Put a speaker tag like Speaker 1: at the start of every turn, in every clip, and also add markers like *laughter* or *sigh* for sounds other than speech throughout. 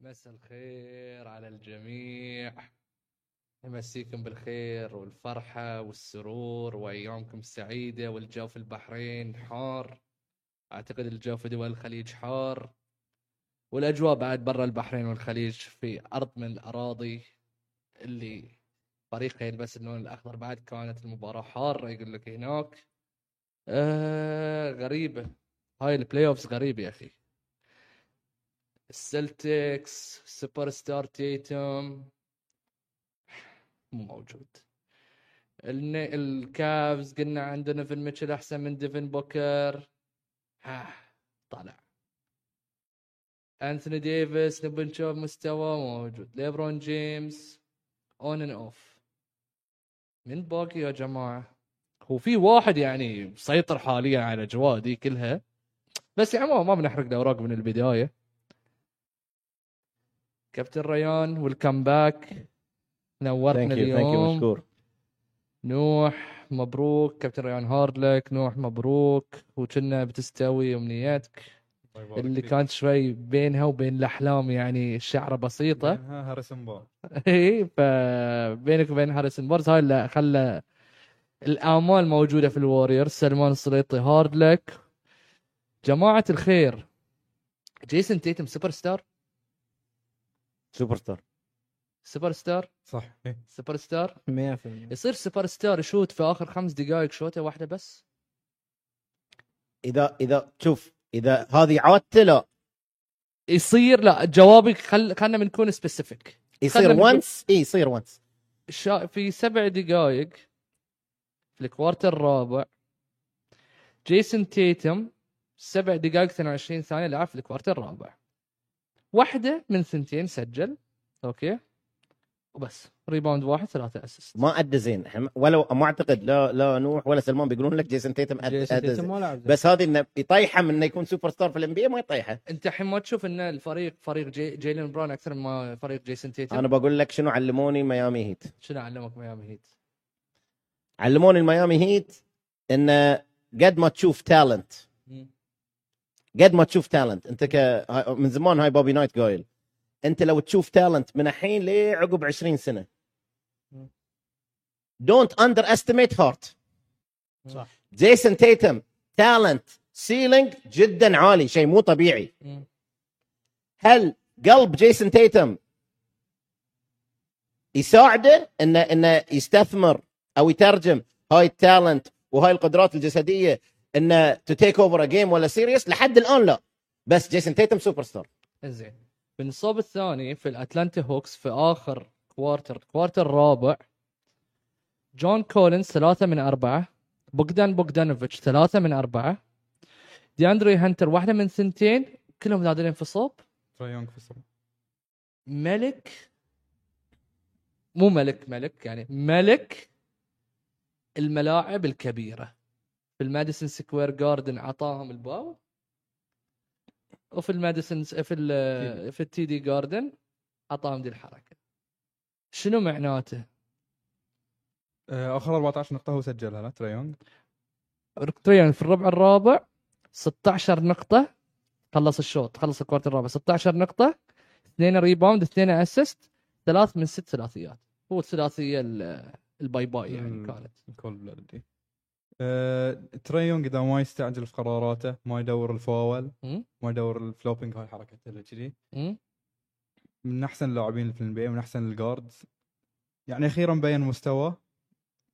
Speaker 1: مساء الخير على الجميع نمسيكم بالخير والفرحة والسرور وأيامكم سعيدة والجو في البحرين حار أعتقد الجو في دول الخليج حار والأجواء بعد برا البحرين والخليج في أرض من الأراضي اللي فريقها يلبس اللون الأخضر بعد كانت المباراة حارة يقول لك هناك آه غريبة هاي البلاي أوفس غريبة يا أخي السلتكس سوبر ستار تيتم مو موجود الن- الكافز قلنا عن دونيفن ميتشل احسن من ديفن بوكر ها طلع انثوني ديفيس نبي نشوف مستوى موجود ليبرون جيمس اون اند اوف من باقي يا جماعه هو في واحد يعني مسيطر حاليا على الاجواء دي كلها بس يا عمو ما بنحرق الاوراق من البدايه كابتن ريان ويلكم باك
Speaker 2: ثانك
Speaker 1: نورتنا
Speaker 2: يو ثانك يو
Speaker 1: اليوم
Speaker 2: مشكور
Speaker 1: نوح مبروك كابتن ريان هارلك نوح مبروك وكنا بتستوي امنياتك
Speaker 3: الله يبارك
Speaker 1: اللي
Speaker 3: فيك.
Speaker 1: كانت شوي بينها وبين الاحلام يعني الشعره *laughs* بسيطه
Speaker 3: ها هاريسون بول
Speaker 1: اي فبينك وبين هاريسون بورز هاي اللي خلى الامال موجوده في الوريورز سلمان السليطي هارلك جماعه الخير جيسون تيتم سوبر ستار
Speaker 2: سوبر ستار
Speaker 1: سوبر ستار
Speaker 3: صح إيه.
Speaker 1: سوبر ستار
Speaker 4: 100%
Speaker 1: يصير سوبر ستار يشوت في اخر خمس دقائق شوته واحده بس
Speaker 2: اذا اذا شوف اذا هذه عودته لا
Speaker 1: يصير لا جوابك خل خلنا بنكون سبيسيفيك
Speaker 2: يصير
Speaker 1: خلنا نقول-
Speaker 2: وانس اي يصير وانس
Speaker 1: شا... في سبع دقائق في الكوارتر الرابع جيسون تيتم سبع دقائق 22 ثانيه لعب في الكوارتر الرابع واحده من ثنتين سجل اوكي وبس ريباوند واحد ثلاثه اسيست
Speaker 2: ما ادى زين إحنا ما- ولا ما اعتقد لا لا نوح ولا سلمان بيقولون لك جيسون تيتم أد-
Speaker 4: جيسون
Speaker 2: ادى
Speaker 4: تيتم
Speaker 2: زين
Speaker 4: ما لعب زين.
Speaker 2: بس هذه انه يطيحه من انه يكون سوبر ستار في الام بي ما يطيحه
Speaker 1: انت الحين ما تشوف ان الفريق فريق جي... جيلين براون اكثر ما فريق جيسون تيتم
Speaker 2: انا بقول لك شنو علموني ميامي هيت
Speaker 1: شنو علمك ميامي هيت
Speaker 2: علموني الميامي هيت ان قد ما تشوف تالنت قد ما تشوف تالنت انت ك... هاي- من زمان هاي بوبي نايت قايل انت لو تشوف تالنت من الحين لعقب 20 سنه دونت اندر استيميت هارت
Speaker 3: صح
Speaker 2: جيسون تيتم تالنت سيلينج جدا عالي شيء مو طبيعي
Speaker 1: مم.
Speaker 2: هل قلب جيسون تيتم يساعده انه انه يستثمر او يترجم هاي التالنت وهاي القدرات الجسديه انه تو تيك اوفر جيم ولا سيريس لحد الان لا بس جيسون تيتم سوبر ستار
Speaker 1: زين بالصوب الثاني في الاتلانتا هوكس في اخر كوارتر كوارتر الرابع جون كولينز ثلاثة من أربعة بوغدان بوغدانوفيتش ثلاثة من أربعة دياندري هنتر واحدة من ثنتين كلهم نادرين في الصوب
Speaker 3: تراي يونغ فصل
Speaker 1: ملك مو ملك ملك يعني ملك الملاعب الكبيره في الماديسون سكوير جاردن عطاهم الباو وفي الماديسون في ال في التي دي جاردن عطاهم دي الحركه شنو معناته؟
Speaker 3: آه، اخر 14 نقطه هو سجلها لا تراي يونغ
Speaker 1: تريان في الربع الرابع 16 نقطة خلص الشوط خلص الكوارتر الرابع 16 نقطة اثنين ريباوند اثنين اسيست ثلاث من ست ثلاثيات هو الثلاثية ال- الباي باي يعني
Speaker 3: مم.
Speaker 1: كانت
Speaker 3: الكول بلاد دي آه، تراي يونغ اذا ما يستعجل في قراراته ما يدور الفاول
Speaker 1: مم.
Speaker 3: ما يدور الفلوبينج هاي حركته اللي كذي
Speaker 1: مم.
Speaker 3: من احسن اللاعبين في البي من احسن الجاردز يعني اخيرا بين مستوى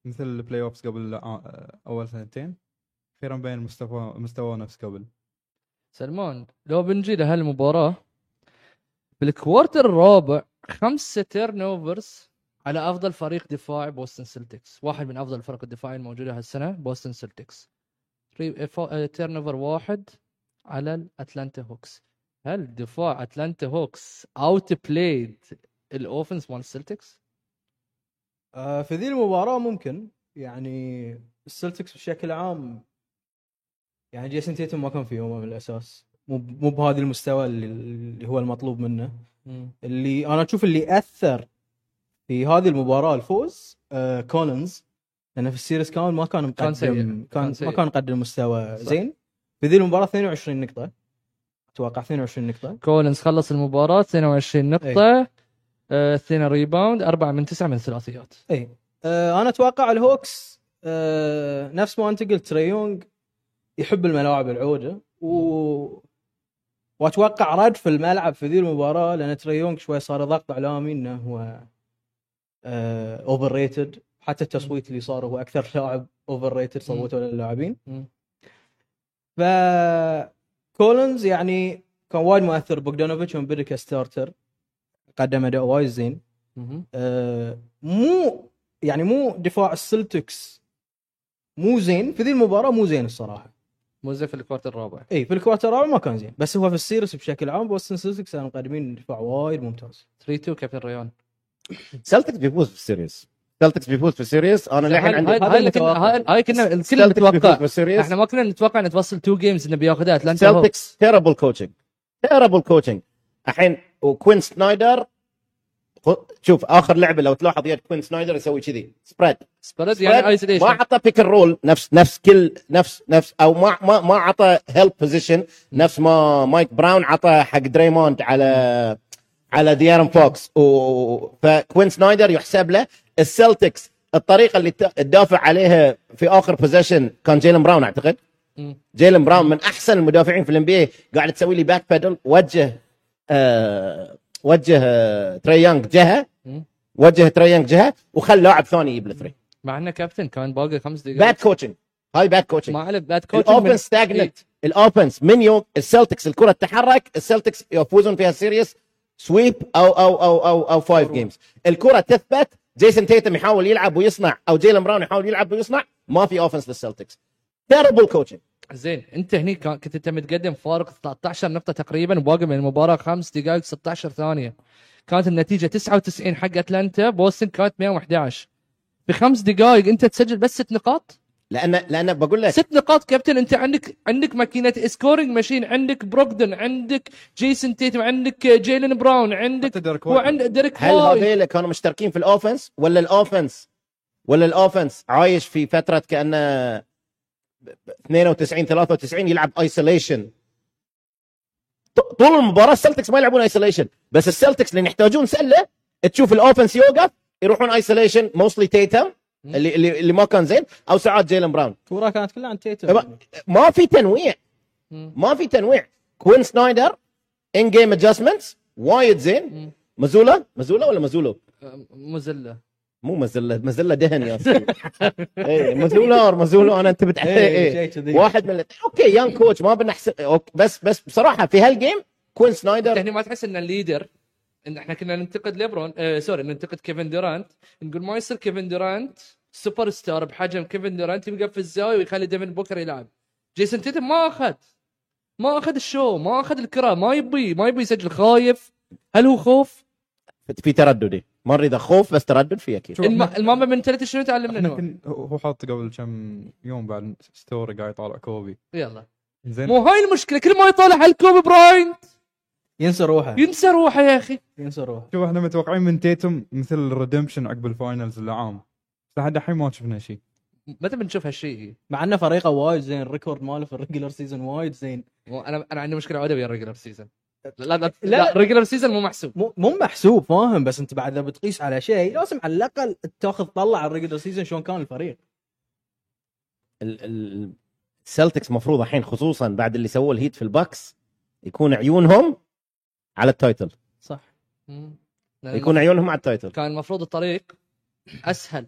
Speaker 3: مثل البلاي اوفز قبل آه، اول سنتين اخيرا بين مستوى مستوى نفس قبل
Speaker 1: سلمان لو بنجي لهالمباراة بالكوارتر الرابع خمسة تيرن اوفرز على افضل فريق دفاع بوستن سيلتكس واحد من افضل الفرق الدفاعية الموجودة هالسنة بوستن eh, سيلتكس تيرن اوفر واحد على الاتلانتا هوكس هل دفاع اتلانتا هوكس اوت بلايد الاوفنس مال السلتكس؟
Speaker 4: آه، في ذي المباراة ممكن يعني السلتكس بشكل عام يعني جيسون تيتم ما كان في يومه من الاساس مو ب- مو بهذا المستوى اللي, اللي هو المطلوب منه اللي انا اشوف اللي اثر في هذه المباراه الفوز آه كولينز لانه في السيريس كان ما كان مقدم
Speaker 1: سيء. كان
Speaker 4: كان, كان
Speaker 1: سيء.
Speaker 4: ما كان مقدم مستوى
Speaker 1: صح.
Speaker 4: زين في ذي المباراه 22 نقطه اتوقع 22 نقطه
Speaker 1: كولينز خلص المباراة 22 نقطة آه، اثنين ريباوند أربعة من تسعة من ثلاثيات
Speaker 4: اي آه انا اتوقع الهوكس آه نفس ما انت قلت تريونج يحب الملاعب العوجه و واتوقع رد في الملعب في ذي المباراه لان تريونج شوي صار ضغط اعلامي انه هو اوفر ريتد حتى التصويت اللي صار هو اكثر لاعب اوفر ريتد صوتوا للاعبين
Speaker 1: مم.
Speaker 4: ف كولينز يعني كان وايد مؤثر بوغدانوفيتش ومبدك كستارتر قدم اداء وايد زين آه، مو يعني مو دفاع السلتكس مو زين في ذي المباراه مو زين الصراحه
Speaker 1: مو زي في الكوارتر الرابع
Speaker 4: اي في الكوارتر الرابع ما كان زين بس هو في السيريس بشكل عام بوستن سلتكس كانوا مقدمين دفاع وايد ممتاز
Speaker 1: 3 2 كابتن ريان
Speaker 2: سلتكس بيفوز في السيريس سلتكس بيفوز في السيريس انا للحين
Speaker 1: هاي-
Speaker 2: عندي
Speaker 1: هاي-
Speaker 4: هذا
Speaker 1: هاي اللي كنا
Speaker 4: المتوقع.
Speaker 1: هاي- هاي كنا الكل
Speaker 2: سلتكس بيفوز في
Speaker 1: نتوقع
Speaker 2: السيريس
Speaker 1: احنا ما كنا نتوقع انه توصل 2 جيمز انه بياخذها اتلانتا هوكس.
Speaker 2: سلتكس تيربل كوتشنج تيربل كوتشنج الحين وكوين سنايدر خو- شوف اخر لعبه لو تلاحظ يد كوين سنايدر يسوي كذي سبريد
Speaker 1: سبرد يعني
Speaker 2: ما
Speaker 1: ايزوليشن
Speaker 2: عطى بيك الرول نفس نفس كل نفس نفس او ما ما ما عطى هيلب بوزيشن نفس ما مايك براون عطى حق دريموند على على ديارن فوكس و... فكوين سنايدر يحسب له السلتكس الطريقه اللي ت- تدافع عليها في اخر بوزيشن كان جيلن براون اعتقد جيلن براون من احسن المدافعين في الانبي قاعد تسوي لي باك بيدل وجه آه وجه آه تري يونغ جهه
Speaker 1: مم.
Speaker 2: وجه تري يونغ جهه وخل لاعب ثاني يجيب له ثري
Speaker 1: مع انه كابتن كان باقي خمس دقائق
Speaker 2: باد كوتشنج هاي باد كوتشنج
Speaker 1: يعني ما عليه باد كوتش
Speaker 2: الاوفنس
Speaker 1: إيه.
Speaker 2: ستاجنت الاوفنس من يوم السلتكس الكره تتحرك السلتكس يفوزون فيها سيريس سويب او او او او او فايف جيمز الكره تثبت جيسون تيتم يحاول يلعب ويصنع او جيلن براون يحاول يلعب ويصنع ما في اوفنس للسلتكس تيربل كوتشنج
Speaker 1: زين انت هني كان- كنت انت متقدم فارق 13 نقطه تقريبا وباقي من المباراه خمس دقائق 16 ثانيه كانت النتيجه 99 حق اتلانتا بوستن كانت 111 بخمس دقائق انت تسجل بس ست نقاط
Speaker 2: لان لان بقول لك
Speaker 1: ست نقاط كابتن انت عندك عندك ماكينه سكورينج ماشين عندك بروكدن عندك جيسون تيتم عندك جيلين براون
Speaker 3: حتى
Speaker 1: عندك
Speaker 3: ديريك وايت
Speaker 1: وعند ديريك
Speaker 2: هل
Speaker 1: وايت
Speaker 2: هذيلا كانوا مشتركين في الاوفنس ولا الاوفنس ولا الاوفنس عايش في فتره كانه 92 93 يلعب ايسوليشن طول المباراه السلتكس ما يلعبون ايسوليشن بس السلتكس لان يحتاجون سله تشوف الاوفنس يوقف يروحون ايسوليشن موصلي تيتم اللي اللي اللي ما كان زين او ساعات جيلن براون
Speaker 4: كورة كانت كلها عن تيتم
Speaker 2: أبا- ما في تنويع
Speaker 1: طيب. مم.
Speaker 2: ما في تنويع كوين سنايدر ان جيم ادجستمنتس وايد زين
Speaker 1: مم.
Speaker 2: مزوله مزوله ولا مزوله
Speaker 1: أم- مزله
Speaker 2: مو مزله مزله دهن يا
Speaker 4: *laughs*
Speaker 2: سيدي. إيه، مزوله أو مزوله انا انتبهت عليه
Speaker 4: إيه،
Speaker 2: إيه.
Speaker 4: شيء كذي
Speaker 2: واحد من الاثنين اوكي يان كوتش ما بنحسب أوكي، بس بس بصراحه في هالجيم كوين
Speaker 1: انت
Speaker 2: سنايدر
Speaker 1: هنا يعني ما تحس ان الليدر ان احنا كنا ننتقد ليبرون آه سوري ننتقد كيفن دورانت نقول ما يصير كيفن دورانت سوبر ستار بحجم كيفن دورانت يوقف في الزاويه ويخلي ديفن بوكر يلعب جيسون تيتم ما اخذ ما اخذ الشو ما اخذ الكره ما يبي ما يبي يسجل خايف هل هو خوف؟
Speaker 2: في ترددي ما نريد خوف بس تردد في اكيد
Speaker 3: شو-
Speaker 1: الم... الماما منتاليتي شنو تعلمنا
Speaker 3: احنا
Speaker 1: نوع؟
Speaker 3: كن... هو هو حاط قبل كم يوم بعد ستوري قاعد يطالع كوبي
Speaker 1: يلا
Speaker 3: زين
Speaker 1: مو هاي المشكله كل ما يطالع على الكوب براينت
Speaker 4: ينسى روحه
Speaker 1: ينسى روحه يا اخي
Speaker 4: ينسى روحه
Speaker 3: شوف احنا متوقعين من تيتم مثل الريدمشن عقب الفاينلز اللي عام لحد الحين ما شفنا شيء
Speaker 1: متى بنشوف هالشيء هي؟
Speaker 4: مع انه فريقه وايد زين الريكورد ماله في الريجلر سيزون وايد زين
Speaker 1: مو- انا انا عندي مشكله عوده ويا الريجلر سيزون لا لا
Speaker 4: لا.
Speaker 1: لا الريجلر سيزون مو محسوب
Speaker 4: مو مو محسوب فاهم بس انت بعد اذا بتقيس على شيء لازم على الاقل تاخذ طلع على الريجلر سيزون شلون كان الفريق
Speaker 2: ال- ال- السلتكس مفروض الحين خصوصا بعد اللي سووه الهيت في الباكس يكون عيونهم على التايتل
Speaker 4: صح
Speaker 1: لأن
Speaker 2: يكون عيونهم على التايتل
Speaker 1: كان المفروض الطريق اسهل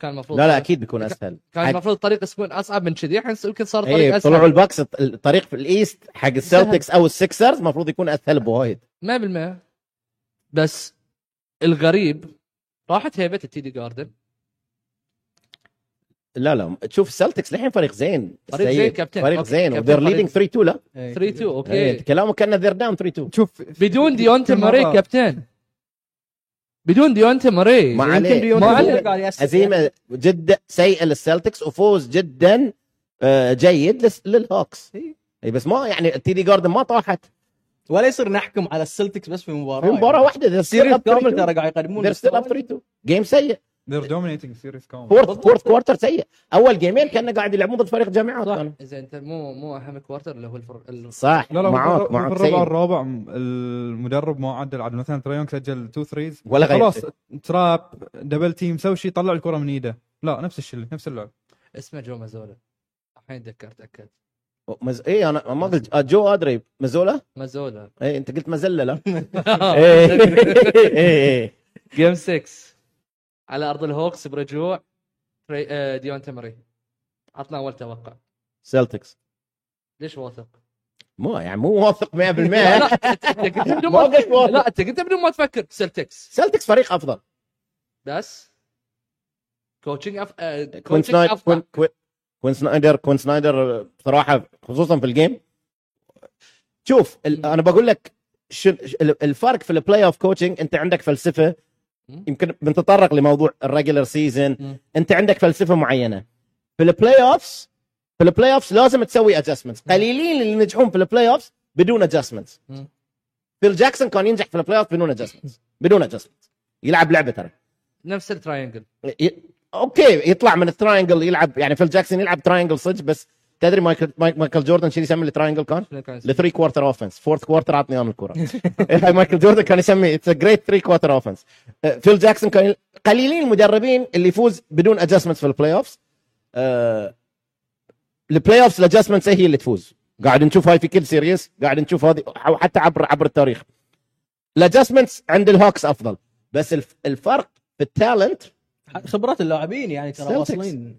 Speaker 1: كان المفروض
Speaker 2: لا لا اكيد بيكون اسهل
Speaker 1: كان
Speaker 2: حق-
Speaker 1: المفروض الطريق تكون اصعب من كذي الحين يمكن صار الطريق
Speaker 2: اي إيه، طلعوا
Speaker 1: اسهل
Speaker 2: الباكس الط- الطريق في الايست حق السلتكس او السكسرز المفروض يكون اسهل بوايد
Speaker 1: 100% بس الغريب راحت هيبه التي دي جاردن
Speaker 2: لا لا تشوف السلتكس للحين فريق زين
Speaker 1: فريق زين،
Speaker 2: سيء.
Speaker 1: كابتن.
Speaker 2: فريق
Speaker 1: أوكي،
Speaker 2: زين
Speaker 1: كابتن
Speaker 2: وذير
Speaker 1: فريق
Speaker 2: ليدنج 3 2 لا
Speaker 1: 3 2
Speaker 2: إيه،
Speaker 1: اوكي
Speaker 2: كلامه كان ذير داون 3 2
Speaker 3: شوف
Speaker 1: بدون ديونتي
Speaker 3: كل
Speaker 1: ماري
Speaker 3: مرة-
Speaker 1: كابتن بدون ديونتي ماري
Speaker 2: ما
Speaker 4: يمكن
Speaker 2: عليه
Speaker 4: ديونتي
Speaker 1: ما
Speaker 4: موري
Speaker 1: عليه.
Speaker 4: قاعد يأسس.
Speaker 2: هزيمه جدا سيئه للسلتكس وفوز جدا آه، جيد لس- للهوكس
Speaker 4: إيه.
Speaker 2: اي بس ما يعني التي دي جاردن ما طاحت
Speaker 4: ولا يصير نحكم على السلتكس بس في مباراه
Speaker 2: في مباراه واحده ذير
Speaker 4: سيريز كامل ترى قاعد يقدمون
Speaker 2: ذير ستيل اب 3 2 جيم سيء
Speaker 3: ذير دومينيتنج سيريس كامل
Speaker 2: فورث فورث كوارتر سيء اول جيمين كانه قاعد يلعبون ضد فريق جامعات كانوا.
Speaker 1: زين انت مو مو اهم كوارتر اللي هو الفر... ال-
Speaker 2: صح
Speaker 3: لا لا
Speaker 2: معاك
Speaker 3: معاك
Speaker 2: معاك
Speaker 3: في الربع
Speaker 2: سيء
Speaker 3: الرابع م- المدرب ما عدل عدل مثلا تريونك سجل 2 3
Speaker 2: ولا غير
Speaker 3: خلاص تراب دبل تيم سوي شيء طلع الكره من ايده لا نفس الشيء نفس اللعب
Speaker 1: اسمه جو مازولا الحين تذكرت اكد
Speaker 2: مز... اي انا ما قلت آه، جو ادري مزوله
Speaker 1: مازولا *laughs*
Speaker 2: اي انت قلت مزله لا إيه. *laughs*
Speaker 1: *laughs*
Speaker 2: إيه، إيه.
Speaker 1: جيم 6 على ارض الهوكس برجوع ري- آه، ديون تمري عطنا اول توقع
Speaker 2: سلتكس
Speaker 1: ليش
Speaker 2: *laughs*
Speaker 1: واثق؟
Speaker 2: مو يعني مو واثق 100%
Speaker 1: لا لا انت أنت قلت
Speaker 2: *laughs*
Speaker 1: بدون
Speaker 2: إيه. ما
Speaker 1: ما
Speaker 2: قلت واثق.
Speaker 1: لا انت قلت بدون ما تفكر سلتكس
Speaker 2: سلتكس فريق افضل
Speaker 1: بس كوتشنج أف... آه،
Speaker 2: كوين
Speaker 1: كوتشنج
Speaker 2: سنايدر
Speaker 1: افضل
Speaker 2: كوين, كوين, كوين سنايدر كوين سنايدر آه، بصراحه خصوصا في الجيم شوف ال... انا بقول لك شن... ش- ال- الفرق في البلاي اوف كوتشنج انت عندك فلسفه
Speaker 1: مم.
Speaker 2: يمكن بنتطرق لموضوع الريجلر سيزون
Speaker 1: مم.
Speaker 2: انت عندك فلسفه معينه في البلاي اوفس في البلاي اوفس لازم تسوي ادجستمنت قليلين اللي ينجحون في البلاي اوفس بدون ادجستمنت
Speaker 1: مم.
Speaker 2: بيل جاكسون كان ينجح في البلاي اوف بدون ادجستمنت بدون ادجستمنت يلعب لعبه ترى
Speaker 1: نفس التراينجل
Speaker 2: ي- اوكي يطلع من التراينجل يلعب يعني فيل جاكسون يلعب تراينجل صدق بس تدري مايكل مايك- مايكل جوردن شنو يسمي التراينجل كان؟
Speaker 1: شنو كان اسمه؟
Speaker 2: الثري كوارتر اوفنس فورث كوارتر عطني انا الكره إيه، مايكل جوردن كان يسمي اتس جريت ثري كوارتر اوفنس فيل جاكسون إيه، كان قليلين المدربين اللي يفوز بدون ادجستمنت في البلاي اوفز البلاي اوفز الادجستمنت هي اللي تفوز قاعد نشوف هاي في كل سيريس قاعد نشوف هذه أو حتى عبر عبر التاريخ الادجستمنتس عند الهوكس افضل بس الف- الفرق في التالنت
Speaker 4: خبرات اللاعبين يعني ترى
Speaker 2: Celtics.
Speaker 4: واصلين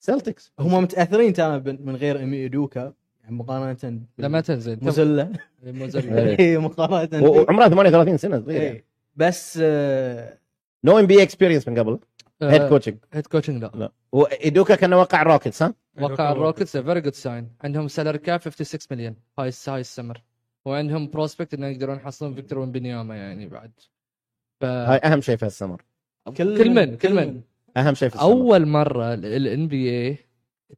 Speaker 2: سلتكس
Speaker 4: هم متاثرين ترى بن- من غير امي ادوكا يعني مقارنه
Speaker 1: لا ما تنزل
Speaker 4: مزله
Speaker 1: مازولا
Speaker 2: إيه.
Speaker 4: إيه، مقارنه
Speaker 2: وعمرها 38 سنه
Speaker 4: إيه.
Speaker 2: صغير
Speaker 4: بس آه،
Speaker 2: نو ام بي اكسبيرينس من قبل
Speaker 1: آه.
Speaker 2: هيد كوتشنج
Speaker 1: هيد كوتشنج لا
Speaker 2: وايدوكا كان واقع الروكيتس ها
Speaker 3: يعني
Speaker 1: وقع الروكيتس فيري جود ساين عندهم سالري كاب 56 مليون هاي الس- هاي السمر وعندهم بروسبكت انه يقدرون يحصلون فيكتور ومبنياما يعني بعد ف
Speaker 2: هاي اهم شيء في السمر
Speaker 1: كل من كل من
Speaker 2: اهم شيء في السمر
Speaker 1: اول مره الان بي اي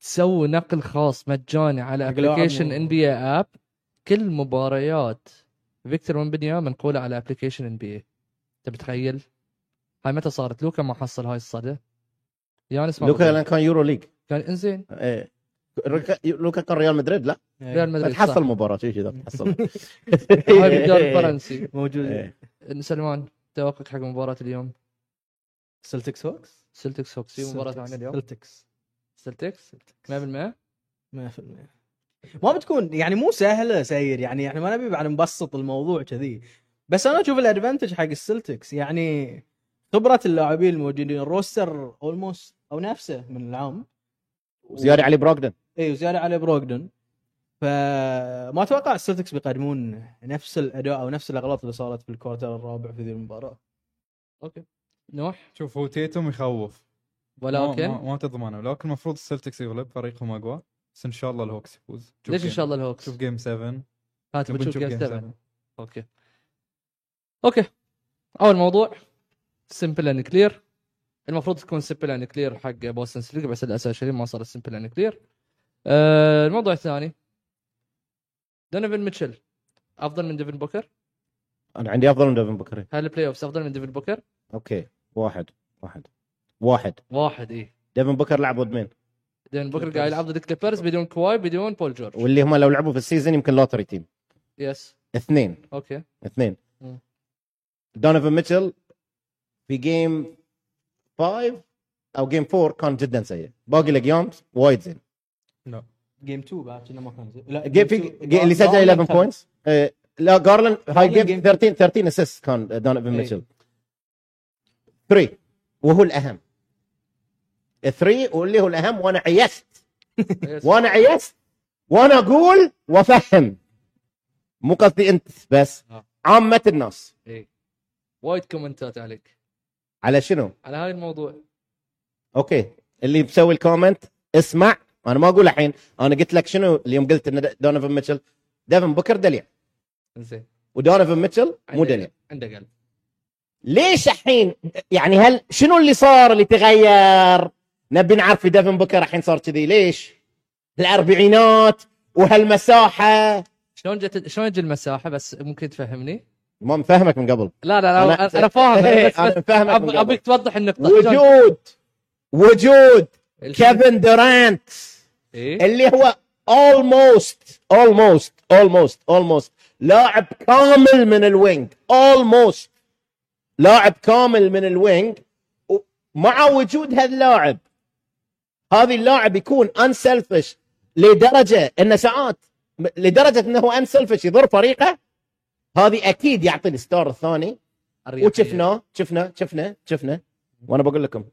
Speaker 1: تسوي نقل خاص مجاني على
Speaker 4: حق لاعب
Speaker 1: ابلكيشن
Speaker 4: و-
Speaker 1: ان بي اي اب كل مباريات فيكتور ومبنيا منقوله على ابلكيشن ان بي اي انت متخيل؟ هاي متى صارت؟ لوكا ما حصل هاي الصدى يانس ما
Speaker 2: لوكا
Speaker 1: حصل.
Speaker 2: لان كان يورو ليج
Speaker 1: كان انزين
Speaker 2: *laughs* إيه. ريكا- لوكا كان ريال مدريد لا
Speaker 4: إيه.
Speaker 1: ريال مدريد صح.
Speaker 2: تحصل مباراه شيء كذا تحصل
Speaker 1: *laughs* هاي بالدوري الفرنسي
Speaker 4: *laughs* موجود
Speaker 2: إيه.
Speaker 1: سلمان توقعك حق مباراة اليوم
Speaker 4: سلتكس هوكس
Speaker 1: سلتكس هوكس في مباراه ثانيه اليوم
Speaker 4: سلتكس
Speaker 1: سلتكس 100%
Speaker 4: 100% ما بتكون يعني مو سهله سير يعني احنا ما نبي بعد نبسط الموضوع كذي بس انا اشوف الادفانتج حق السلتكس يعني خبره اللاعبين الموجودين الروستر اولموست او نفسه من العام إيه،
Speaker 2: زياري علي بروجدن
Speaker 4: اي وزياده على بروجدن فما اتوقع السلتكس بيقدمون نفس الاداء او نفس الاغلاط اللي صارت في الكوارتر الرابع في ذي المباراه
Speaker 1: اوكي نوح
Speaker 3: شوف هو تيتم يخوف ما- ما,
Speaker 1: ولكن
Speaker 3: ما تضمنه لكن المفروض السلتكس يغلب فريقهم اقوى بس ان شاء الله الهوكس يفوز شوف
Speaker 1: ليش ان
Speaker 3: جيم-
Speaker 1: شاء الله الهوكس
Speaker 3: شوف جيم 7
Speaker 1: هات
Speaker 3: نبي
Speaker 1: بتشوف
Speaker 3: نشوف
Speaker 1: جيم
Speaker 3: Game
Speaker 1: 7
Speaker 3: 7.
Speaker 1: اوكي اوكي اول موضوع سمبل اند كلير المفروض تكون سمبل اند كلير حق بوستن سليك بس للاسف الشديد ما صارت سمبل اند كلير آه، الموضوع الثاني دونيفن ميتشل افضل من ديفن بوكر
Speaker 2: انا عندي افضل من ديفن بكري
Speaker 1: هل البلاي اوفز افضل من ديفن بوكر
Speaker 2: اوكي واحد واحد واحد
Speaker 1: واحد ايه
Speaker 2: ديفن بكر لعب ضد مين؟
Speaker 1: ديفن بوكر
Speaker 4: Clippers.
Speaker 1: قاعد يلعب ضد كليبرز بدون كواي بدون بول جورج
Speaker 2: واللي هم لو لعبوا في السيزون يمكن لوتري تيم
Speaker 1: يس
Speaker 2: اثنين
Speaker 1: اوكي
Speaker 2: اثنين
Speaker 1: مم.
Speaker 2: دونيفن ميتشل في جيم 5 او جيم 4 كان جدا سيء باقي الايام وايد زين
Speaker 4: جيم 2 بعد كنا ما كان زين لا
Speaker 2: جيم في جيم اللي سجل 11 بوينتس لا جارلاند هاي جيم
Speaker 4: جيم-
Speaker 2: 13 13 اسيست كان دونيفن
Speaker 4: إيه.
Speaker 2: ميتشل 3 وهو الاهم 3 واللي هو الاهم وانا عيشت
Speaker 1: يس.
Speaker 2: وانا عيست وانا اقول وافهم مو قصدي انت بس
Speaker 1: آه.
Speaker 2: عامه الناس
Speaker 1: إيه. وايد كومنتات عليك
Speaker 2: على شنو؟
Speaker 1: على هاي الموضوع
Speaker 2: اوكي اللي مسوي الكومنت اسمع انا ما اقول الحين انا قلت لك شنو اليوم قلت ان دونيفن ميتشل ديفن بوكر دليع
Speaker 1: زين
Speaker 2: ودونيفن ميتشل مو
Speaker 1: عنده-
Speaker 2: دليع
Speaker 1: عنده قلب
Speaker 2: ليش الحين يعني هل شنو اللي صار اللي تغير؟ نبي نعرف في ديفن بوكر الحين صار كذي ليش؟ الاربعينات وهالمساحه
Speaker 1: شلون جت شلون اجي المساحه بس ممكن تفهمني؟
Speaker 2: ما مفهمك من قبل
Speaker 1: لا لا لا انا, أنا فاهم
Speaker 2: إيه،
Speaker 1: بس, بس
Speaker 2: انا فاهمك
Speaker 1: أب...
Speaker 2: من قبل.
Speaker 1: ابيك توضح النقطه طيب، شلون-
Speaker 2: وجود وجود
Speaker 1: الش-
Speaker 2: كيفن دورانت
Speaker 1: إيه؟
Speaker 2: اللي هو almost almost almost almost لاعب كامل من الوينج almost لاعب كامل من الوينج و- مع وجود هاللاعب هذا اللاعب يكون انسلفش لدرجه انه ساعات م- لدرجه انه هو انسلفش يضر فريقه هذه اكيد يعطي الستار الثاني
Speaker 1: الرياضية.
Speaker 2: وشفناه شفنا شفنا شفنا وانا بقول لكم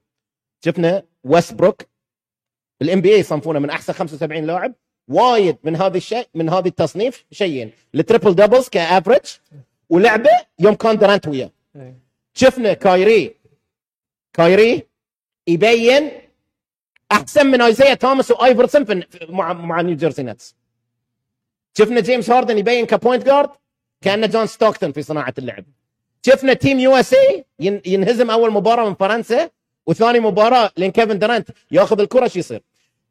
Speaker 2: شفنا ويستبروك الام بي اي يصنفونه من احسن 75 لاعب وايد من هذا الشيء من هذا التصنيف شيئين التريبل دبلز كافرج ولعبه يوم كان درانت وياه
Speaker 4: إيه.
Speaker 2: شفنا كايري كايري يبين احسن من ايزيا توماس وايفرسون في في- مع مع نيوجيرسي نتس شفنا جيمس هاردن يبين كبوينت جارد كانه جون ستوكتون في صناعه اللعب شفنا تيم يو اس اي ينهزم اول مباراه من فرنسا وثاني مباراه لين كيفن درانت ياخذ الكره شو يصير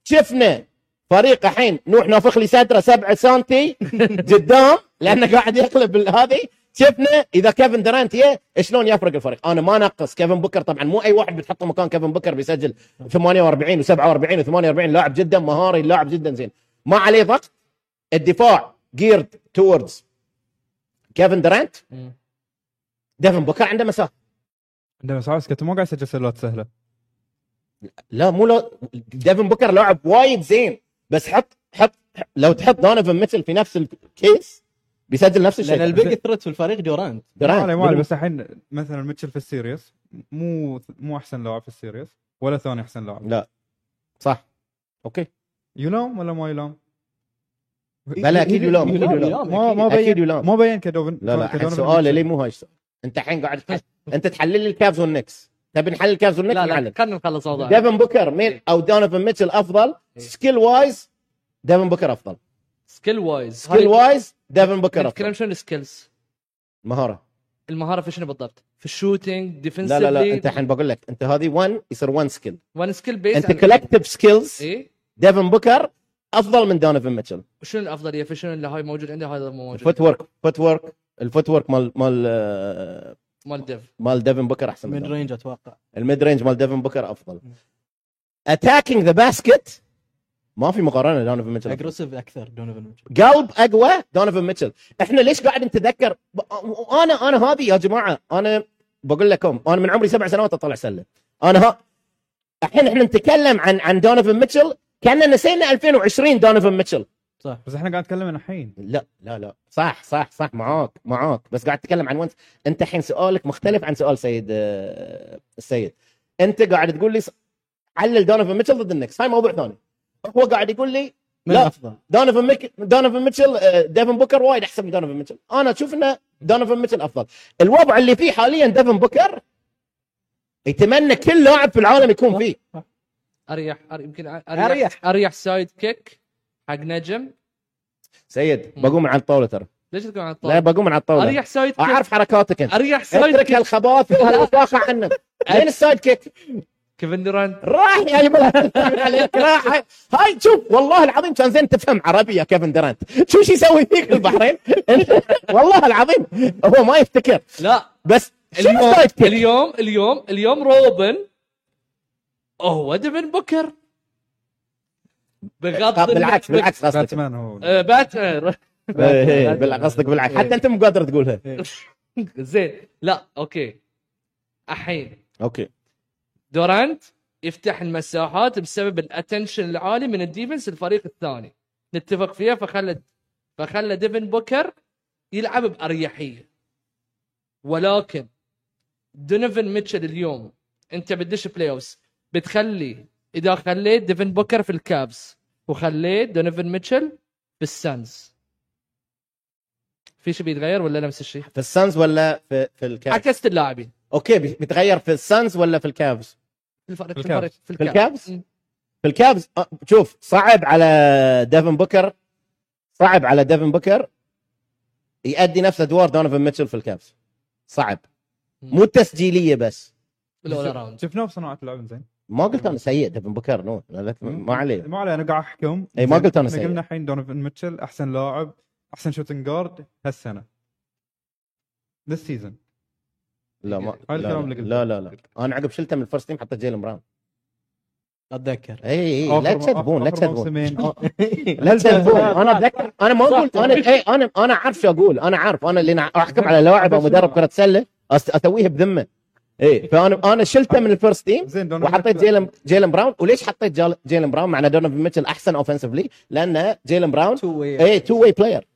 Speaker 2: شفنا فريق الحين نوح نافخ لي صدره 7 سنتي قدام لانه قاعد يقلب ال- هذه شفنا اذا كيفن درانت يه شلون يفرق الفريق انا ما نقص كيفن بوكر طبعا مو اي واحد بتحطه مكان كيفن بوكر بيسجل 48 و47 و48 لاعب جدا مهاري لاعب جدا زين ما عليه ضغط الدفاع جيرد توردز كيفن درانت
Speaker 1: مم.
Speaker 2: ديفن بوكر عنده مساحه
Speaker 3: عندنا ساعات كنت ما قاعد يسجل سلات سهله
Speaker 2: لا مو لو ديفن بوكر لاعب وايد زين بس حط حط لو تحط دونيفن مثل في نفس الكيس بيسجل نفس
Speaker 4: لان
Speaker 2: الشيء
Speaker 4: البيج ثريت في الفريق دورانت
Speaker 3: ما
Speaker 2: درانت
Speaker 3: علي ما علي بس الحين مثلا ميتشل في السيريس مو مو احسن لاعب في السيريس ولا ثاني احسن لاعب
Speaker 2: لا صح اوكي
Speaker 3: يلام ولا ما يلام؟
Speaker 2: بلا
Speaker 4: إيه،
Speaker 2: أكيد يلام، أكيد يلام.
Speaker 3: ما ما
Speaker 2: اكيد
Speaker 3: بين
Speaker 2: يلام
Speaker 3: ما بين كدوفن
Speaker 2: لا لا
Speaker 3: كدوفن
Speaker 2: الحين سؤالي
Speaker 3: ميتشل.
Speaker 2: لي مو هاي السؤال. انت الحين قاعد تح- انت تحلل لي الكافز والنكس تبي نحلل الكافز والنكس
Speaker 1: لا إيه. لا
Speaker 2: نحلل
Speaker 1: خلينا نخلص موضوع
Speaker 2: ديفن بوكر مين او دونيفن ميتشل افضل
Speaker 1: إيه.
Speaker 2: سكيل وايز ديفن بوكر افضل
Speaker 1: سكيل وايز
Speaker 2: سكيل وايز ديفن بوكر
Speaker 1: نتكلم
Speaker 2: افضل
Speaker 1: شنو السكيلز
Speaker 2: مهاره
Speaker 1: المهاره في شنو بالضبط؟ في الشوتنج
Speaker 2: لا
Speaker 1: ديفنسively
Speaker 2: لا لا انت الحين بقول لك انت هذه 1 يصير 1 سكيل
Speaker 1: وان سكيل بيس
Speaker 2: انت كولكتيف سكيلز
Speaker 1: اي
Speaker 2: ديفن بوكر افضل من دونيفن ميتشل
Speaker 1: شنو الافضليه في شنو اللي هاي موجود عنده هذا مو موجود
Speaker 2: الفوت ورك فوت ورك الفوت ورك مال مال آه،
Speaker 1: مال ديف
Speaker 2: مال ديفن بوكر احسن
Speaker 4: من
Speaker 2: من
Speaker 4: رينج اتوقع
Speaker 2: الميد رينج مال ديفن بوكر افضل اتاكينج ذا باسكت ما في مقارنه دونيفن ميتشل
Speaker 4: اجريسيف اكثر دونيفن ميتشل
Speaker 2: قلب اقوى دونيفن ميتشل احنا ليش قاعد نتذكر ب- انا انا هذه يا جماعه انا بقول لكم انا من عمري سبع سنوات اطلع سله انا ها الحين احنا نتكلم عن عن دونيفن ميتشل كاننا نسينا 2020 دونيفن ميتشل
Speaker 3: بس احنا قاعد نتكلم عن الحين
Speaker 2: لا لا لا صح صح صح معاك معاك بس قاعد تتكلم عن وانت انت الحين سؤالك مختلف عن سؤال سيد آه، السيد انت قاعد تقول لي ص- علل دونيفن ميتشل ضد النكس هاي موضوع ثاني هو قاعد يقول لي
Speaker 4: من
Speaker 2: لا.
Speaker 4: افضل
Speaker 2: دونيفن ميك... دونيفن ميتشل آه، ديفن بوكر وايد احسن من دونيفن ميتشل انا اشوف انه دونيفن ميتشل افضل الوضع اللي فيه حاليا ديفن بوكر يتمنى كل لاعب في العالم يكون فيه
Speaker 1: اريح أر- يمكن أ- اريح
Speaker 4: أريح.
Speaker 1: اريح, أريح سايد كيك حق نجم
Speaker 2: سيد
Speaker 1: مم. طيب.
Speaker 2: بقوم من على الطاوله ترى
Speaker 1: ليش تقول عن
Speaker 2: لا
Speaker 1: الطاوله؟
Speaker 2: بقوم من على الطاوله
Speaker 1: اريح سايد كيك
Speaker 2: اعرف حركاتك انت
Speaker 1: اريح سايد
Speaker 2: إيه، اترك
Speaker 1: كيك
Speaker 2: هالخباثي
Speaker 1: *laughs*
Speaker 2: وهالوفاقه عنك وين السايد كيك؟
Speaker 1: كيفن دورانت
Speaker 2: راح يا بلا- عليك راح هاي شوف والله العظيم كان زين تفهم عربي يا كيفن درانت شو شو يسوي فيك البحرين *laughs* والله العظيم هو ما يفتكر
Speaker 1: لا
Speaker 2: بس شنو
Speaker 1: اليوم
Speaker 2: السايد كيك؟
Speaker 1: اليوم اليوم اليوم روبن هو ديفن بوكر بغض
Speaker 2: طب بالعكس
Speaker 1: النظر-
Speaker 2: بالعكس قصدك
Speaker 3: باتمان هو
Speaker 1: آه، باتمان
Speaker 2: إيه، إيه، بالع- قصدك بالعكس حتى انت مو قادر تقولها
Speaker 1: زين لا اوكي الحين
Speaker 2: اوكي
Speaker 1: دورانت يفتح المساحات بسبب الاتنشن العالي من الديفنس الفريق الثاني نتفق فيها فخلى فخلى ديفن بوكر يلعب باريحيه ولكن دونيفن ميتشل اليوم انت بتدش بلاي اوفز بتخلي اذا خليت ديفن بوكر في الكابز وخليت دونيفن ميتشل في السانز في شيء بيتغير ولا نفس الشيء؟
Speaker 2: في السانز ولا في في الكافز
Speaker 1: عكست اللاعبين
Speaker 2: اوكي بي- بيتغير في السانز ولا في الكافز
Speaker 1: في الفريق في
Speaker 3: في الكابز.
Speaker 1: الفريق في
Speaker 2: في
Speaker 1: الكابز.
Speaker 2: الكابز؟ في الكافز أه، شوف صعب على ديفن بوكر صعب على ديفن بوكر يأدي نفس ادوار دونيفن ميتشل في الكافز صعب مو التسجيليه بس
Speaker 1: بالاول راوند
Speaker 3: شفناه بصناعه اللعب زين
Speaker 2: ما قلت انا سيء ديفن بوكر نو لا لا، ما عليه
Speaker 3: ما عليه انا قاعد احكم
Speaker 2: إي، ما قلت أنا
Speaker 3: إحنا
Speaker 2: سيء.
Speaker 3: قلنا الحين دونيفن ميتشل احسن لاعب احسن شوتنج جارد هالسنه ذس سيزون
Speaker 2: لا ما
Speaker 3: هاي الكلام
Speaker 2: لا
Speaker 3: اللي قلته.
Speaker 2: لا, لا لا انا عقب شلته من الفرست تيم حطيت جيلن براون
Speaker 4: اتذكر
Speaker 2: اي اي إيه، لا تكذبون لا تكذبون *laughs* آه. لا تسبون
Speaker 4: لا،
Speaker 2: انا اتذكر انا ما إيه، اقول انا اي انا انا عارف شو اقول انا عارف انا اللي أنا احكم على لاعب او مدرب كره سله أس- اسويها بذمه اي فانا انا شلته من الفيرست تيم
Speaker 3: زين دونيفن
Speaker 2: وحطيت
Speaker 3: ميتشل-
Speaker 2: جيلن جيلن براون وليش حطيت جال- جيلن براون مع ان دونيفن ميتشل احسن اوفنسفلي لان جيلن براون إيه،
Speaker 4: تو واي
Speaker 2: اي تو واي بلاير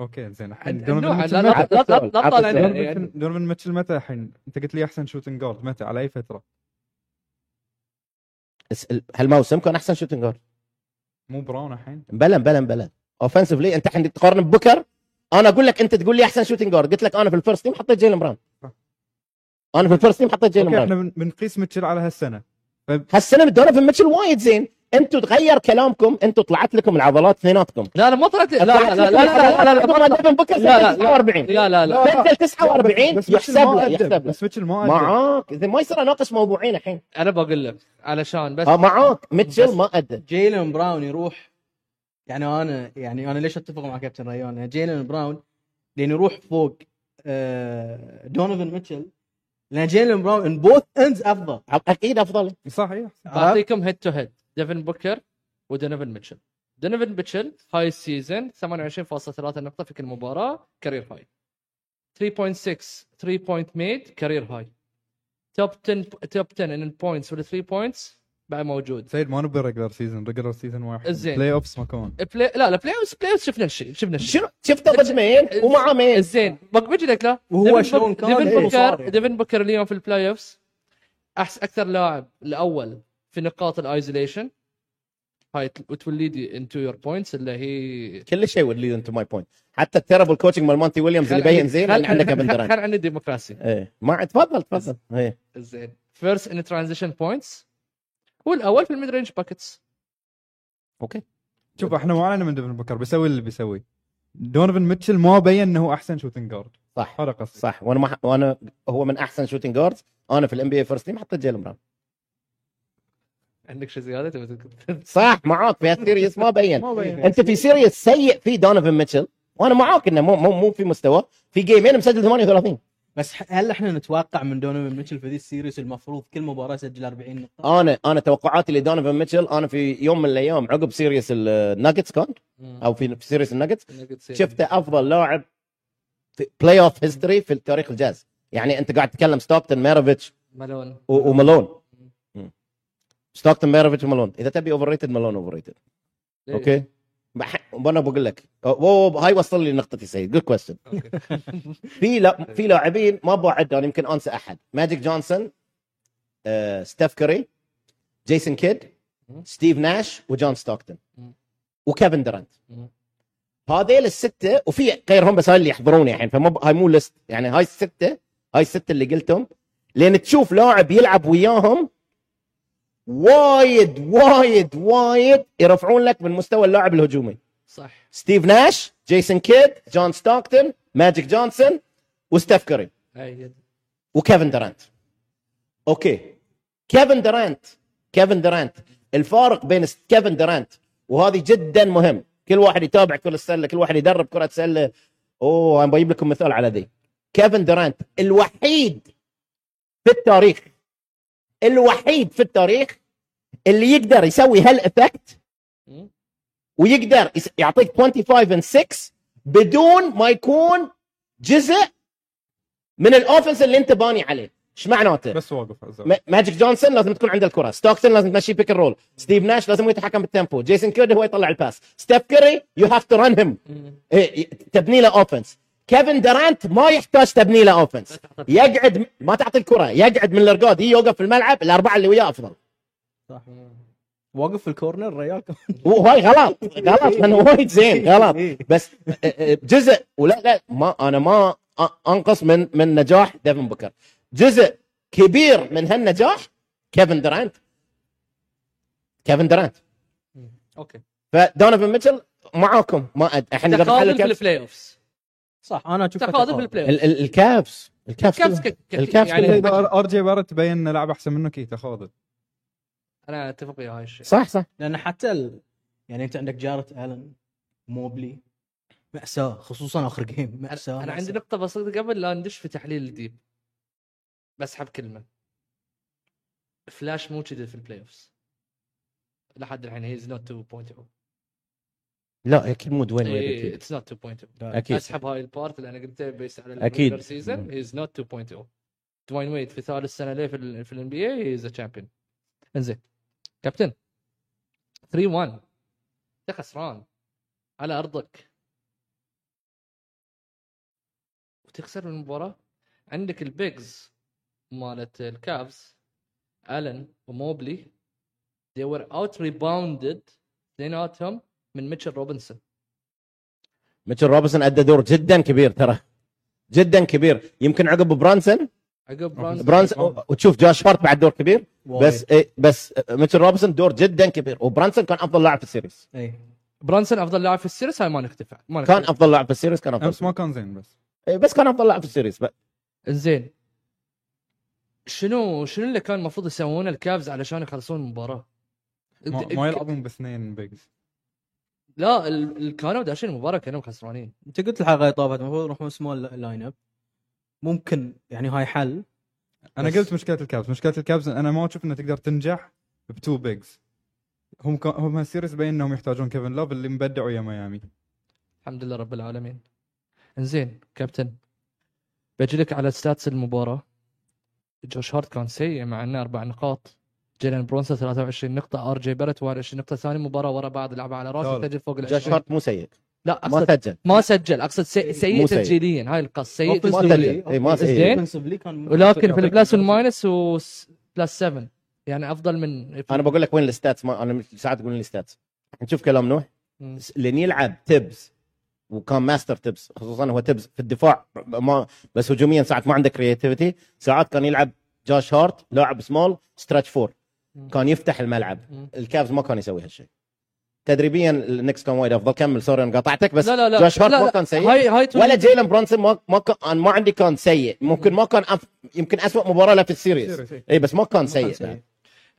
Speaker 3: اوكي زين الحين دونيفن
Speaker 1: النوع- لا
Speaker 3: ميتشل متى-
Speaker 1: لا لا لا- لا طالع
Speaker 2: عطس-
Speaker 1: يعني-
Speaker 3: دونيفن- دونيفن ميتشل متى الحين انت قلت لي احسن شوتنج جارد متى على اي فتره
Speaker 2: هالموسم كان احسن شوتنج جارد
Speaker 3: مو براون الحين
Speaker 2: بلا بلا بلا اوفنسفلي انت عندك تقارن ببوكر انا اقول لك انت تقول لي احسن شوتنج جارد قلت لك انا في الفيرست تيم حطيت جيلن براون انا في الفيرست تيم حطيت جيلن
Speaker 3: اوكي
Speaker 2: براون
Speaker 3: احنا بن- بنقيس ميتشل على هالسنه
Speaker 2: هالسنه دونيفن ميتشل وايد زين انتوا تغير كلامكم انتوا طلعت لكم العضلات اثنيناتكم
Speaker 1: لا لا ما طلعت لا لا لا لا لا لا لا ما طلعت-
Speaker 2: ديفن بوكر
Speaker 1: لا، لا،
Speaker 2: سجل
Speaker 1: لا.
Speaker 2: 49
Speaker 1: لا لا لا
Speaker 2: سجل 49
Speaker 3: بس ميتشل
Speaker 2: يحسب
Speaker 3: ما
Speaker 2: له
Speaker 3: أدى.
Speaker 2: يحسب له
Speaker 3: بس ميتشل ما أدى.
Speaker 2: معاك إذا ما يصير اناقش موضوعين الحين
Speaker 1: انا بقول لك علشان بس
Speaker 2: آه، معاك ميتشل ما ادى
Speaker 4: جيلن براون يروح يعني انا يعني انا ليش اتفق مع كابتن ريان يعني لأن جيلن براون لان يروح فوق آه، دونيفن ميتشل لان جيلن براون ان بوث اندز افضل
Speaker 2: اكيد افضل
Speaker 3: صح إيه.
Speaker 1: بعطيكم هيد تو هيد ديفن بوكر ودونيفن ميتشل دونيفن ميتشل هاي السيزون 28.3 نقطة في كل مباراة كارير هاي 3.6 3 بوينت ميد كارير هاي توب 10 توب 10 ان البوينتس وال 3 بوينتس بعد موجود
Speaker 3: سيد ما نبي ريجلر سيزون ريجلر سيزون واحد
Speaker 1: زين.
Speaker 3: بلاي اوفس مكان
Speaker 1: بلاي لا لا بلاي اوف بلاي اوف شفنا الشيء شفنا الشيء
Speaker 2: شنو شفته ضد مين ومع مين
Speaker 1: إيه. زين بجي لك لا
Speaker 4: وهو
Speaker 1: ديفن بوك-
Speaker 4: شلون كان
Speaker 1: ديفن
Speaker 4: هو صار
Speaker 1: بوكر
Speaker 4: يعني.
Speaker 1: ديفن بوكر اليوم في البلاي اوفز احسن اكثر لاعب الاول في نقاط الايزوليشن هاي وتوليد انتو يور بوينتس اللي هي
Speaker 2: كل شيء ولي انت ماي بوينت حتى التربل كوتشنج مال مونتي ويليامز اللي بين زين ان عندك ابن دران
Speaker 1: كان عندي ديموكراسي
Speaker 2: ايه ما عاد- تفضل تفضل
Speaker 1: إيه.
Speaker 2: ايه
Speaker 1: زين فيرست ان ترانزيشن بوينتس والاول في الميد رينج باكتس
Speaker 2: اوكي
Speaker 3: شوف احنا ما علينا من دونيفن بوكر بيسوي اللي بيسوي دونيفن ميتشل ما بين انه احسن شوتنج جارد
Speaker 2: صح
Speaker 3: هذا قصدي
Speaker 2: صح وانا ما وانا هو من احسن شوتنج جاردز انا في الام بي اي فيرست تيم حطيت جيلن براون
Speaker 1: عندك شيء زياده تبي تك-
Speaker 2: صح معاك في سيريس ما بين
Speaker 3: ما بين
Speaker 2: انت في سيريس سيء في دونيفن ميتشل وانا معاك انه مو مو مو في مستوى في جيمين مسجل 38
Speaker 4: بس ح- هل احنا نتوقع من دونيفن ميتشل في ذي السيريس المفروض كل مباراه يسجل 40 نقطه
Speaker 2: انا انا توقعاتي لدونيفن ميتشل انا في يوم من الايام عقب سيريس الناجتس كان او في في سيريس الناجتس شفته افضل لاعب في بلاي اوف هيستوري في تاريخ الجاز يعني انت قاعد تتكلم ستوكتن ميرفيتش
Speaker 1: ملون
Speaker 2: و- ومالون ستوكتن بيروفيتش مالون اذا تبي اوفر ريتد مالون اوفر ريتد
Speaker 1: ليه؟
Speaker 2: اوكي إيه. بح- وانا بقول لك أو- أو- هاي وصل لي نقطتي سيد جود كويستشن
Speaker 1: أوكي.
Speaker 2: *laughs* في لا في لاعبين ما بعد انا يمكن انسى احد ماجيك جونسون آه، ستيف كاري جيسون كيد
Speaker 1: مم.
Speaker 2: ستيف ناش وجون ستوكتون
Speaker 1: مم.
Speaker 2: وكيفن درانت
Speaker 1: مم.
Speaker 2: هذيل السته وفي غيرهم بس هاي اللي يحضروني الحين فما ب- هاي مو لست يعني هاي السته هاي السته اللي قلتهم لان تشوف لاعب يلعب وياهم وايد وايد وايد يرفعون لك من مستوى اللاعب الهجومي
Speaker 1: صح
Speaker 2: ستيف ناش جيسون كيد جون ستوكتون ماجيك جونسون وستيف كاري
Speaker 1: اي
Speaker 2: وكيفن درانت اوكي كيفن درانت كيفن درانت الفارق بين س- كيفن درانت وهذه جدا مهم كل واحد يتابع كرة السلة كل واحد يدرب كرة سلة اوه انا بجيب لكم مثال على ذي كيفن درانت الوحيد في التاريخ الوحيد في التاريخ اللي يقدر يسوي هالافكت
Speaker 1: مم.
Speaker 2: ويقدر يس- يعطيك 25 and 6 بدون ما يكون جزء من الاوفنس اللي انت باني عليه ايش معناته
Speaker 3: بس واقف على الزاوية.
Speaker 2: ما- ماجيك جونسون لازم تكون عنده الكره ستوكتون لازم تمشي بيك رول ستيف ناش لازم هو يتحكم بالتيمبو جيسون كيرد هو يطلع الباس ستيف كيري يو هاف تو ران هيم إيه، تبني له اوفنس كيفن درانت ما يحتاج تبني له اوفنس يقعد ما تعطي الكره يقعد من الارقاد هي يوقف في الملعب الاربعه اللي وياه افضل
Speaker 4: واقف في الكورنر ريال
Speaker 2: وهاي غلط غلط لانه وايد زين غلط بس آه، جزء ولا لا ما انا ما انقص من من نجاح ديفن بوكر جزء كبير من هالنجاح كيفن درانت كيفن درانت
Speaker 1: اوكي
Speaker 2: يعني فدونيفن ميتشل معاكم ما اد احنا قاعد نحلل
Speaker 1: تقادم في
Speaker 2: الكابس
Speaker 1: البلاي اوف
Speaker 4: صح انا اشوف
Speaker 1: تقادم في البلاي اوف
Speaker 2: ال- ال- الكابس الكابس
Speaker 1: الكابس
Speaker 2: كلها.
Speaker 1: ك- كثير.
Speaker 2: الكابس
Speaker 1: يعني
Speaker 2: كلها.
Speaker 1: ما-
Speaker 3: ار جي بارت تبين انه لاعب احسن منه كي تخاذل
Speaker 1: انا اتفق ويا هاي الشيء
Speaker 2: صح صح
Speaker 4: لان حتى ال... يعني انت عندك جارت الن موبلي مأساة خصوصا اخر جيم مأساة
Speaker 1: انا
Speaker 4: مأساة.
Speaker 1: عندي نقطه بسيطه قبل لا ندش في تحليل الديب بسحب كلمه فلاش مو كذا في البلاي اوف لحد الحين هيز نوت 2.0
Speaker 2: لا اكيد مود وين وين أكيد.
Speaker 1: اتس نوت 2.0
Speaker 2: اكيد
Speaker 1: اسحب oh. هاي البارت اللي انا قلته بيس على
Speaker 2: أكيد.
Speaker 1: سيزون هيز نوت 2.0 دوين ويد oh. في ثالث سنه ليه في ال في الان بي اي هيز ا تشامبيون انزين كابتن 3 1 انت خسران على ارضك وتخسر من المباراه عندك البيجز مالت الكافز الن وموبلي they were out rebounded اثنيناتهم من ميتشل روبنسون
Speaker 2: ميتشل روبنسون ادى دور جدا كبير ترى جدا كبير يمكن عقب برانسون
Speaker 1: عقب
Speaker 2: برانسون
Speaker 1: Oh,
Speaker 2: وتشوف جاش هارت بعد دور كبير
Speaker 4: وايد.
Speaker 2: بس إيه، بس ميتشل روبنسون دور جدا كبير وبرانسون كان افضل لاعب في السيريز
Speaker 4: اي
Speaker 1: برانسون افضل لاعب في السيريس هاي ما نختفى ما
Speaker 2: كان
Speaker 1: نختفى
Speaker 2: افضل لاعب في السيريز كان
Speaker 3: امس
Speaker 2: افضل
Speaker 3: ما كان زين بس
Speaker 2: إيه، بس كان افضل لاعب في السيريز ب-
Speaker 1: زين شنو شنو اللي كان المفروض يسوونه الكافز علشان يخلصون المباراه؟
Speaker 3: ما,
Speaker 1: د-
Speaker 3: ما يلعبون باثنين بيجز
Speaker 1: لا ال- ال- كانوا داشين المباراه كانوا خسرانين
Speaker 4: انت قلت الحلقه اللي طافت المفروض يروحون سمول لاين اب ممكن يعني هاي حل
Speaker 3: انا
Speaker 4: بس-
Speaker 3: قلت مشكله الكابز مشكله الكابز انا ما اشوف انها تقدر تنجح بتو بيجز هم كا... هم هالسيريز باين انهم يحتاجون كيفن لوف اللي مبدع ويا ميامي
Speaker 1: الحمد لله رب العالمين انزين كابتن بجيلك على ستاتس المباراه جوش هارت كان سيء مع انه اربع نقاط جيلان برونسون 23 نقطة ار جي بارت 21 نقطة ثاني مباراة ورا بعض لعبها على راسه
Speaker 3: ثالث.
Speaker 1: سجل فوق ال
Speaker 2: جاش
Speaker 1: 20.
Speaker 2: هارت مو سيء
Speaker 1: لا
Speaker 2: ما
Speaker 1: اقصد
Speaker 2: سجل
Speaker 1: ما سجل اقصد سيء, سيء
Speaker 2: إيه، مو سيء.
Speaker 1: تسجيليا هاي القصة سيء
Speaker 2: ما
Speaker 1: تسجيليا.
Speaker 2: سجل اي ما سجل
Speaker 1: زين.
Speaker 4: Offensively كان
Speaker 1: ولكن في البلس والماينس وبلس 7 يعني افضل من
Speaker 2: انا بقول لك وين الستاتس ما انا ساعات تقول لي ستاتس نشوف كلام نوح
Speaker 1: مم.
Speaker 2: لين يلعب تبز وكان ماستر تبز خصوصا هو تبز في الدفاع ما بس هجوميا ساعات ما عنده كرياتيفيتي ساعات كان يلعب جاش هارت لاعب سمول ستريتش فور كان يفتح الملعب
Speaker 1: مم.
Speaker 2: الكافز ما كان يسوي هالشيء تدريبيا النكس كان وايد افضل كمل سوري انا قاطعتك بس
Speaker 1: لا لا لا
Speaker 2: جاش هارت
Speaker 1: لا
Speaker 2: ما
Speaker 1: لا.
Speaker 2: كان سيء
Speaker 1: هاي هاي
Speaker 2: ولا
Speaker 1: توني-
Speaker 2: جيلن برونسون ما ما كان أنا ما عندي كان سيء ممكن ما كان أف... يمكن أسوأ مباراه له في السيريز
Speaker 3: سيريز.
Speaker 2: اي بس ما كان
Speaker 4: ما كان
Speaker 2: سيء
Speaker 4: سيء.
Speaker 2: بعد.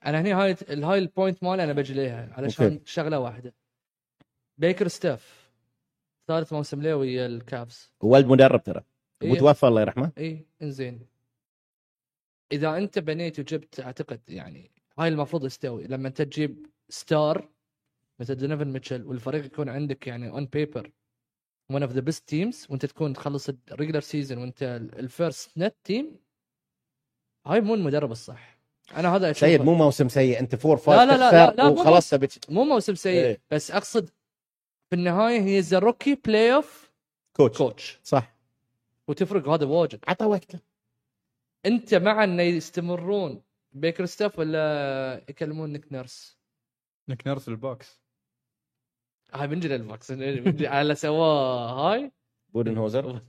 Speaker 1: انا هني هاي هاي البوينت مالي انا بجي ليها علشان
Speaker 2: أوكي.
Speaker 1: شغله واحده بيكر ستاف ثالث موسم له ويا الكابس
Speaker 2: وولد مدرب ترى
Speaker 1: إيه.
Speaker 2: وتوفى الله يرحمه
Speaker 1: اي انزين اذا انت بنيت وجبت اعتقد يعني هاي المفروض يستوي لما انت تجيب ستار مثل دونيفن ميتشل والفريق يكون عندك يعني اون بيبر ون اوف ذا بيست تيمز وانت تكون تخلص الريجلر سيزون وانت الفيرست نت تيم هاي مو المدرب الصح انا هذا اشوفه
Speaker 2: سيد مو موسم سيء انت فور
Speaker 1: لا،
Speaker 2: فايف
Speaker 1: لا، لا، لا، مو
Speaker 2: وخلاص تبي
Speaker 1: مو موسم سيء
Speaker 2: إيه.
Speaker 1: بس اقصد في النهايه هي ذا روكي بلاي اوف
Speaker 2: كوتش
Speaker 1: كوتش
Speaker 2: صح
Speaker 1: وتفرق هذا واجد
Speaker 2: عطى وقته
Speaker 1: انت مع انه يستمرون بيكر ستاف ولا يكلمون نيك نيرس؟
Speaker 3: نك نرس الباكس
Speaker 1: هاي بنجي للبوكس بنجي *laughs* على سواه هاي
Speaker 2: بودن هوزر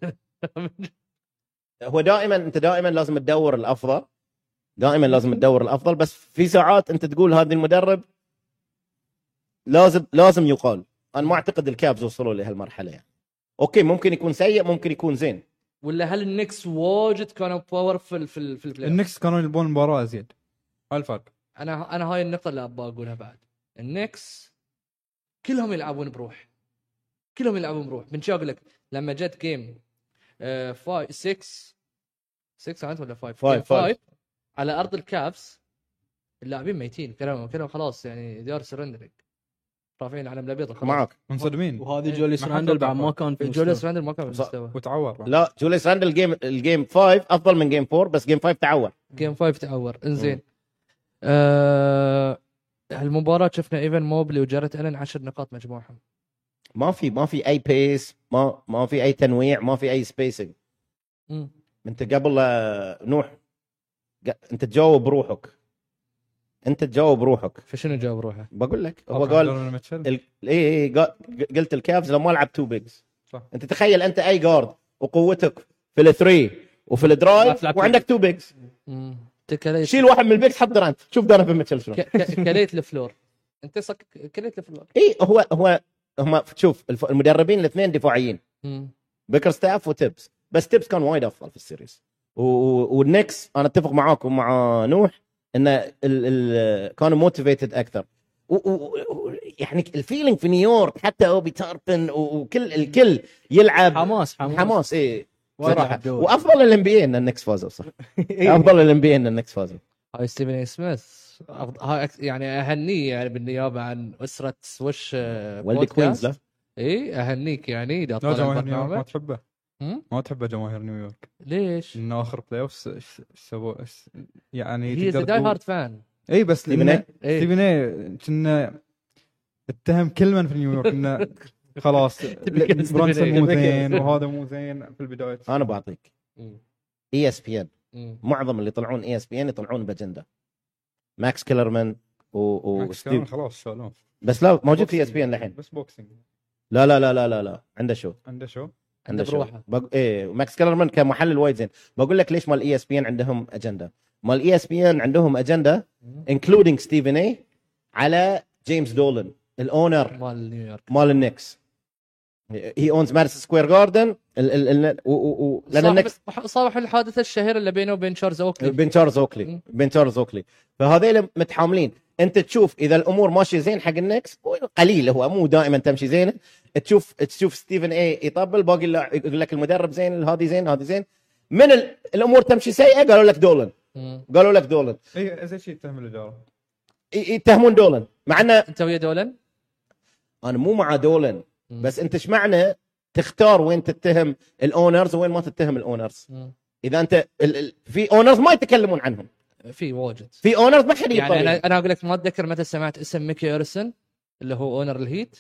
Speaker 2: هو دائما انت دائما لازم تدور الافضل دائما لازم تدور الافضل بس في ساعات انت تقول هذا المدرب لازم لازم يقال انا ما اعتقد الكابز وصلوا لهالمرحله يعني اوكي ممكن يكون سيء ممكن يكون زين
Speaker 1: ولا هل النكس واجد كانوا باورفل في ال- في البلاي أوف؟
Speaker 3: النكس كانوا يلبون مباراه ازيد هاي الفرق
Speaker 1: انا انا هاي النقطه اللي ابغى اقولها بعد النكس كلهم يلعبون بروح كلهم يلعبون بروح من شو اقول لك لما جت آه، جيم 5 6 6 كانت ولا 5
Speaker 2: Five، five.
Speaker 1: على ارض الكافز اللاعبين ميتين كلهم كلهم خلاص يعني ديار سرندرينج رافعين علم الابيض وخلاص.
Speaker 2: معك
Speaker 3: منصدمين
Speaker 4: وهذه
Speaker 1: إيه.
Speaker 4: جوليس
Speaker 3: ما حد
Speaker 4: راندل بعد
Speaker 3: توقع.
Speaker 4: ما كان في
Speaker 1: جوليس
Speaker 4: جوليس
Speaker 1: سرندر ما كان
Speaker 2: صح.
Speaker 1: مستوى
Speaker 3: وتعور
Speaker 2: لا جوليس راندل الجيم الجيم 5 افضل من جيم 4 بس جيم 5 تعور
Speaker 1: جيم 5 تعور انزين آه المباراة شفنا ايفن موبلي وجاريت الن 10 نقاط مجموعهم
Speaker 2: ما في ما في اي بيس ما ما في اي تنويع ما في اي سبيسنج انت قبل آه، نوح ق- انت تجاوب روحك انت تجاوب روحك
Speaker 1: فشنو جاوب روحه؟
Speaker 2: بقول لك هو قال ال... اي اي قا- قلت الكافز لما العب تو بيجز
Speaker 3: صح.
Speaker 2: انت تخيل انت اي جارد وقوتك في الثري وفي الدرايف
Speaker 4: تلعب two
Speaker 2: وعندك تو بيجز
Speaker 1: مم. انت كليت
Speaker 2: شيل واحد من البيجز حط درانت شوف دونيفن ميتشل شلون
Speaker 1: ك...
Speaker 2: *laughs*
Speaker 1: ك... كليت الفلور انت صك... كليت الفلور
Speaker 2: اي إيه، هو هو هم شوف الف- المدربين الاثنين دفاعيين
Speaker 1: مم.
Speaker 2: بيكر ستاف وتبس بس تبس كان وايد افضل في السيريز و- و- والنكس انا اتفق معاك ومع نوح ان ال... ال... كانوا موتيفيتد اكثر و... و... و... يعني الفيلينج في نيويورك حتى اوبي تاربن و- وكل الكل يلعب
Speaker 4: حماس حماس, *laughs*
Speaker 2: حماس إيه. اي
Speaker 4: وايد
Speaker 2: صراحه
Speaker 4: عبدول.
Speaker 2: وافضل الام بي ان النكس فازوا صح
Speaker 4: إيه.
Speaker 1: إيه.
Speaker 2: افضل الام بي ان النكس فازوا
Speaker 1: هاي ستيفن اي سميث أفض- هاي أك- يعني اهنيه يعني بالنيابه عن اسره سوش آه،
Speaker 2: والدي
Speaker 1: بودكاست.
Speaker 2: كوينز لا
Speaker 1: اي اهنيك يعني اذا
Speaker 3: لا
Speaker 1: طلع
Speaker 3: جماهير نيويورك ما
Speaker 1: البرنامج
Speaker 3: تحبه
Speaker 1: مم؟
Speaker 3: ما تحبه جماهير نيويورك
Speaker 1: ليش؟
Speaker 3: انه اخر بلاي اوف سووا س- يعني
Speaker 1: هي
Speaker 3: تقدر
Speaker 1: داي
Speaker 3: تقول-
Speaker 1: هارد فان
Speaker 3: اي بس
Speaker 2: ستيفن
Speaker 3: لأنه-
Speaker 1: إيه.
Speaker 3: ستيفن اي كنا اتهم كل من في نيويورك انه خلاص
Speaker 1: Typical
Speaker 3: برانسون
Speaker 1: Stephen
Speaker 3: مو
Speaker 1: A.
Speaker 3: زين وهذا مو زين في البدايه
Speaker 2: انا بعطيك E
Speaker 1: مم.
Speaker 2: اي اس بي ان
Speaker 1: مم.
Speaker 2: معظم اللي يطلعون E اي اس بي ان يطلعون باجنده ماكس كيلرمان و... و...
Speaker 3: ماكس كان
Speaker 2: ستيف
Speaker 3: خلاص شالوه
Speaker 2: بس لا موجود في E اس بي ان الحين
Speaker 3: بس بوكسينج
Speaker 2: لا لا لا لا لا لا عنده شو
Speaker 3: عنده شو؟
Speaker 1: عنده
Speaker 2: شو.
Speaker 1: بروحه
Speaker 2: بق... ايه ماكس كيلرمان كان محلل وايد زين بقول لك ليش مال E اي اس بي ان عندهم اجنده مال E اي اس بي ان عندهم اجنده
Speaker 1: مم.
Speaker 2: انكلودينج ستيفن اي على جيمس دولن الاونر
Speaker 1: مال نيويورك
Speaker 2: مال النكس هي اونز مارس سكوير جاردن ال ال ال و و و لان
Speaker 1: صاحب-
Speaker 2: النكس
Speaker 1: صاحب الحادثه الشهيره اللي بينه وبين شارلز اوكلي
Speaker 2: بين تشارلز اوكلي
Speaker 1: مم.
Speaker 2: بين تشارلز اوكلي فهذيل متحاملين انت تشوف اذا الامور ماشيه زين حق النكس قليل هو مو دائما تمشي زينه تشوف تشوف ستيفن اي يطبل باقي اللاع- يقول لك المدرب زين هذه زين هذه زين من ال- الامور تمشي سيئه قالوا لك دولن
Speaker 1: مم.
Speaker 2: قالوا لك دولن
Speaker 3: اي زي شيء يتهم الاداره
Speaker 2: ي- يتهمون دولن مع انه
Speaker 1: انت ويا دولن
Speaker 2: انا مو مع دولن
Speaker 1: مم.
Speaker 2: بس انت ايش معنى تختار وين تتهم الاونرز وين ما تتهم الاونرز
Speaker 1: مم.
Speaker 2: اذا انت ال... ال... في اونرز ما يتكلمون عنهم
Speaker 1: في واجد
Speaker 2: في اونرز ما حد
Speaker 1: يعني انا
Speaker 2: يطلع
Speaker 1: انا اقول لك ما اتذكر متى سمعت اسم ميكي ارسن اللي هو اونر الهيت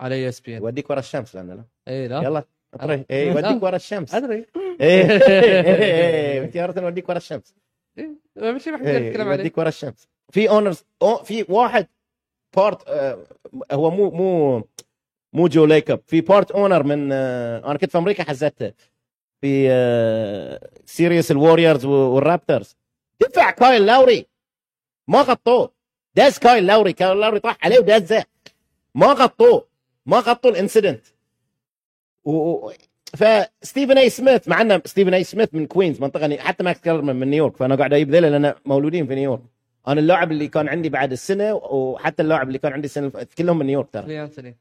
Speaker 1: على اي اس بي ان
Speaker 2: وديك ورا الشمس لان لا
Speaker 1: اي لا
Speaker 2: يلا اطرح اي وديك ورا الشمس إيه.
Speaker 1: ادري
Speaker 2: اي تيارة وديك ورا الشمس
Speaker 1: ما في محد
Speaker 2: إيه،
Speaker 1: يتكلم عليه
Speaker 2: وديك ورا الشمس في اونرز أو- في واحد بارت هو مو مو مو جو ليكب في بارت اونر من آه، انا كنت في امريكا حزتها في آه، سيريس الوريورز والرابترز دفع كايل لاوري ما غطوه داز كايل لاوري كايل لاوري طاح عليه ودازه ما غطوه ما غطوا الانسيدنت و... و- فستيفن اي سميث مع انه ستيفن اي سميث من كوينز منطقه ني... حتى ماكس كلرمان من نيويورك فانا قاعد اجيب ذيلا لان مولودين في نيويورك انا اللاعب اللي كان عندي بعد السنه وحتى اللاعب اللي كان عندي السنه اللي فاتت كلهم من نيويورك ترى
Speaker 1: لي انثوني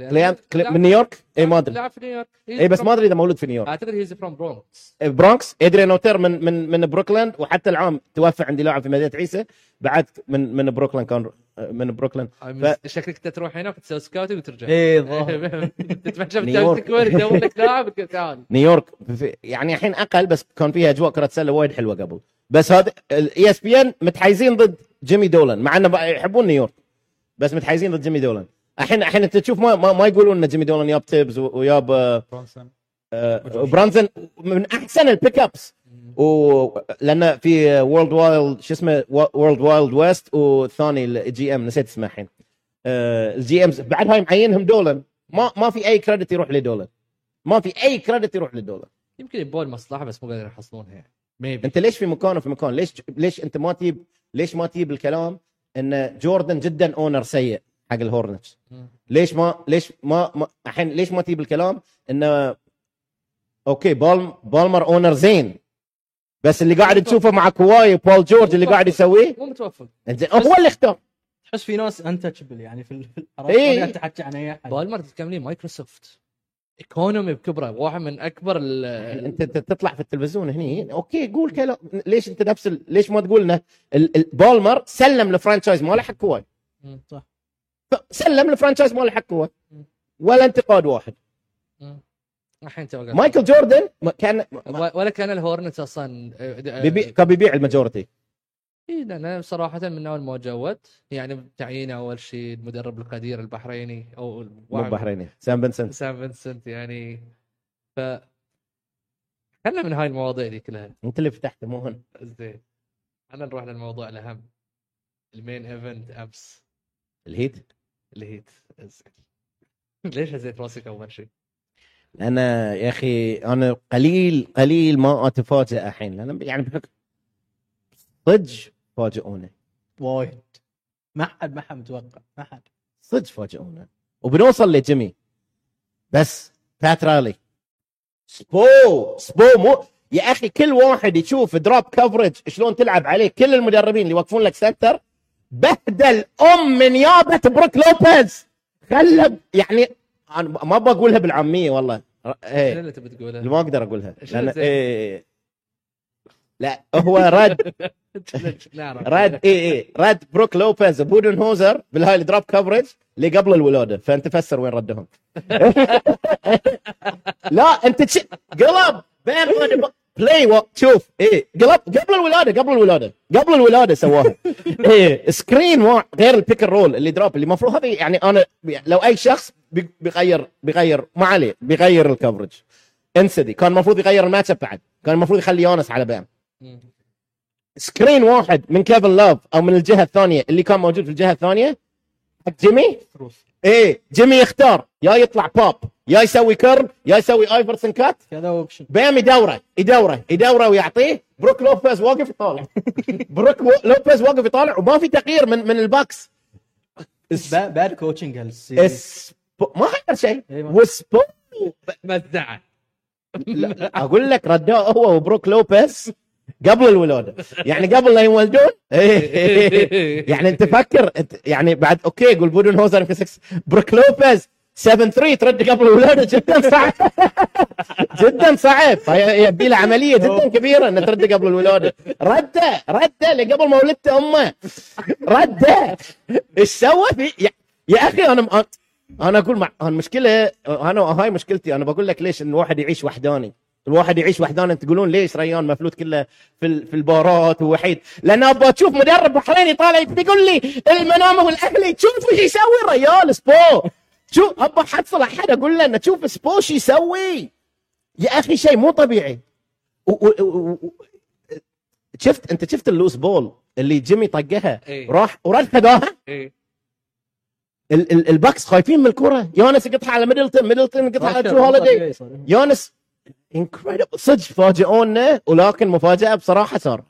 Speaker 1: لأن-
Speaker 2: كليانت كلي...
Speaker 1: لا،
Speaker 2: من نيويورك اي ما ادري
Speaker 1: لعب في نيويورك
Speaker 2: اي بس ما ادري اذا مولود في نيويورك
Speaker 1: اعتقد هيز فروم برونكس
Speaker 2: برونكس ادريان اوتير من من من بروكلين وحتى العام توفى عندي لاعب في مدينه عيسى بعد من من بروكلين كان من بروكلين ف- إيه.
Speaker 1: شكلك انت تروح هناك تسوي سكاوتنج وترجع *laughs*
Speaker 4: اي
Speaker 1: إيه.
Speaker 4: ظهر
Speaker 1: تتمشى بالتاون
Speaker 2: نيويورك.
Speaker 1: سكوير يدور
Speaker 2: *laughs*
Speaker 1: لك لاعب تعال
Speaker 2: نيويورك في- يعني الحين اقل بس كان فيها اجواء كره سله وايد حلوه قبل بس هذا E الاي اس بي ان متحيزين ضد جيمي دولان مع انه بقى يحبون نيويورك بس متحيزين ضد جيمي دولان الحين الحين انت تشوف ما ما, ما يقولون ان جيمي دولان ياب تيبز و- وياب آه،
Speaker 3: برونسون
Speaker 2: آه، برانسون من احسن البيك ابس ولان في وورلد وايلد شو اسمه وورلد وايلد ويست والثاني الجي ام نسيت اسمه الحين آه، الجي امز بعد هاي معينهم دولن ما ما في اي كريدت يروح لدولن ما في اي كريدت يروح لدولن
Speaker 1: يمكن يبون مصلحه بس مو قادرين يحصلونها يعني ميبي
Speaker 2: انت ليش في مكان وفي مكان ليش ليش انت ما تجيب ليش ما تجيب الكلام ان جوردن جدا اونر سيء حق الهورنتس ليش ما ليش ما ما- الحين ليش ما تجيب الكلام انه اوكي بالم بالمر اونر زين بس اللي قاعد تشوفه مع كواي وبول جورج اللي قاعد يسويه
Speaker 1: مو متوفق
Speaker 2: انزين هو اللي اختار
Speaker 4: تحس في ناس انتشبل يعني في ال-
Speaker 2: إي.
Speaker 4: ما قاعد تحكي عن اي احد
Speaker 1: بالمر تتكلمين مايكروسوفت ايكونومي بكبره واحد من اكبر ال-
Speaker 2: انت انت تطلع في التلفزيون هني اوكي قول كلام ليش انت نفس ال... ليش ما تقول انه ال- ال- بالمر سلم الفرانشايز ماله حق كواي
Speaker 1: مم.
Speaker 4: صح.
Speaker 2: سلم الفرانشايز ماله حق كواي
Speaker 1: مم.
Speaker 2: ولا انتقاد واحد
Speaker 1: الحين تو قاعد-
Speaker 2: مايكل جوردن ما كان ما-
Speaker 1: و- ولا كان الهورنت آه، اصلا
Speaker 2: بيبيع
Speaker 1: إيه.
Speaker 2: كان بيبيع الماجورتي
Speaker 1: اي لان صراحه من اول ما جوت يعني تعيينه اول شيء المدرب القدير البحريني او
Speaker 2: مو
Speaker 1: واحد-
Speaker 2: بحريني سام بنسنت
Speaker 1: سام فينسنت يعني ف خلنا من هاي المواضيع دي كلها
Speaker 2: انت اللي فتحته مو هن
Speaker 1: زين خلينا نروح للموضوع الاهم المين ايفنت امس
Speaker 2: الهيت
Speaker 1: الهيت زين *laughs* ليش هزيت راسك اول شيء؟
Speaker 2: انا يا اخي انا قليل قليل ما اتفاجئ الحين لان يعني بحكم صدق فاجئونا
Speaker 4: وايد ما حد ما حد متوقع ما حد
Speaker 2: صدق فاجئونا وبنوصل لجيمي بس بات رالي سبو سبو مو يا اخي كل واحد يشوف دروب كفرج شلون تلعب عليه كل المدربين اللي يوقفون لك سنتر بهدل ام من يابه بروك لوبيز خلى يعني انا ما بقولها بالعاميه والله ر-
Speaker 1: شنو
Speaker 2: ايه
Speaker 1: اللي تبي تقوله؟
Speaker 2: ما اقدر اقولها
Speaker 1: شو
Speaker 2: لان
Speaker 1: زين؟
Speaker 2: إيه لا هو رد
Speaker 1: نعرف
Speaker 2: رد اي اي رد إيه، بروك لوبيز وبودن هوزر بالهاي الدروب كفرج اللي قبل الولاده فانت فسر وين ردهم *laughs* لا انت تش... قلب بين بلاي شوف اي قلب قبل الولاده قبل الولاده قبل الولاده *laughs* سواها اي سكرين وا- غير البيك رول اللي دروب اللي المفروض هذه يعني انا لو اي شخص بي- بيغير بيغير ما عليه بيغير الكفرج انسى دي كان المفروض يغير الماتش بعد كان المفروض يخلي يونس على بام
Speaker 1: مم.
Speaker 2: سكرين واحد من كيفن لاف او من الجهه الثانيه اللي كان موجود في الجهه الثانيه حق جيمي
Speaker 3: تروس
Speaker 2: ايه جيمي يختار يا يطلع باب يا يسوي كيرب يا يسوي ايفرسون كات
Speaker 4: هذا اوبشن
Speaker 2: بام يدوره يدوره يدوره ويعطيه بروك لوبيز واقف
Speaker 4: *laughs*
Speaker 2: يطالع بروك و- لوبيز واقف يطالع وما في تغيير من من الباكس اس-
Speaker 4: باد كوتشنج هالسيريز
Speaker 2: اس ما غير شيء
Speaker 4: إيه ما-
Speaker 2: وسبو
Speaker 1: مزعه
Speaker 2: لا، اقول لك ردوه هو وبروك لوبيز قبل الولاده يعني قبل لا يولدون يعني انت فكر انت يعني بعد اوكي قول بودن هوزر يمكن 6 بروك لوبيز 7 3 ترد قبل الولاده جدا صعب جدا صعب هي- يبي له عمليه جدا كبيره انه ترد قبل الولاده رده رده اللي قبل ما ولدته امه رده ايش سوى في يا, يا اخي انا انا اقول مع المشكله انا هاي مشكلتي انا بقول لك ليش ان الواحد يعيش وحداني الواحد يعيش وحداني انت تقولون ليش ريان مفلوت كله في ال- في البارات ووحيد لان ابغى اشوف مدرب بحريني طالع يقول لي المنامه والاهلي شوف ايش يسوي الريال سبو شوف ابغى احصل احد اقول له انه شوف سبو ايش يسوي يا اخي شيء مو طبيعي و و و و شفت انت شفت اللوس بول اللي جيمي طقها
Speaker 1: إيه.
Speaker 2: راح ورد خداها
Speaker 1: إيه.
Speaker 2: ال- ال- البكس خايفين من الكره يونس يقطع على ميدلتون ميدلتون يقطع على ترو هوليدي يونس انكريدبل صدق فاجئونا ولكن مفاجاه بصراحه ساره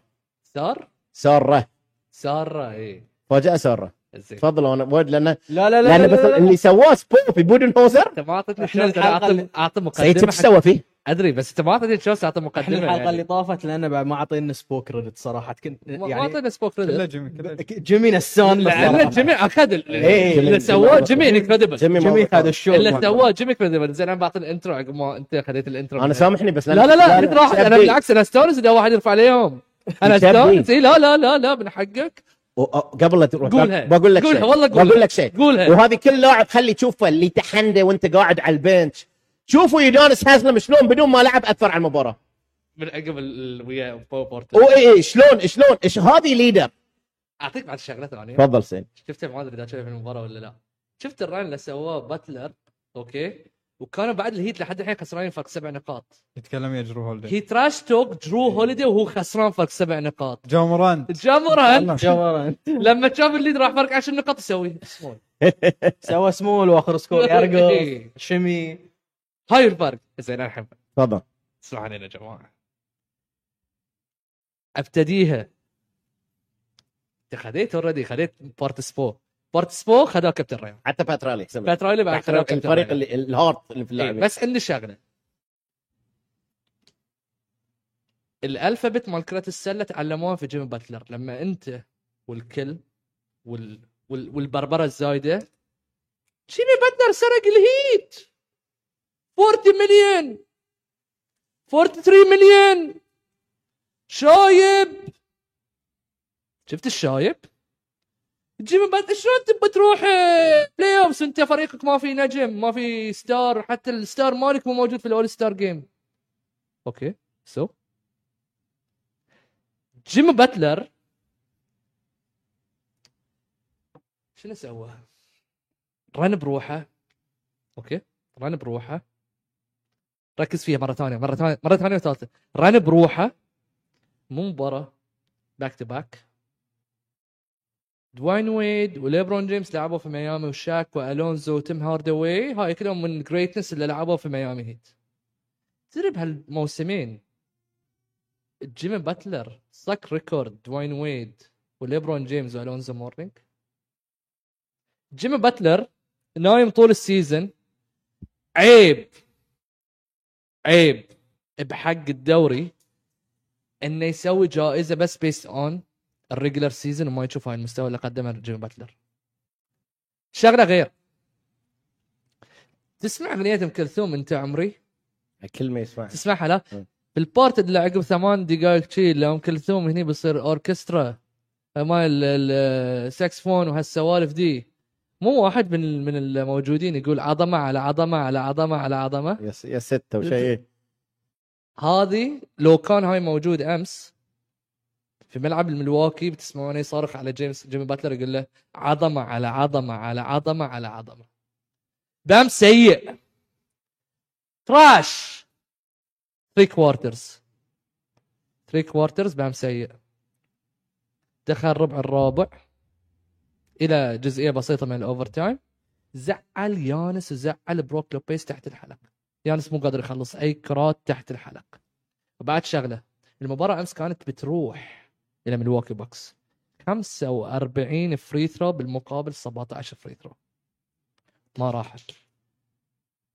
Speaker 1: سار
Speaker 2: ساره
Speaker 1: ساره اي
Speaker 2: فاجاه ساره
Speaker 1: زين
Speaker 2: تفضلوا انا وايد لانه
Speaker 4: لا لا لا
Speaker 2: لانه
Speaker 4: لا,
Speaker 2: بس
Speaker 4: لا, لا,
Speaker 2: اللي سواه سبو في بودن هوزر
Speaker 1: انت ما اعطيتني
Speaker 4: إحنا
Speaker 1: الشانس أنا
Speaker 4: الحلقة
Speaker 1: اعطي
Speaker 4: اللي-
Speaker 1: اعطي
Speaker 2: سعيد شو
Speaker 1: مقدمه
Speaker 2: سوى فيه؟
Speaker 1: ادري بس انت ما اعطيتني تشانس اعطي
Speaker 4: احنا
Speaker 1: مقدمه
Speaker 4: الحلقه
Speaker 1: يعني.
Speaker 4: اللي طافت لان بعد ما اعطينا سبوك كريدت صراحه كنت
Speaker 1: ما ما
Speaker 4: يعني
Speaker 1: اعطينا سبوك
Speaker 3: كله
Speaker 1: كريدت
Speaker 3: جيمي كله جيمي.
Speaker 4: جيمي نسان
Speaker 1: لان
Speaker 4: بصراحة.
Speaker 1: جيمي اخذ ال-
Speaker 4: إيه.
Speaker 1: اللي سواه جيمي انكريدبل
Speaker 2: جيمي ما-
Speaker 4: جيمي هذا الشو
Speaker 1: اللي سواه جيمي انكريدبل زين انا بعطي الانترو عقب ما انت خذيت الانترو
Speaker 2: انا سامحني بس
Speaker 1: لا لا لا انت راح انا
Speaker 2: شبي.
Speaker 1: بالعكس انا استانس اذا واحد يرفع عليهم انا
Speaker 2: يشبي.
Speaker 1: استانس إيه، لا لا لا لا من حقك
Speaker 2: و- أو- قبل لا تروح
Speaker 1: قولها.
Speaker 2: بقول لك
Speaker 1: قولها،
Speaker 2: شيء
Speaker 1: والله قولها.
Speaker 2: بقول لك شيء
Speaker 1: قولها
Speaker 2: وهذه كل لاعب خلي تشوفه اللي تحنده وانت قاعد على البنش شوفوا يونس هازلم شلون بدون ما لعب اثر على المباراه
Speaker 1: من عقب ال- ويا بو بورتر
Speaker 2: او اي اي إيه، شلون شلون ايش هذه ليدر
Speaker 1: اعطيك بعد شغله ثانيه
Speaker 2: تفضل سين
Speaker 1: شفته ما ادري اذا شايف المباراه ولا لا شفت الران اللي سواه باتلر اوكي وكانوا بعد الهيت لحد الحين خسرانين فرق سبع نقاط
Speaker 3: يتكلم يا جرو هولدي
Speaker 1: هي تراش توك جرو هوليدي وهو خسران فرق سبع نقاط
Speaker 3: جامران
Speaker 1: جامران
Speaker 4: جمران
Speaker 1: لما شاف الليد راح فرق 10 نقاط يسوي سمول.
Speaker 4: سوى سمول واخر
Speaker 1: *laughs*
Speaker 4: سكور يرقص
Speaker 1: إيه.
Speaker 4: شمي
Speaker 1: هاي الفرق زين الحين
Speaker 2: تفضل
Speaker 1: اسمعوا علينا يا جماعه ابتديها انت خذيت اوريدي خذيت بارت سبو بارت سبو خذاه كابتن ريان
Speaker 2: حتى باترالي حسب.
Speaker 1: باترايلي بعد خذاه كابتن
Speaker 2: الفريق
Speaker 1: ريان.
Speaker 2: اللي الهارت اللي في
Speaker 1: إيه،
Speaker 2: اللعبه
Speaker 1: بس عندي شغله الالفابت مال كرة السله تعلموها في جيم باتلر لما انت والكل وال... وال... والبربره الزايده جيمي باتلر سرق الهيت 40 مليون 43 مليون شايب شفت الشايب؟ جيمي باتلر شلون تبى تروح آه، بلاي اوفس انت فريقك ما في نجم ما في ستار حتى الستار مالك مو موجود في الاول ستار جيم اوكي سو جيمي باتلر شنو سوى؟ رن بروحه اوكي رن بروحه ركز فيها مره ثانيه مره ثانيه مره ثانيه وثالثه رن بروحه مو مباراه باك تو باك دواين ويد وليبرون جيمس لعبوا في ميامي وشاك والونزو وتيم هارداوي هاي كلهم من الجريتنس اللي لعبوا في ميامي هيت تدري بهالموسمين جيمي باتلر صك ريكورد دواين ويد وليبرون جيمس والونزو مورنينج جيمي باتلر نايم طول السيزون عيب عيب بحق الدوري انه يسوي جائزه بس بيست اون الريجلر سيزون وما يشوف هاي المستوى اللي قدمه جيمي باتلر شغله غير تسمع اغنيه ام كلثوم انت عمري
Speaker 2: كلمه يسمع
Speaker 1: تسمعها لا
Speaker 2: مم.
Speaker 1: بالبارت اللي عقب ثمان دقائق شي اللي ام كلثوم هني بيصير اوركسترا ما ال- ال- الساكسفون وهالسوالف دي مو واحد من من الموجودين يقول عظمه على عظمه على عظمه على عظمه
Speaker 2: يا س- يا إيه. سته وشيء
Speaker 1: هذه لو كان هاي موجود امس في ملعب الملواكي بتسمعوني يصرخ على جيمس جيمي باتلر يقول له عظمه على عظمه على عظمه على عظمه بام سيء تراش 3 كوارترز 3 كوارترز بام سيء دخل الربع الرابع الى جزئيه بسيطه من الاوفر تايم زعل يانس وزعل بروك لوبيز تحت الحلقه يانس مو قادر يخلص اي كرات تحت الحلق وبعد شغله المباراه امس كانت بتروح الى ملواكي بوكس 45 فري ثرو بالمقابل 17 فري ثرو ما راحت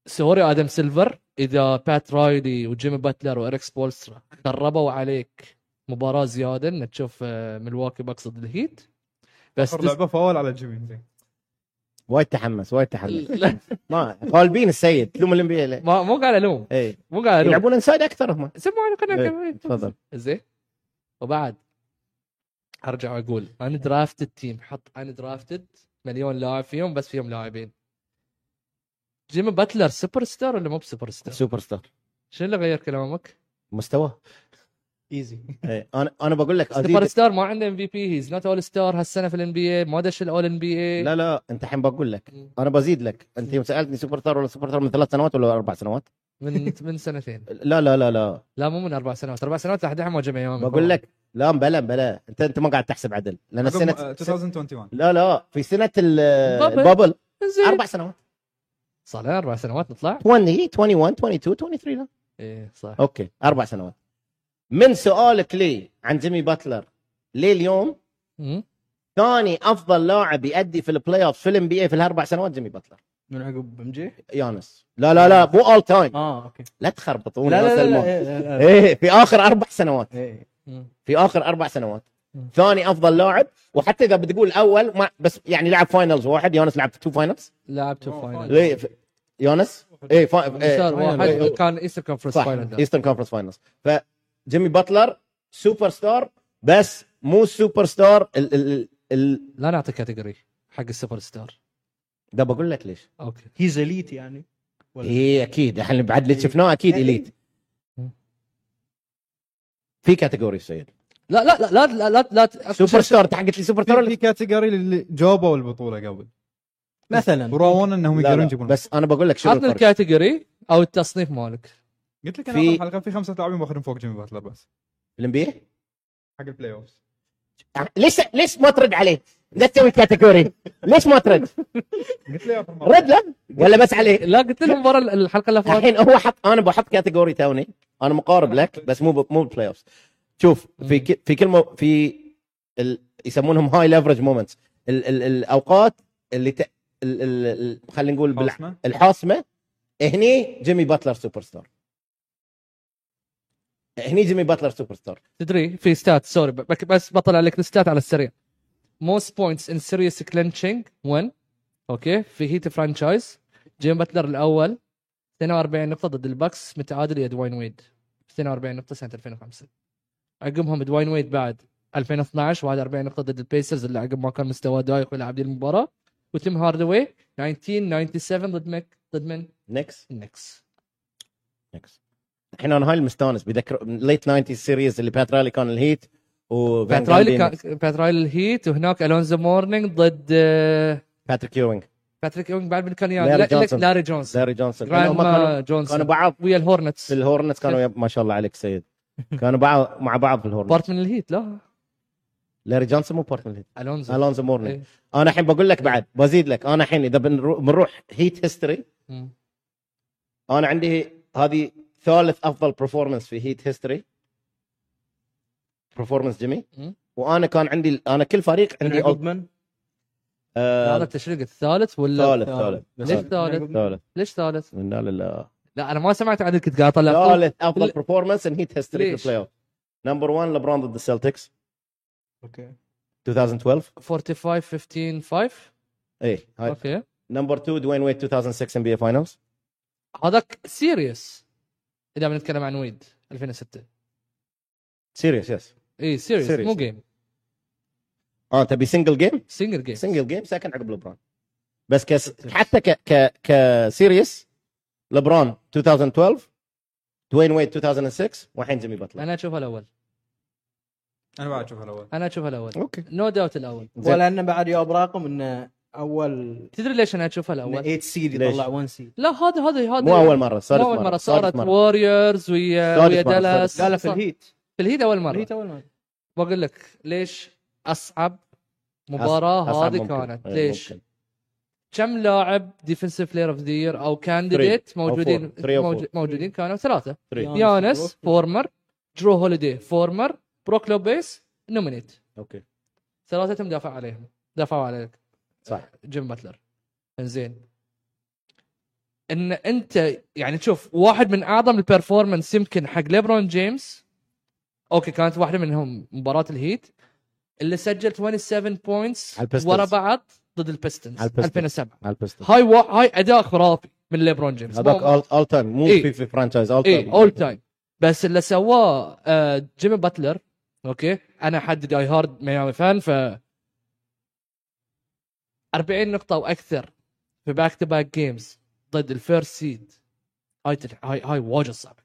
Speaker 1: سوري ادم سيلفر اذا بات رايلي وجيمي باتلر واريك سبولسترا خربوا عليك مباراه زياده انك تشوف آه، ملواكي بوكس ضد الهيت بس
Speaker 3: اخر لعبه فاول على جيمي زين
Speaker 2: وايد تحمس وايد تحمس
Speaker 1: *laughs* لا،
Speaker 2: ما قالبين السيد تلوم الانبياء ليه؟
Speaker 1: ما مو قاعد الوم
Speaker 2: اي
Speaker 1: مو قاعد الوم
Speaker 2: يلعبون انسايد اكثر هم
Speaker 1: سمعوني
Speaker 2: إيه،
Speaker 1: خلينا نكمل
Speaker 2: تفضل
Speaker 1: زين وبعد ارجع واقول انا درافتد تيم حط انا درافتد مليون لاعب فيهم بس فيهم لاعبين جيمي باتلر سوبر ستار ولا مو بسوبر ستار؟
Speaker 2: سوبر ستار
Speaker 1: شنو اللي غير كلامك؟
Speaker 2: مستواه
Speaker 4: ايزي
Speaker 2: إيه، انا انا بقول لك
Speaker 1: سوبر
Speaker 2: أزيد
Speaker 1: ستار ما عنده ام في بي هيز نوت اول ستار هالسنه في الان بي اي ما دش الاول ان بي اي
Speaker 2: لا لا انت الحين بقول لك
Speaker 1: مم.
Speaker 2: انا بزيد لك انت يوم سالتني سوبر ستار ولا سوبر ستار من ثلاث سنوات ولا اربع سنوات
Speaker 1: من من سنتين
Speaker 2: لا لا لا لا
Speaker 1: لا مو من اربع سنوات اربع سنوات لحد الحين ما جمع يوم
Speaker 2: بقول لك لا بلا بلا انت انت ما قاعد تحسب عدل لان
Speaker 3: عقب-
Speaker 2: السنه
Speaker 3: آه، 2021
Speaker 2: لا لا في سنه ال-
Speaker 1: البابل.
Speaker 2: البابل
Speaker 1: اربع
Speaker 2: اربع سنوات
Speaker 1: صار لنا اربع سنوات نطلع
Speaker 2: 20 21 22 23 لا
Speaker 1: ايه صح
Speaker 2: اوكي اربع سنوات من سؤالك لي عن جيمي باتلر ليه اليوم
Speaker 1: مم.
Speaker 2: ثاني افضل لاعب يؤدي في البلاي اوف في الام بي اي في الاربع سنوات جيمي باتلر
Speaker 4: من عقب ام جي؟
Speaker 2: يانس لا لا لا مو اول تايم
Speaker 4: اه اوكي
Speaker 2: لا تخربطون
Speaker 4: لا لا لا,
Speaker 2: سلمان.
Speaker 4: لا, لا, لا, لا.
Speaker 2: ايه في اخر اربع سنوات
Speaker 4: إيه.
Speaker 2: في اخر اربع سنوات
Speaker 4: مم.
Speaker 2: ثاني افضل لاعب وحتى اذا بتقول اول ما بس يعني لعب فاينلز واحد يونس لعب تو فاينلز
Speaker 1: لعب تو
Speaker 3: أوه،
Speaker 1: فاينل
Speaker 3: فاينل.
Speaker 2: ليه ف- يونس اي فا...
Speaker 1: صار
Speaker 2: إيه.
Speaker 3: فاينل.
Speaker 1: واحد كان ايستر كونفرنس
Speaker 2: صح
Speaker 1: فاينل
Speaker 2: ايسترن كونفرنس فاينلز فجيمي باتلر سوبر ستار بس مو السوبر ستار ال ال ال
Speaker 1: لا نعطي كاتيجوري حق السوبر ستار
Speaker 2: ده بقول لك ليش
Speaker 1: اوكي
Speaker 4: هيز اليت يعني ولا-
Speaker 2: اي اكيد احنا بعد اللي
Speaker 3: إيه.
Speaker 2: شفناه اكيد اليت
Speaker 1: مم.
Speaker 2: في كاتيجوري سيد
Speaker 1: لا لا لا لا لا لا, لا,
Speaker 2: سوبر ستار انت حقت لي سوبر ستار
Speaker 3: في
Speaker 2: ولا-
Speaker 3: في كاتيجوري اللي جاوبوا البطوله قبل
Speaker 4: مثلا
Speaker 3: وراونا انهم
Speaker 2: لا
Speaker 3: يقدرون
Speaker 2: لا
Speaker 3: يجيبون
Speaker 2: بس انا بقول لك شنو
Speaker 1: عطني
Speaker 2: الفرق
Speaker 1: الكاتيجوري او التصنيف مالك
Speaker 3: قلت
Speaker 2: في-
Speaker 3: لك انا في... الحلقه في خمسه لاعبين باخذهم فوق جيمي باتلر بس
Speaker 2: الانبياء
Speaker 3: حق البلاي اوف
Speaker 2: إيه؟ ليش ليش ما ترد عليه؟ لا تسوي كاتيجوري ليش ما ترد؟
Speaker 3: قلت لي آخر مرة.
Speaker 2: رد له ولا بس عليه
Speaker 1: لا قلت لهم المره الحلقه اللي فاتت
Speaker 2: الحين هو حط انا بحط كاتيجوري توني انا مقارب لك بس مو ب- مو بالبلاي اوف شوف في ك... في كلمه في ال... يسمونهم هاي ليفرج مومنتس ال... ال... الاوقات اللي ت... ال... ال... ال... خلينا نقول بال...
Speaker 3: خلصنا.
Speaker 2: الحاسمه هني جيمي باتلر سوبر ستار هني جيمي باتلر سوبر ستار
Speaker 1: تدري في ستات سوري ب- بك- بس بطلع لك الستات على السريع موست بوينتس ان سيريس كلينشينج 1 اوكي في هيت فرانشايز جيم باتلر الاول 42 نقطه ضد البكس متعادل يا دواين ويد 42 نقطه سنه 2005 عقبهم دواين ويد بعد 2012 41 نقطه ضد البيسرز اللي عقب ما كان مستواه دايخ ويلعب دي المباراه وتيم هاردوي 1997 ضد مك ضد من؟
Speaker 2: نكس
Speaker 1: النكس
Speaker 2: نكس الحين انا هاي المستانس بذكر ليت 90 سيريز اللي بات رايلي كان الهيت و
Speaker 1: بات رايلي كان- بات رايلي الهيت وهناك الونزو مورنينج ضد آه،
Speaker 2: باتريك يوينغ
Speaker 1: باتريك يونغ بعد من كان يا-
Speaker 2: لاري
Speaker 1: لا- لا-
Speaker 2: جونسون.
Speaker 1: لاري جونسون
Speaker 2: ساري جونسون هم كانوا
Speaker 1: جراند
Speaker 2: كانوا
Speaker 1: جونسون
Speaker 2: بعض
Speaker 1: ويا
Speaker 2: في
Speaker 1: الهورنتس
Speaker 2: الهورنتس كانوا يب... ما شاء الله عليك سيد كانوا بعض مع بعض في الهورنتس
Speaker 1: بارت من الهيت لا
Speaker 2: لاري جونسون مو بورتلاند
Speaker 1: الونزو
Speaker 2: الونزو مورني
Speaker 1: إيه.
Speaker 2: انا الحين بقول لك بعد بزيد لك انا الحين اذا بنرو- بنروح هيت هيستوري
Speaker 1: مم.
Speaker 2: انا عندي هذه ثالث افضل برفورمانس في هيت هيستوري برفورمانس جيمي
Speaker 1: مم.
Speaker 2: وانا كان عندي انا كل فريق
Speaker 4: من
Speaker 1: إيه.
Speaker 2: عندي
Speaker 4: عقب من؟
Speaker 1: هذا
Speaker 2: آه...
Speaker 1: التشريق الثالث ولا
Speaker 2: ثالث ثالث
Speaker 1: ليش
Speaker 2: ثالث
Speaker 1: ثالث؟
Speaker 2: ثالث
Speaker 1: ليش ثالث؟
Speaker 2: انا لله
Speaker 1: لا انا ما سمعت عن كنت قاعد اطلع
Speaker 2: ثالث افضل
Speaker 1: ل-
Speaker 2: برفورمانس ان هيت هيستوري
Speaker 1: ليش؟
Speaker 2: في البلاي اوف نمبر 1 لبران ضد السلتكس
Speaker 4: اوكي
Speaker 2: 2012
Speaker 1: 45 15 5
Speaker 2: ايه هاي
Speaker 1: اوكي
Speaker 2: نمبر 2 دوين ويت 2006 ام بي فاينلز
Speaker 1: هذاك سيريس اذا بنتكلم عن ويد 2006
Speaker 2: سيريس يس
Speaker 1: اي إيه، سيريس
Speaker 2: Serious.
Speaker 1: مو جيم
Speaker 2: اه تبي سنجل جيم
Speaker 1: سنجل جيم
Speaker 2: سنجل جيم ساكن عقب لبران بس كس حتى ك ك كسيريس لبران 2012 دوين ويت 2006 والحين جيمي باتلر
Speaker 1: انا اشوفها الاول
Speaker 3: انا بعد اشوفها الاول
Speaker 1: انا اشوفها الاول
Speaker 2: اوكي
Speaker 1: نو داوت الاول
Speaker 2: زين.
Speaker 4: ولانه بعد يوب رقم انه اول
Speaker 1: تدري ليش انا اشوفها الاول؟
Speaker 4: 8 سيد
Speaker 2: ليش؟
Speaker 4: يطلع 1 سيد
Speaker 1: لا هذا هذا هذا
Speaker 2: إيه. مو اول مره
Speaker 1: مو
Speaker 2: صارت
Speaker 1: اول مره
Speaker 2: صارت
Speaker 1: صارت ووريرز ويا
Speaker 2: ثالث
Speaker 1: ويا
Speaker 2: مرة،
Speaker 1: دالاس
Speaker 2: ثالث.
Speaker 4: لا لا في
Speaker 1: صار-
Speaker 4: الهيت
Speaker 1: في الهيت اول مره
Speaker 4: الهيت اول ما
Speaker 1: بقول لك ليش اصعب مباراه
Speaker 2: أصعب
Speaker 1: هذه
Speaker 2: ممكن.
Speaker 1: كانت
Speaker 2: إيه،
Speaker 1: ليش؟
Speaker 2: ممكن.
Speaker 1: كم لاعب ديفنسيف بلاير اوف ذا يير او كانديديت موجودين
Speaker 2: four. Three or
Speaker 1: موجو-
Speaker 2: four. آه،
Speaker 1: موجودين كانوا ثلاثه
Speaker 2: Three.
Speaker 1: يانس فورمر درو هوليدي فورمر بروك لوبيس نومينيت
Speaker 2: اوكي
Speaker 1: ثلاثتهم دافع عليهم دافعوا عليك
Speaker 2: صح
Speaker 1: جيم باتلر انزين ان انت يعني تشوف واحد من اعظم البرفورمانس يمكن حق ليبرون جيمس اوكي كانت واحده منهم مباراه الهيت اللي سجل 27 بوينتس
Speaker 2: على البيستنز.
Speaker 1: ورا بعض ضد البيستنز
Speaker 2: على البيستنز.
Speaker 1: 2007
Speaker 2: على البستر
Speaker 1: هاي وا... هاي اداء خرافي من ليبرون جيمس
Speaker 2: هذاك
Speaker 1: مو-
Speaker 2: اول اول تايم مو
Speaker 1: إيه.
Speaker 2: في في فرانشايز اول
Speaker 1: اي اول تايم إيه، بس اللي سواه آه، جيمي باتلر اوكي انا حد داي هارد ميامي فان ف 40 نقطة واكثر في باك تو باك جيمز ضد الفيرست سيد هاي تل- هاي هاي واجد صعب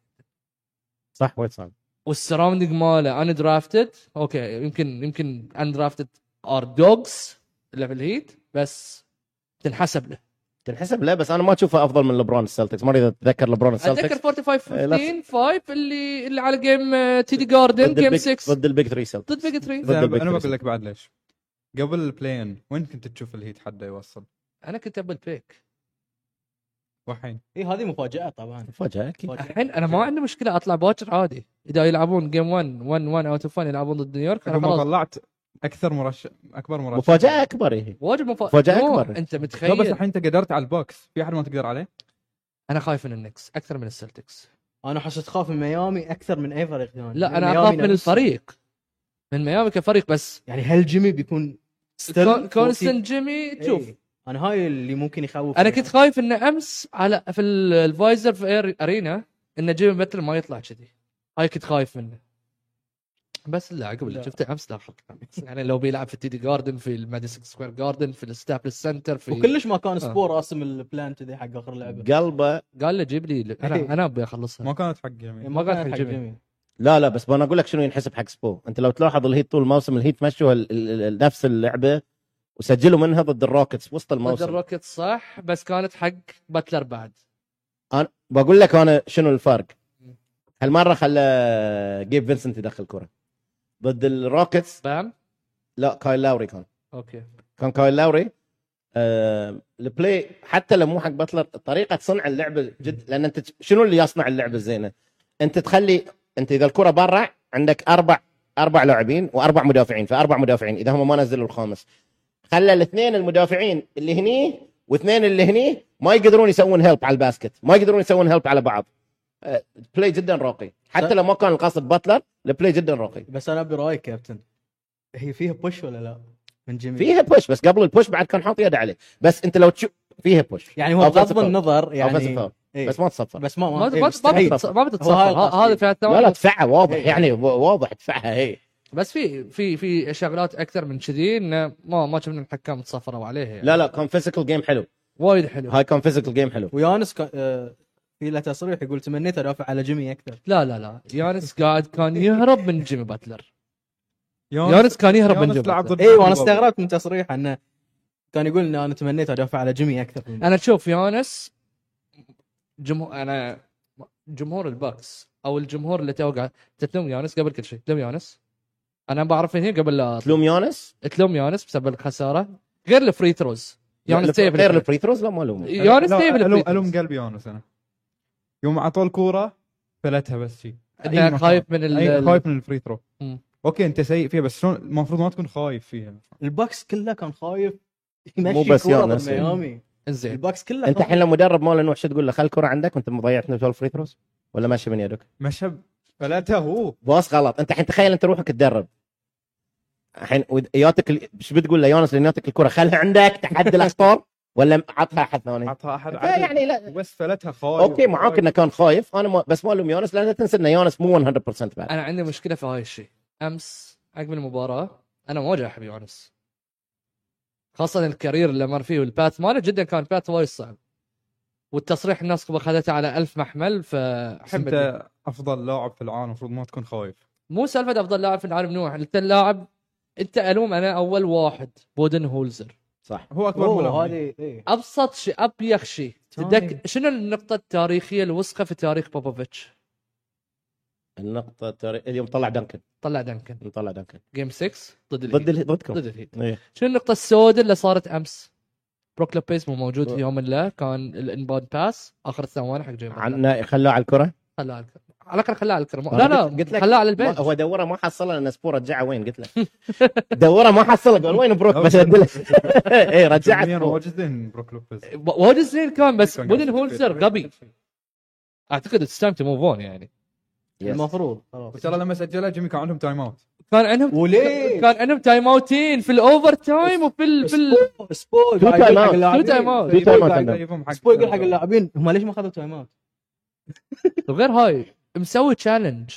Speaker 2: صح وايد صعب
Speaker 1: والسراوندينج ماله ان درافتد اوكي يمكن يمكن ان درافتد ار دوجز اللي في الهيت بس تنحسب له
Speaker 2: تنحسب لا بس انا ما اشوفها افضل من لبرون السلتكس ما اريد اتذكر لبرون
Speaker 1: اتذكر
Speaker 2: السلتكس
Speaker 1: 45
Speaker 2: إيه، لا-
Speaker 1: 15 5 اللي اللي على آه، جيم تيدي جاردن جيم 6
Speaker 2: ضد البيج 3 سلتكس
Speaker 1: ضد بيج 3
Speaker 3: زين، انا
Speaker 2: ضد
Speaker 3: ب- أنا
Speaker 2: البيكرز.
Speaker 3: بقول لك بعد ليش قبل البلاين وين كنت تشوف الهيت حده يوصل
Speaker 1: انا كنت ابل بيك
Speaker 3: وحين
Speaker 4: اي هذه مفاجاه طبعا
Speaker 2: فجاه اكيد
Speaker 4: مفاجأة.
Speaker 1: الحين انا ما عندي مشكله اطلع باكر عادي اذا يلعبون جيم 1 1 1 اوت اوف 1 يلعبون ضد نيويورك
Speaker 3: لكن
Speaker 1: انا
Speaker 3: ما
Speaker 1: خلاص
Speaker 3: طلعت اكثر مرشح اكبر مرشح
Speaker 2: مفاجاه اكبر هي
Speaker 1: واجب مفا...
Speaker 2: فجأة
Speaker 1: مو،
Speaker 2: أكبر.
Speaker 1: انت
Speaker 3: لا بس
Speaker 1: متخيل
Speaker 3: الحين انت قدرت على البوكس في احد ما تقدر عليه
Speaker 1: انا خايف من النكس اكثر من السلتكس
Speaker 4: انا حسيت خاف من ميامي اكثر من اي فريق ثاني
Speaker 1: لا انا
Speaker 4: يعني ميامي
Speaker 1: اخاف من
Speaker 4: نفسه.
Speaker 1: الفريق من ميامي كفريق بس
Speaker 4: يعني هل جيمي بيكون
Speaker 1: كون-
Speaker 4: still
Speaker 1: كونستن جيمي
Speaker 4: 40?
Speaker 1: شوف
Speaker 4: إيه. انا هاي اللي ممكن يخوف يعني.
Speaker 1: انا كنت خايف انه امس على في ال- الفايزر في أير- ارينا انه جيمي باتل ما يطلع كذي هاي كنت خايف منه بس لا عقب اللي
Speaker 4: لا.
Speaker 1: شفته امس لا خلق يعني لو بيلعب في التيدي جاردن في الماديسون سكوير جاردن في الستابل سنتر في
Speaker 4: وكلش ما كان اسبوع راسم البلان كذي حق اخر لعبه
Speaker 2: قلبه
Speaker 1: قال له جيب لي ال-
Speaker 4: إيه.
Speaker 1: انا انا ابي اخلصها
Speaker 3: ما كانت حق جميل
Speaker 1: يعني ما قال
Speaker 4: كان
Speaker 1: حق جيمي.
Speaker 2: لا لا بس انا اقول لك شنو ينحسب حق سبو انت لو تلاحظ الهيت طول الموسم الهيت مشوا ال- ال- ال- نفس اللعبه وسجلوا منها ضد الروكتس
Speaker 1: ضد
Speaker 2: وسط الموسم
Speaker 1: الروكيت صح بس كانت حق باتلر بعد
Speaker 2: بقول لك انا شنو الفرق هالمره خلى جيب فينسنت يدخل كره ضد الروكتس
Speaker 1: فاهم؟
Speaker 2: لا كايل لاوري كان
Speaker 1: اوكي
Speaker 2: كان كايل لاوري آه البلاي حتى لو مو حق باتلر طريقه صنع اللعبه جد لان انت شنو اللي يصنع اللعبه الزينه؟ انت تخلي انت اذا الكره برا عندك اربع اربع لاعبين واربع مدافعين فاربع مدافعين اذا هم ما نزلوا الخامس خلى الاثنين المدافعين اللي هني واثنين اللي هني ما يقدرون يسوون هيلب على الباسكت ما يقدرون يسوون هيلب على بعض آه، بلاي جدا راقي حتى لو ما كان القصد باتلر البلاي جدا راقي
Speaker 4: بس انا ابي رايك كابتن هي فيها بوش ولا لا؟ من جيمي
Speaker 2: فيها بوش بس قبل البوش بعد كان حاط يده عليه بس انت لو تشوف فيها بوش
Speaker 4: يعني هو
Speaker 2: Offensive
Speaker 4: بغض
Speaker 2: foul.
Speaker 4: النظر
Speaker 2: Offensive
Speaker 4: يعني
Speaker 2: foul.
Speaker 4: إيه.
Speaker 2: بس ما تصفر
Speaker 4: بس ما
Speaker 1: ما
Speaker 4: ما
Speaker 1: ما
Speaker 4: إيه، مستحيل.
Speaker 1: ما- ما بتتصفر
Speaker 4: هو هاي
Speaker 1: ه-
Speaker 4: القصد.
Speaker 1: هذا في
Speaker 2: لا
Speaker 1: الثواني
Speaker 2: لا دفعها واضح
Speaker 4: إيه.
Speaker 2: يعني واضح دفعها إيه. هي
Speaker 1: بس في في في شغلات اكثر من كذي انه ما ما شفنا الحكام تصفروا عليه يعني.
Speaker 2: لا لا كان فيزيكال جيم حلو
Speaker 1: وايد حلو
Speaker 2: هاي كان فيزيكال جيم حلو
Speaker 4: ويانس كان- آه، في له تصريح يقول تمنيت ادافع على جيمي اكثر
Speaker 1: لا لا لا يانس قاعد كان يهرب من جيمي باتلر
Speaker 3: يونس-
Speaker 1: يانس كان يهرب من
Speaker 3: يونس
Speaker 1: جيمي
Speaker 3: لعب
Speaker 1: باتلر.
Speaker 3: ضد
Speaker 4: اي وانا
Speaker 3: بوبي.
Speaker 4: إيه، استغربت من تصريحه انه كان يقول ان انا تمنيت ادافع على جيمي اكثر من-
Speaker 1: انا اشوف يانس جمهور انا جمهور الباكس او الجمهور اللي تو قاعد تتلوم يانس قبل كل شيء تلوم يانس انا بعرف هنا قبل لا
Speaker 2: تلوم يونس
Speaker 1: تلوم يانس بسبب الخساره غير الفري ثروز يونس
Speaker 2: لا،
Speaker 1: سيف
Speaker 2: غير
Speaker 1: الفري.
Speaker 2: الفري ثروز لا ما
Speaker 4: إيه،
Speaker 2: لومه
Speaker 1: يونس
Speaker 3: لا،
Speaker 1: سيف
Speaker 3: الوم
Speaker 1: الفري
Speaker 3: الوم
Speaker 1: ثروز.
Speaker 3: قلبي يونس انا يوم اعطوه الكوره فلتها بس شي أي
Speaker 1: انه
Speaker 3: مكان.
Speaker 1: إيه، خايف من ال-
Speaker 3: اي
Speaker 1: ال-
Speaker 3: خايف من الفري ثرو
Speaker 1: مم.
Speaker 3: اوكي انت سيء فيها بس شلون المفروض ما تكون خايف فيها
Speaker 4: الباكس كله كان خايف يمشي
Speaker 2: مو بس
Speaker 4: كورة
Speaker 2: يانس.
Speaker 4: ضد ميامي
Speaker 1: زين
Speaker 4: الباكس كله
Speaker 2: انت
Speaker 4: كان-
Speaker 2: الحين لو مدرب مال نوح شو تقول له خل الكره عندك وانت مضيع 12 فري ثروز ولا ماشي من يدك
Speaker 3: مشى فلتها هو
Speaker 2: باص غلط انت الحين تخيل انت روحك تدرب الحين وإذا ياتك ال- ايش بتقول ليونس لان ياتك الكره خلها عندك تحدي الاخطار ولا عطها احد ثاني
Speaker 3: اعطاها احد
Speaker 2: لا،
Speaker 3: عدل.
Speaker 2: يعني لا
Speaker 3: بس فلتها خايف
Speaker 2: اوكي معاك انه كان خايف انا ما بس ما الوم يونس لان لا تنسى ان يونس مو 100% بعد
Speaker 1: انا عندي مشكله في هاي الشيء امس عقب المباراه انا ما واجد احب يونس خاصه الكارير اللي مر فيه والباث ماله جدا كان باث وايد صعب والتصريح الناس اخذته على ألف محمل
Speaker 3: بس
Speaker 1: فحمد
Speaker 3: انت افضل لاعب في العالم المفروض ما تكون خايف
Speaker 1: مو سالفه افضل لاعب في العالم نوع انت اللاعب انت الوم انا اول واحد بودن هولزر
Speaker 2: صح
Speaker 3: هو اكبر
Speaker 4: أوه،
Speaker 3: ملوم
Speaker 4: هذه إيه.
Speaker 1: ابسط شيء ابيخ شيء
Speaker 4: تايم.
Speaker 1: تدك شنو النقطه التاريخيه الوسخه في تاريخ بوبوفيتش
Speaker 2: النقطه التاري- اليوم طلع دنكن
Speaker 1: طلع دنكن
Speaker 2: طلع دنكن
Speaker 1: جيم 6 ضد
Speaker 2: ضد
Speaker 1: الهيت
Speaker 2: ال- ضدكم
Speaker 1: ضد الهيت
Speaker 2: إيه.
Speaker 1: شنو النقطة السوداء اللي صارت أمس؟ بروك لوبيز مو موجود في يوم الله كان الانباد باس آخر الثواني حق جيم باتلر.
Speaker 2: عنا خلوه على الكره
Speaker 1: خلاه على الكرة. على الأقل خلاه على الكرة
Speaker 2: أنا
Speaker 1: لا لا
Speaker 2: قلت- قلت لك
Speaker 1: خلاه على
Speaker 2: ما-
Speaker 1: البيت
Speaker 2: هو دوره ما حصلها لان سبور رجعه وين قلت لك دوره ما حصلها قال وين بروك بس *laughs* اي رجعت
Speaker 3: جميعاً
Speaker 2: سبور.
Speaker 3: واجدين بروك لوبيز
Speaker 1: وايد زين كان بس
Speaker 3: كان
Speaker 1: بودن
Speaker 3: قاعد
Speaker 1: هولزر
Speaker 3: يفكر.
Speaker 1: غبي أعتقد اتس تايم تو موف اون يعني
Speaker 2: Yes.
Speaker 4: المفروض خلاص
Speaker 3: وترى لما سجلها جيمي كان عندهم تايم اوت
Speaker 1: كان عندهم
Speaker 4: وليه؟
Speaker 1: كان عندهم تايم اوتين في الاوفر تايم وفي ال... في ال...
Speaker 4: سبو- سبو
Speaker 2: تو
Speaker 4: قاعد
Speaker 2: تايم
Speaker 4: يقول حق
Speaker 2: أوت. تو
Speaker 4: اللاعبين.
Speaker 1: تايم أوت.
Speaker 2: في تايم أوت عندهم.
Speaker 3: يجيبهم حق
Speaker 4: سبو يقول حق اللاعبين هم ليش ما اخذوا تايم اوت؟
Speaker 1: وغير هاي مسوي تشالنج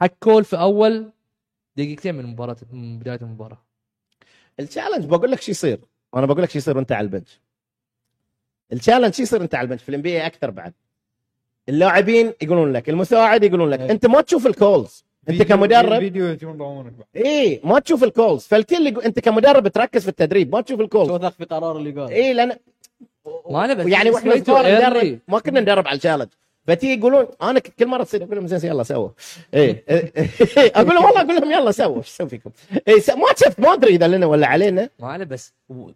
Speaker 1: حق كول في أول دقيقتين من مباراة من بداية المباراة
Speaker 2: التشالنج بقول لك شو يصير انا بقول لك شو يصير وانت على البنش التشالنج شو يصير انت على البنش في الانبياء اكثر بعد اللاعبين يقولون لك المساعد يقولون لك
Speaker 4: إيه.
Speaker 2: انت ما تشوف الكولز انت كمدرب
Speaker 3: فيديو يجون يضربونك بعد
Speaker 2: اي ما تشوف الكولز فالكل يقول- انت كمدرب تركز في التدريب ما تشوف الكولز إيه،
Speaker 4: توثق في قرار اللي قال
Speaker 2: اي لان
Speaker 1: ما أنا بس
Speaker 2: يعني واحنا
Speaker 1: سويته
Speaker 2: صغار
Speaker 1: early.
Speaker 2: ندرب ما كنا ندرب على التشالنج فتي يقولون انا ك- كل مره تصير اقول لهم زين زين يلا إيه، سوا اي *laughs* اقول لهم والله اقول لهم يلا سوا ايش اسوي فيكم؟ اي س- ما شفت ما ادري اذا لنا ولا علينا
Speaker 1: ما انا بس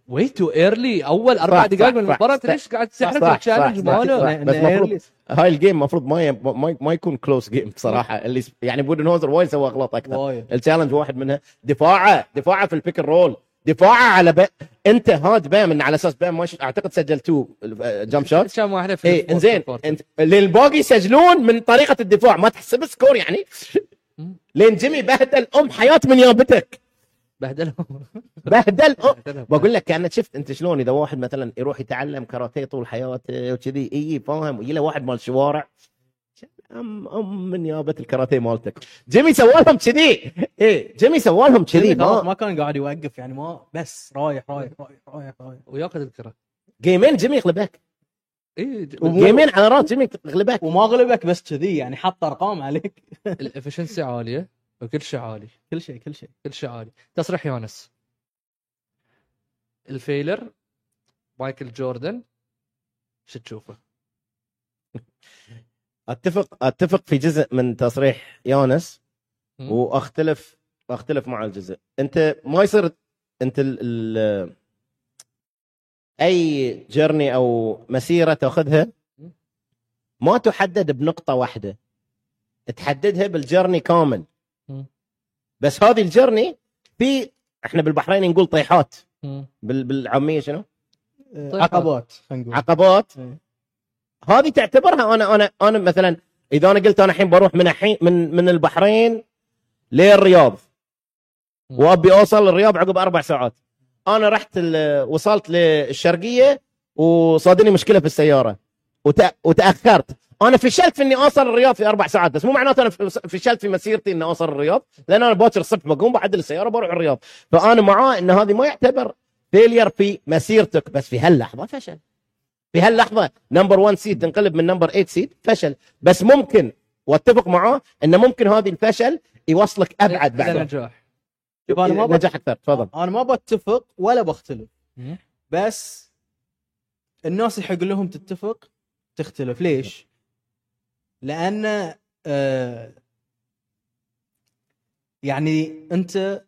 Speaker 1: وي تو ايرلي اول اربع
Speaker 2: صح،
Speaker 1: دقائق
Speaker 2: صح،
Speaker 1: من
Speaker 2: صح،
Speaker 1: المباراه
Speaker 2: صح،
Speaker 1: ليش قاعد تسحب
Speaker 2: صح، صح،
Speaker 1: التشالنج
Speaker 2: صح، صح.
Speaker 1: ماله؟
Speaker 2: بس مفروض- هاي الجيم المفروض ما ي- ما ما يكون كلوز جيم بصراحه اللي س- يعني بودن هوزر وايد سوى اغلاط اكثر
Speaker 4: وايد
Speaker 2: التشالنج واحد منها دفاعه دفاعه في البيك أند رول دفاعه على ب... انت هاد بام إن على اساس بام ما ش... اعتقد سجل آه، تو جمب شوت
Speaker 1: كان واحده في
Speaker 2: اي
Speaker 1: الفورث
Speaker 2: انزين
Speaker 1: كوارتر.
Speaker 2: انت للباقي يسجلون من طريقه الدفاع ما تحسب سكور يعني لين جيمي بهدل ام حياه من يابتك *laughs*
Speaker 1: بهدلهم
Speaker 2: بهدل ام
Speaker 1: بهدلهم.
Speaker 2: بقول لك كانت شفت انت شلون اذا واحد مثلا يروح يتعلم كاراتيه طول حياته وكذي اي فاهم ويجي له واحد مال شوارع ام ام من يابه الكاراتيه مالتك جيمي سوى لهم كذي اي جيمي سوى لهم كذي
Speaker 4: جيمي إيه، خلاص
Speaker 2: ما
Speaker 4: ما كان قاعد يوقف يعني ما بس رايح رايح رايح رايح رايح
Speaker 1: وياخذ إيه، الكره
Speaker 2: جيمين جيمي يغلبك
Speaker 1: اي ج-
Speaker 2: جيمين على راس جيمي يغلبك
Speaker 4: وما غلبك بس كذي يعني حط ارقام عليك
Speaker 1: الافشنسي عاليه وكل شيء عالي
Speaker 4: كل شيء كل شيء
Speaker 1: كل شيء عالي تصريح يونس الفيلر مايكل جوردن شو تشوفه؟
Speaker 2: اتفق اتفق في جزء من تصريح يونس
Speaker 1: مم.
Speaker 2: واختلف اختلف مع الجزء انت ما يصير انت ال ال اي جيرني او مسيره تاخذها ما تحدد بنقطه واحده تحددها بالجيرني كامل
Speaker 1: مم.
Speaker 2: بس هذه الجيرني في احنا بالبحرين نقول طيحات بال- بالعاميه شنو؟
Speaker 4: آه، عقبات خلينا نقول
Speaker 2: عقبات
Speaker 4: إيه.
Speaker 2: هذه تعتبرها انا انا انا مثلا اذا انا قلت انا الحين بروح من الحين من من البحرين للرياض
Speaker 1: مم.
Speaker 2: وابي اوصل الرياض عقب اربع ساعات انا رحت ال- وصلت للشرقيه وصادني مشكله في السياره وت- وتاخرت انا فشلت في اني اوصل الرياض في اربع ساعات بس مو معناته انا ف- فشلت في مسيرتي اني اوصل الرياض لان انا باكر الصبح بقوم بعدل السياره بروح الرياض فانا معاه ان هذه ما يعتبر فيلير في مسيرتك بس في هاللحظه فشل في هاللحظه نمبر 1 سيد تنقلب من نمبر 8 سيد فشل بس ممكن واتفق معاه انه ممكن هذه الفشل يوصلك ابعد
Speaker 1: إلى
Speaker 2: بعد
Speaker 1: نجاح
Speaker 4: شوف انا ما
Speaker 2: نجاح اكثر تفضل
Speaker 4: انا ما بتفق ولا بختلف
Speaker 1: مم.
Speaker 4: بس الناس يحق لهم تتفق تختلف ليش؟ لان آه يعني انت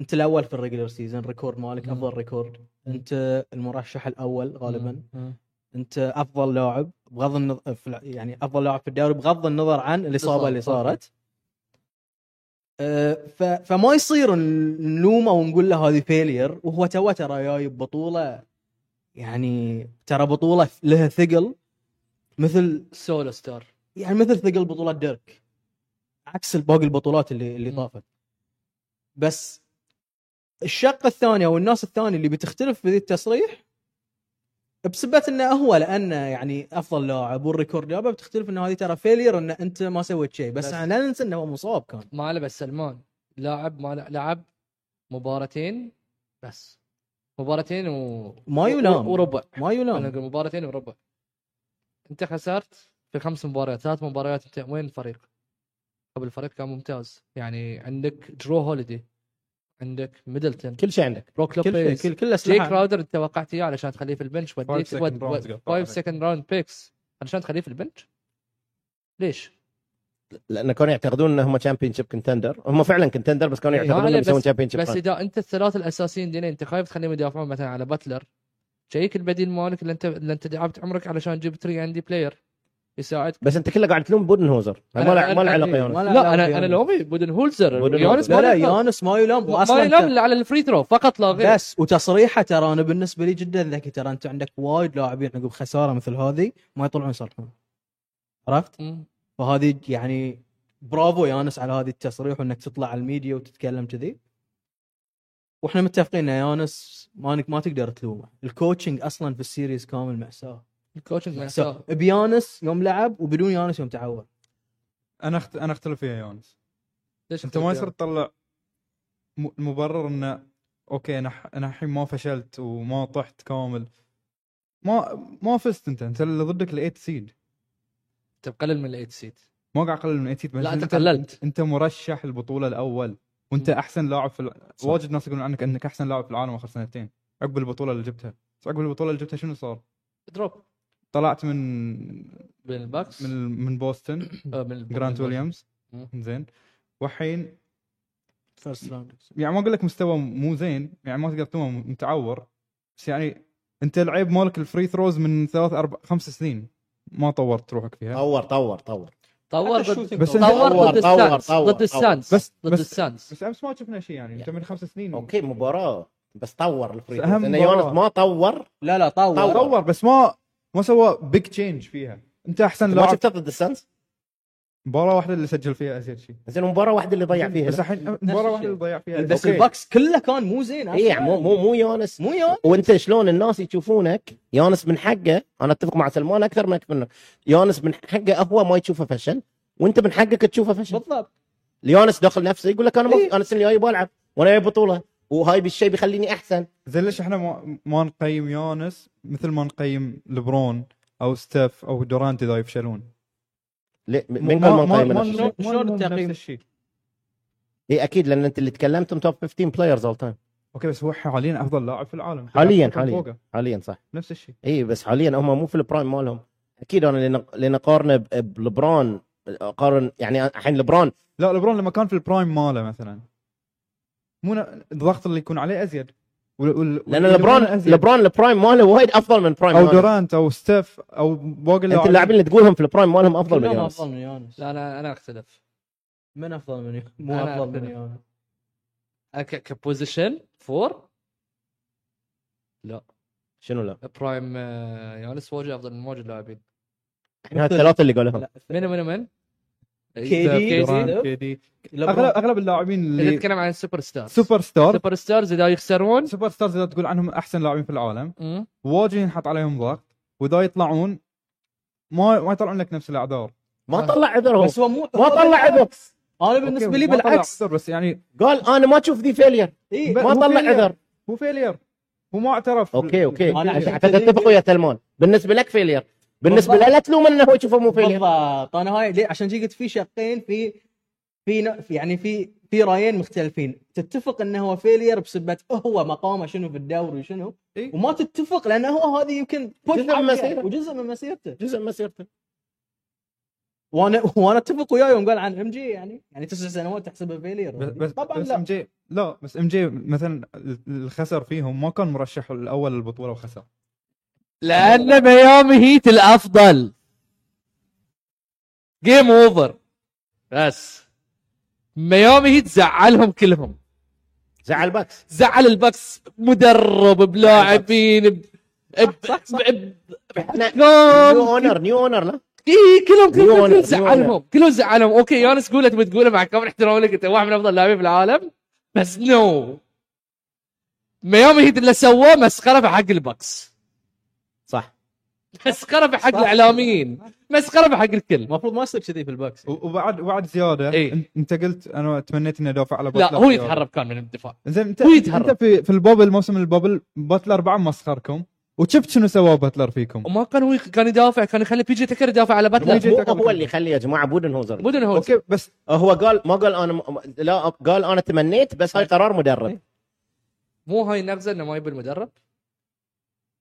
Speaker 4: انت الاول في الريجلر سيزون ريكورد مالك
Speaker 1: مم.
Speaker 4: افضل ريكورد انت المرشح الاول غالبا
Speaker 1: مم.
Speaker 4: انت افضل لاعب بغض النظر في الع- يعني افضل لاعب في الدوري بغض النظر عن الاصابه اللي
Speaker 1: الإصابة،
Speaker 4: صارت أه، ف- فما يصير ن- نلومه ونقول له هذه فيلير وهو تو ترى جاي ببطوله يعني ترى بطوله لها ثقل مثل
Speaker 1: سولو ستار
Speaker 4: يعني مثل ثقل بطولة ديرك عكس باقي البطولات اللي اللي
Speaker 1: مم.
Speaker 4: طافت بس الشق الثاني او الناس الثانيه اللي بتختلف في ذي التصريح بسبة انه هو لانه يعني افضل لاعب والريكورد جابه بتختلف انه هذه ترى فيلير انه انت ما سويت شيء بس,
Speaker 1: بس.
Speaker 4: بس لا ننسى انه هو مصاب كان
Speaker 1: ما له بس سلمان لاعب ما له- لعب مباراتين بس مباراتين و
Speaker 4: ما يلام. نعم.
Speaker 1: و- وربع
Speaker 4: ما
Speaker 1: انا
Speaker 4: يلام
Speaker 1: اقول مباراتين وربع انت خسرت في خمس مباريات ثلاث مباريات انت وين الفريق؟ قبل الفريق كان ممتاز يعني عندك درو هوليدي عندك ميدلتون
Speaker 2: كل شيء عندك
Speaker 1: بروك
Speaker 4: كل شيء
Speaker 1: لوبيز
Speaker 4: كل كل
Speaker 1: جيك
Speaker 4: اسلحه
Speaker 1: راودر انت وقعت اياه علشان تخليه في البنش وديت
Speaker 3: second rounds قطعت.
Speaker 1: 5 سكند راوند بيكس علشان تخليه في البنش ليش؟
Speaker 2: لان كانوا يعتقدون انهم تشامبيون شيب كونتندر هم فعلا كونتندر بس كانوا
Speaker 1: إيه،
Speaker 2: يعتقدون
Speaker 1: هذا
Speaker 2: انهم يسوون
Speaker 1: بس-
Speaker 2: تشامبيون شيب
Speaker 1: بس اذا انت الثلاثه الاساسيين دينين انت خايف تخليهم يدافعون مثلا على باتلر شيك البديل مالك اللي انت اللي انت تعبت عمرك علشان تجيب 3 اندي بلاير يساعدك
Speaker 2: بس انت كله قاعد تلوم بودن هوزر ما
Speaker 1: أنا-
Speaker 2: له ما له
Speaker 1: أنا-
Speaker 2: علاقه
Speaker 1: إيه،
Speaker 2: يعني
Speaker 4: ما له
Speaker 1: لا
Speaker 4: علاقة
Speaker 1: انا
Speaker 4: يعني.
Speaker 1: انا لومي بودن هولزر
Speaker 2: بودن
Speaker 1: يونس
Speaker 4: لا لا
Speaker 1: ما يلام.
Speaker 4: يانس ما يلام
Speaker 1: ما
Speaker 4: واصلا
Speaker 1: يلام
Speaker 4: أنت-
Speaker 1: الا على الفري ثرو فقط لا غير
Speaker 4: بس وتصريحه ترى انا بالنسبه لي جدا ذكي ترى انت عندك وايد لاعبين عقب خساره مثل هذه ما يطلعون يصلحون عرفت؟
Speaker 1: مم.
Speaker 4: فهذه يعني برافو يانس على هذه التصريح وانك تطلع على الميديا وتتكلم كذي واحنا متفقين ان يانس ما انك ما تقدر تلومه الكوتشنج اصلا في السيريز كامل مأساة
Speaker 1: الكوتشنج
Speaker 4: مأساة
Speaker 1: مأساة.
Speaker 4: بيانس يوم لعب وبدون يانس يوم تعور
Speaker 3: انا أخت... انا اختلف فيها يونس
Speaker 1: ليش
Speaker 3: انت ما يصير تطلع م... مبرر انه اوكي انا ح- انا الحين ما فشلت وما طحت كامل ما ما فزت انت انت اللي ضدك الايت سيد
Speaker 1: انت مقلل من الايت سيت
Speaker 3: ما قاعد اقلل من ايت
Speaker 1: لا انت قللت
Speaker 3: انت مرشح البطوله الاول وانت
Speaker 1: مم.
Speaker 3: احسن لاعب في ال... واجد ناس يقولون عنك انك احسن لاعب في العالم اخر سنتين عقب البطوله اللي جبتها بس عقب البطوله اللي جبتها شنو صار؟
Speaker 1: دروب
Speaker 3: طلعت من
Speaker 1: بين الباكس
Speaker 3: من من بوسطن
Speaker 1: آه، من الب-
Speaker 3: جرانت
Speaker 1: من الب-
Speaker 3: ويليامز
Speaker 1: مم.
Speaker 3: زين والحين
Speaker 4: فيرست راوند
Speaker 3: يعني ما اقول لك مستوى مو زين يعني ما تقدر تقول متعور بس يعني انت لعيب مالك الفري ثروز من ثلاث اربع خمس سنين ما طورت روحك فيها
Speaker 2: *laughs* طور طور طور
Speaker 1: طور
Speaker 4: حتى
Speaker 1: ضد
Speaker 4: الشوتينج
Speaker 3: بس
Speaker 1: طور ضد
Speaker 2: طور.
Speaker 4: طور.
Speaker 1: السانس
Speaker 2: طور.
Speaker 1: ضد السانس
Speaker 3: بس-
Speaker 1: ضد
Speaker 3: بس-
Speaker 1: السانس
Speaker 3: بس امس ما شفنا شيء يعني انت من خمس سنين
Speaker 2: اوكي مباراه بس طور الفريق
Speaker 3: بس أهم
Speaker 2: ان
Speaker 3: مباراة.
Speaker 2: يونس ما طور
Speaker 4: لا لا طور
Speaker 2: طور.
Speaker 3: طور بس ما ما سوى بيج تشينج فيها انت احسن
Speaker 2: ما
Speaker 3: لاعب
Speaker 2: شفت ضد السانز
Speaker 3: مباراه واحده اللي سجل فيها ازيد شيء
Speaker 2: زين مباراه واحده اللي ضيع فيها
Speaker 3: بس الحين مباراه واحده اللي ضيع فيها
Speaker 4: بس
Speaker 3: أزيل شيء.
Speaker 4: الباكس كله كان مو زين
Speaker 2: اي يعني مو مو مو يونس
Speaker 4: مو يوم
Speaker 2: وانت شلون الناس يشوفونك يونس من حقه انا اتفق مع سلمان اكثر منك منه يونس من حقه هو ما يشوفه فشل وانت من حقك تشوفه فشل
Speaker 4: بالضبط
Speaker 2: يونس داخل نفسه يقول لك انا ما
Speaker 4: إيه.
Speaker 2: انا السنه الجايه بلعب وانا جاي بطوله وهاي بالشيء بيخليني احسن
Speaker 3: زين ليش احنا ما, ما نقيم يونس مثل ما نقيم لبرون او ستيف او دورانت اذا يفشلون
Speaker 2: ليه؟ من قال ما نقيم إيه،
Speaker 3: ما-
Speaker 2: نفسه؟
Speaker 4: شلون-
Speaker 3: ما-
Speaker 4: شلون
Speaker 3: نفس
Speaker 4: التقييم؟
Speaker 3: الشيء
Speaker 2: اي اكيد لان انت اللي تكلمتم توب 15 بلايرز اول تايم
Speaker 3: اوكي بس هو حاليا افضل لاعب في العالم
Speaker 2: حاليا،
Speaker 3: فوقه-
Speaker 2: حاليا.
Speaker 3: فوقه.
Speaker 2: حاليا صح
Speaker 3: نفس الشيء
Speaker 2: اي بس حاليا هم مو في البرايم مالهم اكيد انا لان لان اقارنه ب- بلبران اقارن يعني الحين لبران
Speaker 3: لا لبرون لما كان في البرايم ماله مثلا مو ن- الضغط اللي يكون عليه ازيد وال- وال-
Speaker 2: لان
Speaker 3: واللي
Speaker 2: لبران
Speaker 3: يبونه أزيد.
Speaker 2: لبران البرايم ماله وايد افضل من برايم
Speaker 3: او
Speaker 2: ماله.
Speaker 3: دورانت او ستيف او باقي
Speaker 2: انت اللاعبين اللي تقولهم في البرايم مالهم افضل من
Speaker 4: كلهم
Speaker 2: يونس
Speaker 4: افضل من يونس
Speaker 1: لا انا انا اختلف
Speaker 4: من افضل من يونس مو
Speaker 1: أنا
Speaker 4: افضل من
Speaker 1: أختلف.
Speaker 4: يونس
Speaker 1: انا ك- كبوزيشن فور
Speaker 2: شنو لا
Speaker 1: برايم آه، يونس واجد افضل من واجد لاعبين
Speaker 2: احنا الثلاثه اللي قالوهم
Speaker 4: لا
Speaker 1: من من من؟
Speaker 4: KD.
Speaker 1: إذا-
Speaker 3: دورانت كيدي اغلب
Speaker 4: لبرون.
Speaker 3: اغلب اللاعبين
Speaker 1: اذا
Speaker 3: اللي
Speaker 1: نتكلم عن السوبر ستارز
Speaker 3: سوبر ستار
Speaker 1: سوبر ستارز اذا يخسرون
Speaker 3: سوبر ستارز اذا تقول عنهم احسن لاعبين في العالم
Speaker 1: مم.
Speaker 3: واجد ينحط عليهم ضغط واذا يطلعون ما ما يطلعون لك نفس الاعذار
Speaker 2: ما طلع عذر هو
Speaker 4: بس هو مو
Speaker 2: ما
Speaker 4: هو
Speaker 2: طلع عذر
Speaker 4: بالعكس. انا بالنسبه
Speaker 3: أوكي،
Speaker 4: لي
Speaker 3: ما طلع
Speaker 4: بالعكس
Speaker 3: عذر بس يعني
Speaker 2: قال انا ما اشوف ذي فيلير
Speaker 4: إيه،
Speaker 3: بس
Speaker 2: ما
Speaker 3: هو
Speaker 2: طلع
Speaker 3: failure.
Speaker 2: عذر
Speaker 3: هو فيلير هو ما اعترف
Speaker 2: اوكي اوكي
Speaker 4: أنا
Speaker 2: انت
Speaker 4: عشان
Speaker 2: حتى
Speaker 4: كذي-
Speaker 2: تتفق ويا سلمان بالنسبه لك فيلير بالنسبه له
Speaker 4: بالضبط.
Speaker 2: لا تلوم انه هو يشوفه مو فيلير
Speaker 4: بالضبط انا هاي ليه عشان جي قلت في شقين في في ن- في- يعني في في رايين مختلفين تتفق انه هو فيلير بسبه هو مقامه شنو في الدوري وشنو
Speaker 3: إيه.
Speaker 4: وما تتفق لان هو هذه يمكن push
Speaker 2: جزء من
Speaker 4: عليه
Speaker 2: مسيرته.
Speaker 4: وجزء من مسيرته
Speaker 2: جزء من مسيرته
Speaker 4: وانا وانا اتفق وياه يوم قال عن ام جي يعني يعني تسع سنوات تحسبها فيلير
Speaker 1: يعني
Speaker 3: بس بس,
Speaker 4: طبعا
Speaker 3: بس
Speaker 4: لا.
Speaker 3: ام جي لا بس ام جي مثلا الخسر فيهم ما كان مرشح الاول للبطوله وخسر
Speaker 1: لان ميامي هيت الافضل جيم اوفر بس ميامي هيت زعلهم كلهم
Speaker 2: زعل باكس
Speaker 1: زعل البكس مدرب بلاعبين ب- ب- ب-
Speaker 2: احنا
Speaker 1: بحكام
Speaker 2: نيو اونر نيو اونر لا
Speaker 1: اي إيه، كلهم
Speaker 2: نيو
Speaker 1: كلهم
Speaker 2: أونر، نيو
Speaker 1: كلهم زعلهم كلهم زعلهم اوكي يونس قول تبي تقوله مع كامل احترامي لك انت واحد من افضل اللاعبين في العالم بس نو ميامي هيت اللي سواه مسخره في حق البكس
Speaker 2: صح
Speaker 1: مسخره في حق الاعلاميين مسخره في حق الكل
Speaker 4: المفروض ما يصير كذي في الباكس
Speaker 3: و- وبعد وبعد زياده
Speaker 1: إيه.
Speaker 3: إن- انت قلت انا تمنيت انه دافع على
Speaker 1: لا
Speaker 3: باتلر
Speaker 1: هو
Speaker 3: زيادة.
Speaker 1: يتهرب كان من الدفاع
Speaker 3: زين انت
Speaker 1: هو يتهرب.
Speaker 3: انت في في البوبل موسم البوبل باتلر بعد مسخركم وشفت شنو سوى باتلر فيكم
Speaker 1: وما كان هو كان يدافع كان يخلي بيجي تكر يدافع على
Speaker 2: لا
Speaker 1: باتلر
Speaker 3: بيجي-
Speaker 2: مو هو اللي يخلي يا جماعه بودنهوزر
Speaker 1: مدن هو
Speaker 3: اوكي بس
Speaker 2: آه، هو قال ما قال انا لا قال انا تمنيت بس هاي قرار مدرب
Speaker 1: مو هاي النغزه انه ما يبي المدرب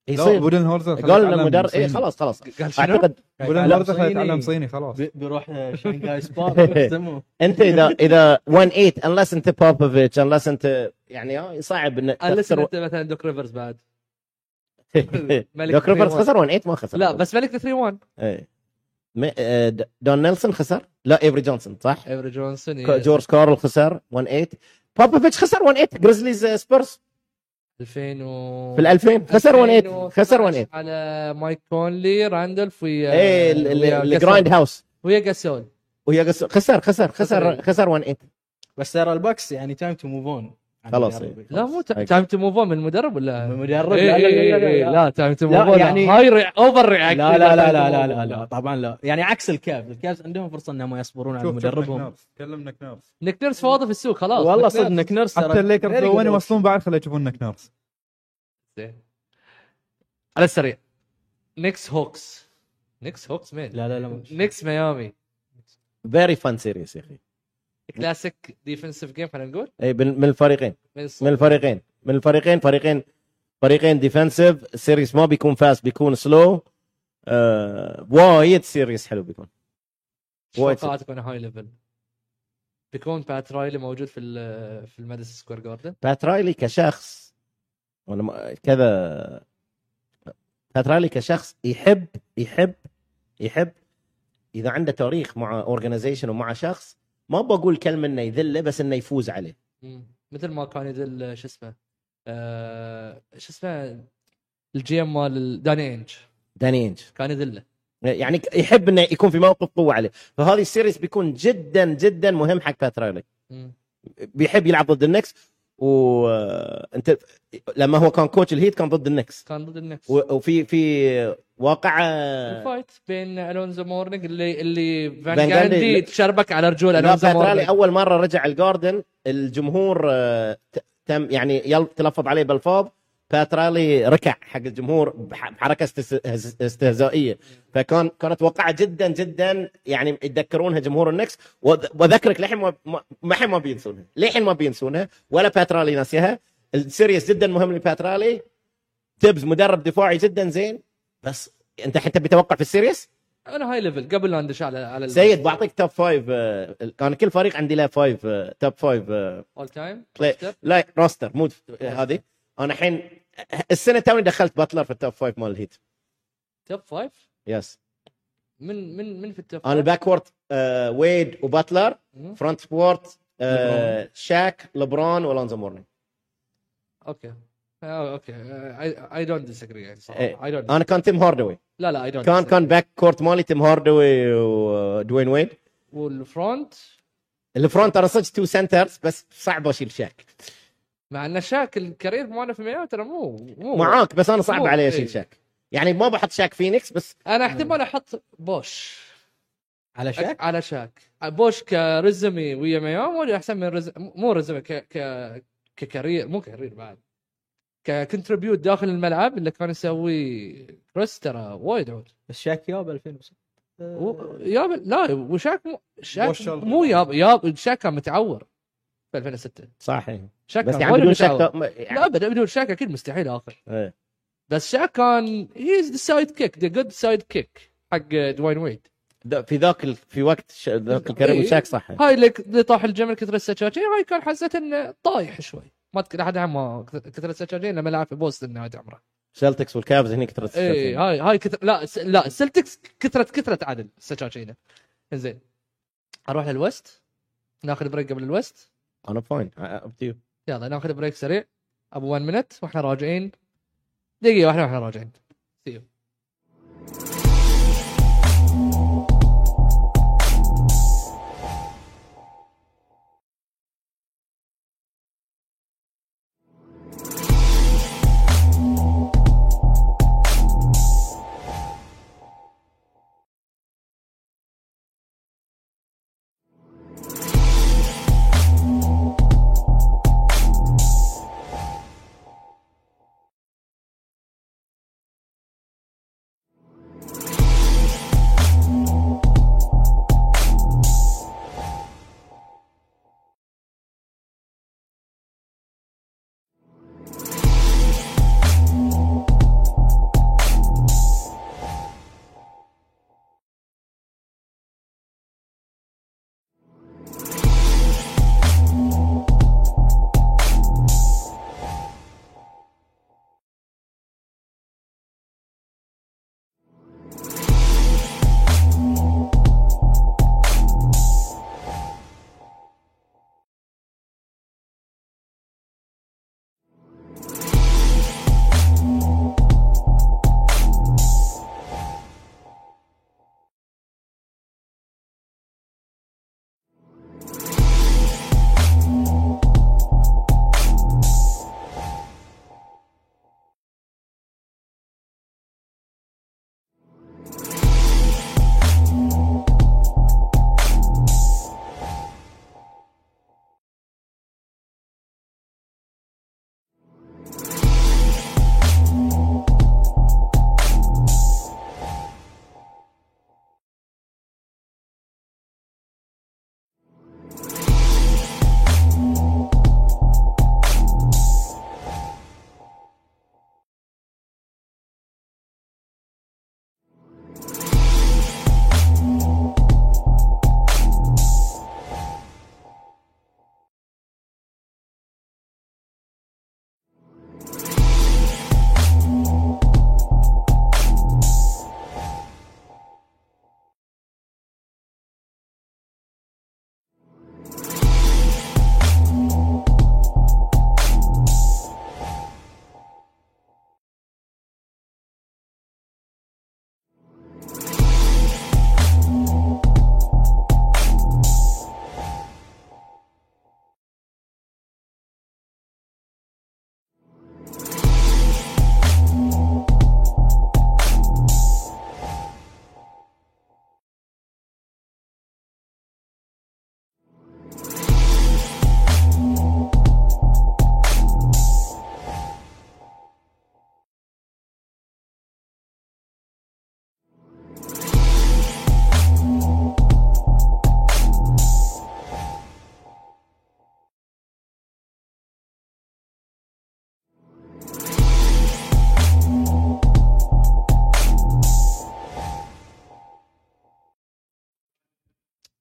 Speaker 3: لا
Speaker 2: يصير
Speaker 3: بودن هورزر
Speaker 2: قال المدرب
Speaker 1: إيه،
Speaker 2: اي خلاص خلاص
Speaker 1: قال شنو؟
Speaker 2: اعتقد
Speaker 3: بودن هورزر خليه يتعلم صيني خلاص
Speaker 4: ب- آه، بيروح شنغهاي سبارك يسموه
Speaker 1: *laughs*
Speaker 2: انت اذا اذا 1 8 unless انت بوبوفيتش unless انت يعني آه،
Speaker 1: *laughs*
Speaker 2: صعب انك
Speaker 1: قال لسه
Speaker 2: تخسر
Speaker 1: انت مثلا دوك ريفرز بعد *laughs* ملك
Speaker 2: دوك
Speaker 1: فريمون.
Speaker 2: ريفرز خسر 1 8 ما خسر
Speaker 1: لا بس ملك 3 1
Speaker 2: إيه. م- آه، د- دون نيلسون خسر لا ايفري جونسون صح
Speaker 1: ايفري جونسون
Speaker 2: ك- جورج كارل خسر 1 8 بوبوفيتش خسر 1 8 جريزليز آه، سبيرز
Speaker 1: 2000 و
Speaker 2: في ال 2000 خسر 1 8 خسر 1 8
Speaker 1: على مايك كونلي راندولف ويا
Speaker 4: إيه،
Speaker 2: ايه
Speaker 1: آه، ويا
Speaker 2: الجرايند
Speaker 1: جاسول.
Speaker 2: هاوس
Speaker 1: ويا جاسول
Speaker 2: ويا قص- خسر خسر خسر
Speaker 1: خسر.
Speaker 2: خسر 1 8
Speaker 4: بس ترى الباكس يعني تايم تو موف اون
Speaker 2: خلاص.
Speaker 1: لا مو
Speaker 2: أوكي.
Speaker 1: تايم تو موف من المدرب ولا
Speaker 4: مدرب
Speaker 1: إيه،
Speaker 4: لا لا
Speaker 1: إيه،
Speaker 4: لا
Speaker 1: إيه،
Speaker 4: لا لا
Speaker 1: لا تايم تو
Speaker 4: لا،
Speaker 1: موف
Speaker 4: يعني-
Speaker 1: هاي ري- اوفر رياكت
Speaker 4: لا لا لا لا لا لا لا طبعا لا يعني عكس الكاف الكافز عندهم فرصه انهم ما يصبرون على
Speaker 3: شوف نعم. شوف نيك
Speaker 4: مدربهم
Speaker 3: نيرس كلم نيك نيرس
Speaker 1: نيك نيرس فاضي في السوق خلاص
Speaker 4: والله
Speaker 1: نيك
Speaker 4: صدق
Speaker 1: نيرس.
Speaker 4: نيك نيرس ترى
Speaker 3: حتى الليكرز
Speaker 4: very
Speaker 3: لو وين
Speaker 4: good.
Speaker 3: يوصلون بعد خليه يجيبون نيك نيرس
Speaker 1: زين. على السريع نيكس هوكس نيكس هوكس مين
Speaker 4: لا لا لا
Speaker 1: نيكس ميامي
Speaker 2: فيري فان سيريس يا اخي
Speaker 1: كلاسيك ديفنسيف جيم خلينا نقول
Speaker 2: اي من من الفريقين
Speaker 1: من
Speaker 2: من الفريقين من الفريقين فريقين فريقين ديفنسيف سيريس ما بيكون فاست بيكون سلو آه وايد سيريس حلو بيكون وايد
Speaker 1: توقعات تكون هاي ليفل بيكون بات رايلي موجود في ال- في الماديسون سكوير جاردن
Speaker 2: بات رايلي كشخص وانا م- كذا بات رايلي كشخص يحب يحب يحب اذا عنده تاريخ مع اورجنايزيشن ومع شخص ما بقول كلمه انه يذله بس انه يفوز عليه
Speaker 1: مم. مثل ما كان يدل شو اسمه آه، شو اسمه الجي ام مال داني انج
Speaker 2: داني انج
Speaker 1: كان يدله
Speaker 2: يعني ك- يحب انه يكون في موقف قوه عليه فهذه السيريز بيكون جدا جدا مهم حق بات رايلي
Speaker 1: مم.
Speaker 2: بيحب يلعب ضد النكس وانت لما هو كان كوتش الهيت كان ضد النكس
Speaker 1: كان ضد النكس
Speaker 2: و- وفي في واقعه
Speaker 1: الفايت بين الونزو مورنينج اللي اللي فان
Speaker 2: فان
Speaker 1: جاندي
Speaker 2: جاندي-
Speaker 1: تشربك على رجول
Speaker 2: لا
Speaker 1: الونزو
Speaker 2: باترالي
Speaker 1: مورنينج
Speaker 2: اول مره رجع الجاردن الجمهور آه، ت- تم يعني يل- تلفظ عليه بالفاظ باترالي ركع حق الجمهور بح- بحركه استس- استهزائيه فكان كانت واقعه جدا جدا يعني يتذكرونها جمهور النكس وذ- واذكرك للحين ما ما- ما حين ما بينسونها للحين ما بينسونها ولا باترالي ناسيها السيريس جدا مهم لباترالي تبز مدرب دفاعي جدا زين بس انت حتى بتوقع في السيريس
Speaker 1: انا هاي ليفل قبل لا ندش على على
Speaker 2: سيد بعطيك توب فايف آه، كان كل فريق عندي له فايف آه، توب فايف آه،
Speaker 1: اول تايم
Speaker 2: بلاي لا روستر مو آه، هذه انا الحين السنه توني دخلت باتلر في التوب فايف مال الهيت
Speaker 1: توب فايف
Speaker 2: يس
Speaker 1: من من من في التوب
Speaker 2: انا الباكورد آه، ويد وباتلر
Speaker 1: مم.
Speaker 2: فرونت بورد آه، شاك لبرون ولونزو مورنينج
Speaker 1: اوكي آه، اوكي اي دونت ديسجري يعني صراحه
Speaker 2: إيه.
Speaker 1: اي دونت
Speaker 2: انا كان تيم هاردوي
Speaker 1: لا لا اي دونت
Speaker 2: كان كان باك كورت مالي تيم هاردوي ودوين ويد
Speaker 1: والفرونت
Speaker 2: الفرونت انا صدق تو سنترز بس صعب اشيل شاك
Speaker 1: مع ان شاك الكارير ماله في ميامي ترى مو مو
Speaker 2: معاك بس انا صعب
Speaker 1: مو-
Speaker 2: علي
Speaker 1: إيه.
Speaker 2: اشيل شاك يعني ما بحط شاك فينيكس بس
Speaker 1: انا احتمال احط بوش
Speaker 2: على
Speaker 1: أك- على شاك بوش كرزمي ويا ميامي احسن من رزم مو رزمي ك ك ككارير مو كارير بعد ككنتربيوت داخل الملعب اللي كان يسويه كريس ترى وايد عود
Speaker 4: بس شاك ياب 2006
Speaker 1: و- ياب لا وشاك مو شاك
Speaker 3: بوش
Speaker 1: مو ياب ياب شاك كان متعور في 2006
Speaker 2: صحيح
Speaker 1: شاك
Speaker 2: بس
Speaker 1: كان
Speaker 2: يعني
Speaker 1: وايد
Speaker 2: بدون
Speaker 1: متعور.
Speaker 2: شك ما- يعني
Speaker 1: لا ابدا بدون شاك اكيد مستحيل اخر
Speaker 2: إيه.
Speaker 1: بس شاك كان هيز ذا سايد كيك ذا جود سايد كيك حق دوين ويد
Speaker 2: دا- في ذاك ال- في وقت ش... ذاك
Speaker 1: إيه.
Speaker 2: الكريم شاك صح
Speaker 1: هاي اللي اللي طاح الجمل كثر السكاكين هاي كان حسيت انه طايح شوي ما تك- لحد الحين ما كثر السكاكين لما لعب في بوسطن نهايه عمره
Speaker 2: سلتكس والكافز هني كثرت
Speaker 1: اي
Speaker 2: الشوطين.
Speaker 1: هاي هاي كتر... لا س... لا سلتكس كثرت كثرت عدل السكاكين زين اروح للوست ناخذ بريك قبل الوست
Speaker 2: انا فاين اب تو
Speaker 1: يلا ناخذ بريك سريع ابو 1 مينت واحنا راجعين دقيقه واحده واحنا راجعين See you.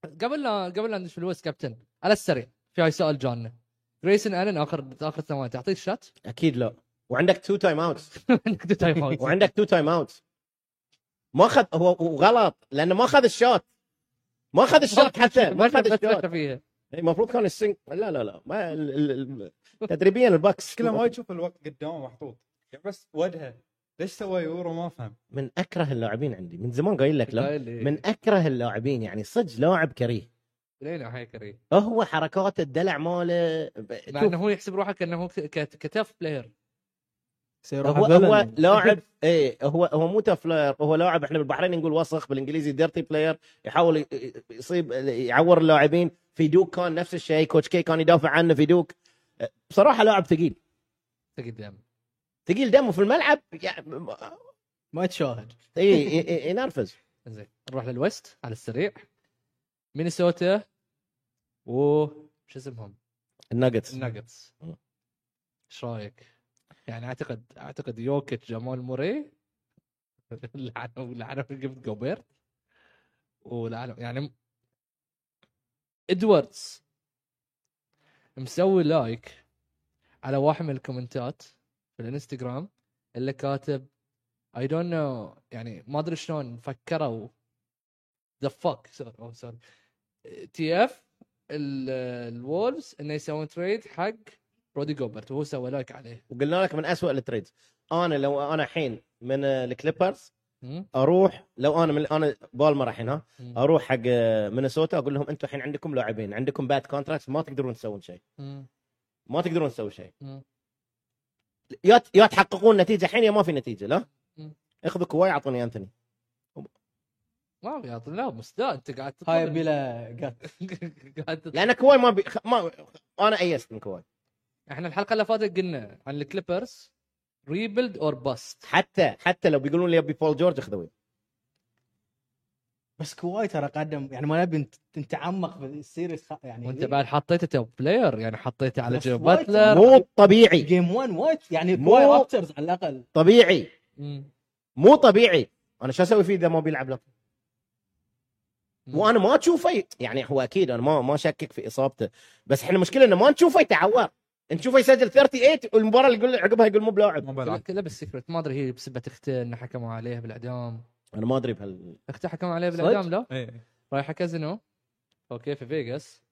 Speaker 1: قبل لا قبل لا ندش في الويست كابتن على السريع في هاي سؤال جانا جريسون الن اخر اخر ثواني تعطيك شات *laughs*
Speaker 2: اكيد لا وعندك تو تايم اوتس
Speaker 1: عندك تو تايم اوت
Speaker 2: وعندك تو تايم اوتس ما اخذ هو وغلط لانه ما اخذ الشوت ما اخذ الشوت حتى ما
Speaker 1: ما
Speaker 2: اخذ
Speaker 1: تفكر
Speaker 2: الشوت إيه،
Speaker 1: فيها
Speaker 2: المفروض كان السنك لا لا لا ما ال- ال- ال- تدريبيا البكس
Speaker 3: كله ما يشوف الوقت قدامه محطوط يعني بس وجهه ليش سوى يورو ما فهم
Speaker 2: من اكره اللاعبين عندي من زمان قايل لك لا
Speaker 1: قايل لي-
Speaker 2: من اكره اللاعبين يعني صدق لاعب كريه
Speaker 1: لين هاي كريه
Speaker 2: هو حركات الدلع ماله ب-
Speaker 1: مع
Speaker 2: شوف،
Speaker 1: انه هو يحسب روحه كانه كتف بلاير
Speaker 4: سيروح
Speaker 2: هو
Speaker 4: أبلن.
Speaker 2: هو لاعب ايه هو هو مو تف بلاير هو لاعب احنا بالبحرين نقول وسخ بالانجليزي ديرتي بلاير يحاول ي- ي- يصيب يعور اللاعبين في دوك كان نفس الشيء كوتش كي كان يدافع عنه في دوك أه، بصراحه لاعب ثقيل
Speaker 1: قدام
Speaker 2: ثقيل دمه في الملعب يعني
Speaker 4: *laughs* ما تشاهد
Speaker 2: إيه، إيه، إيه، ينرفز
Speaker 1: زين نروح للوست على السريع مينيسوتا و شو اسمهم؟
Speaker 2: الناجتس
Speaker 1: الناجتس
Speaker 2: مم.
Speaker 1: ايش رايك؟ يعني اعتقد اعتقد يوكيتش جمال موري *laughs* لعنهم لعنهم جبت جوبيرت ولعنهم يعني ادواردز مسوي لايك على واحد من الكومنتات في الانستغرام اللي كاتب اي دونت نو يعني ما ادري شلون فكروا ذا فاك سوري إيه، تي اف الولفز انه يسوون تريد حق رودي جوبرت وهو سوى لايك عليه
Speaker 2: وقلنا لك من أسوأ التريدز انا لو انا الحين من الكليبرز
Speaker 1: مم؟
Speaker 2: اروح لو انا من انا بالمر الحين ها
Speaker 1: مم.
Speaker 2: اروح حق آه، مينيسوتا اقول لهم انتم الحين عندكم لاعبين عندكم باد كونتراكت ما تقدرون تسوون شيء
Speaker 1: مم.
Speaker 2: ما تقدرون تسوي شيء
Speaker 1: مم.
Speaker 2: يا ت- يا تحققون نتيجه الحين يا ما في نتيجه لا
Speaker 1: مم.
Speaker 2: اخذوا كواي اعطوني انتوني
Speaker 1: ما بيعطي لا مستاء انت قاعد تطلب-
Speaker 4: هاي بلا قط
Speaker 1: *laughs* قاعد تطلب-
Speaker 2: لان كواي ما, بي... خ- ما انا ايست من كواي
Speaker 1: احنا الحلقه اللي فاتت قلنا عن الكليبرز ريبيلد اور باست
Speaker 2: حتى حتى لو بيقولون لي ابي بول جورج اخذوه
Speaker 4: بس كواي ترى قدم يعني ما نبي نت- نتعمق بالسيريس خ- يعني
Speaker 1: وانت بعد حطيته توب بلاير يعني حطيته على
Speaker 4: بس
Speaker 1: جو
Speaker 4: وايد
Speaker 1: باتلر
Speaker 2: مو طبيعي
Speaker 4: جيم 1 وايد يعني
Speaker 2: مو-
Speaker 4: كواي رابترز على الاقل
Speaker 2: طبيعي
Speaker 1: مم.
Speaker 2: مو طبيعي انا شو اسوي فيه اذا ما بيلعب لك
Speaker 1: مم.
Speaker 2: وانا ما اشوفه يت- يعني هو اكيد انا ما ما شكك في اصابته بس احنا المشكله انه ما نشوفه يتعور نشوفه يسجل 38 والمباراه اللي يقول عقبها يقول مو بلاعب
Speaker 3: ما بلعب
Speaker 1: لا بس سيكرت ما ادري هي بسبه اخته انه حكموا عليه بالاعدام
Speaker 2: انا ما ادري بهال
Speaker 1: اخته حكموا عليه
Speaker 4: صدق؟
Speaker 1: بالاعدام لا
Speaker 3: ايه
Speaker 1: رايحه كازينو اوكي في فيغاس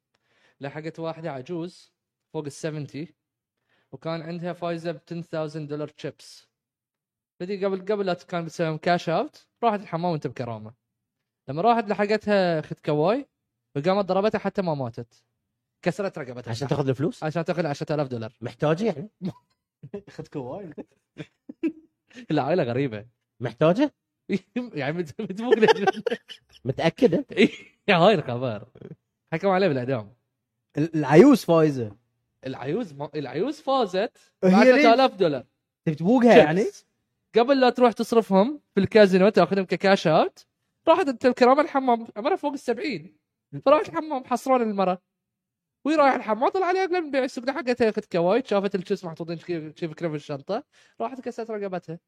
Speaker 1: لحقت واحده عجوز فوق ال 70 وكان عندها فايزه ب 10000 دولار تشيبس بدي قبل قبل لا كان بتسوي كاش اوت راحت الحمام وانت بكرامه لما راحت لحقتها اخت كواي وقامت ضربتها حتى ما ماتت كسرت رقبتها
Speaker 2: عشان تاخذ الفلوس
Speaker 1: عشان تاخذ 10000 دولار
Speaker 2: محتاجه يعني
Speaker 4: اخذ كواي
Speaker 1: العائله غريبه
Speaker 2: محتاجه
Speaker 1: *laughs* يعني مت- متفوق لل-
Speaker 2: متاكد انت
Speaker 1: يا *laughs* هاي الخبر حكموا عليه بالاعدام
Speaker 4: ال- العيوز فايزه
Speaker 1: العيوز ما... العيوز فازت
Speaker 4: هي
Speaker 1: ب 10000 دولار
Speaker 4: تبي تبوقها يعني
Speaker 1: شيبس. قبل لا تروح تصرفهم في الكازينو تاخذهم ككاش اوت راحت انت الكرامه الحمام عمرها فوق السبعين فراحت الحمام حصرون المره وهي رايحه الحمام طلع عليها قبل نبيع السكنه حقتها اخت كوايت شافت الجس محطوطين شي- شي فكره في الشنطه راحت كسرت رقبتها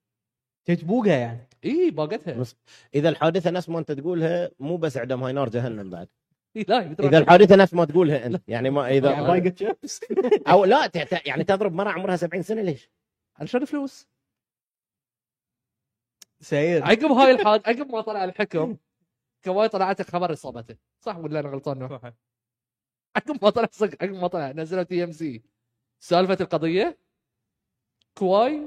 Speaker 4: تبي تبوقها يعني
Speaker 1: اي باقتها
Speaker 2: بس- اذا الحادثه نفس ما انت تقولها مو بس اعدام هاي نار جهنم بعد
Speaker 1: إيه لا يبي تروح-
Speaker 2: اذا الحادثه نفس ما تقولها انت يعني ما
Speaker 4: يعني
Speaker 2: اذا
Speaker 4: بايقة شيبس
Speaker 2: او لا ت- ت- يعني تضرب مره عمرها 70 سنه ليش؟
Speaker 1: علشان الفلوس
Speaker 4: سير
Speaker 1: عقب هاي الحادثه عقب ما طلع الحكم كواي طلعت خبر اصابته صح ولا انا غلطان نوح؟
Speaker 3: صحيح
Speaker 1: عقب ما طلع صدق عقب ما طلع E نزلوا تي ام سي سالفه القضيه كواي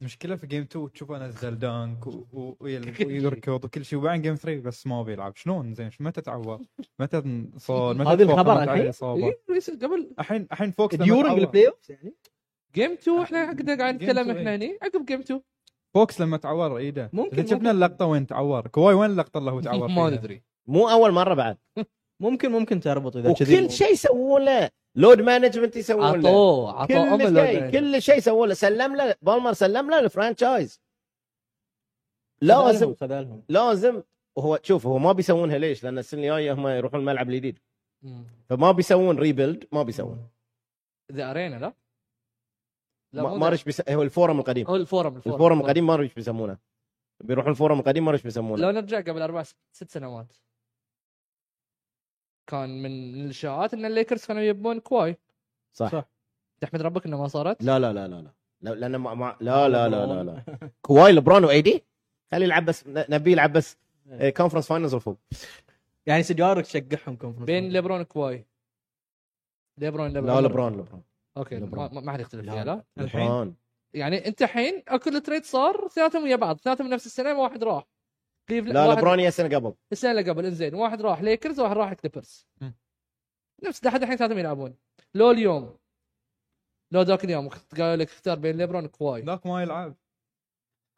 Speaker 3: مشكله في جيم 2 تشوفه نزل دانك و- و- ويل- ويركض وكل شيء وبعدين جيم 3 بس ما بيلعب شلون زين شو- متى تعور متى انصاد متى
Speaker 4: هذا الخبر
Speaker 3: تفوق؟ متى
Speaker 4: الحين؟
Speaker 3: اصابه
Speaker 1: إيه، ريس- قبل
Speaker 3: الحين الحين فوكس لما
Speaker 4: ديورنج
Speaker 3: تعور-
Speaker 4: البلاي اوف يعني
Speaker 1: جيم
Speaker 2: آه،
Speaker 1: 2 احنا كنا قاعد
Speaker 3: Game
Speaker 1: نتكلم
Speaker 3: two،
Speaker 1: احنا
Speaker 3: إيه.
Speaker 1: هنا عقب جيم 2
Speaker 3: فوكس لما تعور ايده
Speaker 4: ممكن-
Speaker 3: إذا
Speaker 4: ممكن.
Speaker 3: شفنا اللقطه وين تعور كواي وين اللقطه اللي
Speaker 1: *laughs*
Speaker 3: هو تعور
Speaker 1: ما
Speaker 3: فيها؟
Speaker 1: ندري
Speaker 2: مو اول مره بعد
Speaker 4: ممكن ممكن تربط اذا كذي
Speaker 2: وكل شيء سووا له لود مانجمنت يسوون له
Speaker 1: عطوه عطوه
Speaker 2: كل شيء
Speaker 1: امل
Speaker 2: كل شيء سووا له سلم له بالمر سلم له الفرانشايز لازم
Speaker 4: خذلهم- خذلهم
Speaker 2: لازم وهو شوف هو ما بيسوونها ليش؟ لان السنه الجايه هم يروحون الملعب الجديد فما بيسوون ريبيلد ما بيسوون
Speaker 1: ذا ارينا لا لا
Speaker 2: ما
Speaker 1: مو
Speaker 2: ما
Speaker 1: ذا-
Speaker 2: أدري إيش بيس... هو الفورم القديم
Speaker 1: هو الفورم الفورم,
Speaker 2: الفورم القديم ما ادري ايش بيسمونه بيروحون الفورم القديم ما ادري ايش بيسمونه
Speaker 1: لو نرجع قبل اربع س- ست سنوات كان من الاشاعات ان الليكرز كانوا يبون كواي
Speaker 2: صح,
Speaker 4: صح.
Speaker 2: صح.
Speaker 1: تحمد ربك انها ما صارت
Speaker 2: لا لا لا لا لا لو- لان ما ما لا لا لا لا لا *laughs* كواي لبرون واي دي خليه يلعب بس ن- نبيه يلعب بس كونفرنس فاينلز وفوق
Speaker 4: يعني سيجارك تشقحهم كونفرنس
Speaker 1: بين ليبرون كواي ليبرون
Speaker 2: لا لبرون لبرون
Speaker 1: اوكي
Speaker 2: ليبرون.
Speaker 1: ما- ما حد يختلف
Speaker 2: لا.
Speaker 1: فيها لا
Speaker 3: الحين
Speaker 2: لبرون
Speaker 1: يعني انت الحين كل تريد صار ثلاثه ويا بعض ثلاثه من نفس السنه واحد راح كليفلاند
Speaker 2: لا
Speaker 1: واحد-
Speaker 2: لبرون يا سنه قبل
Speaker 1: السنه اللي قبل انزين واحد راح ليكرز وواحد راح كليبرز
Speaker 3: مم.
Speaker 1: نفس لحد الحين ثلاثه يلعبون لو اليوم لو ذاك اليوم قالوا لك اختار بين ليبرون وكواي
Speaker 3: ذاك ما يلعب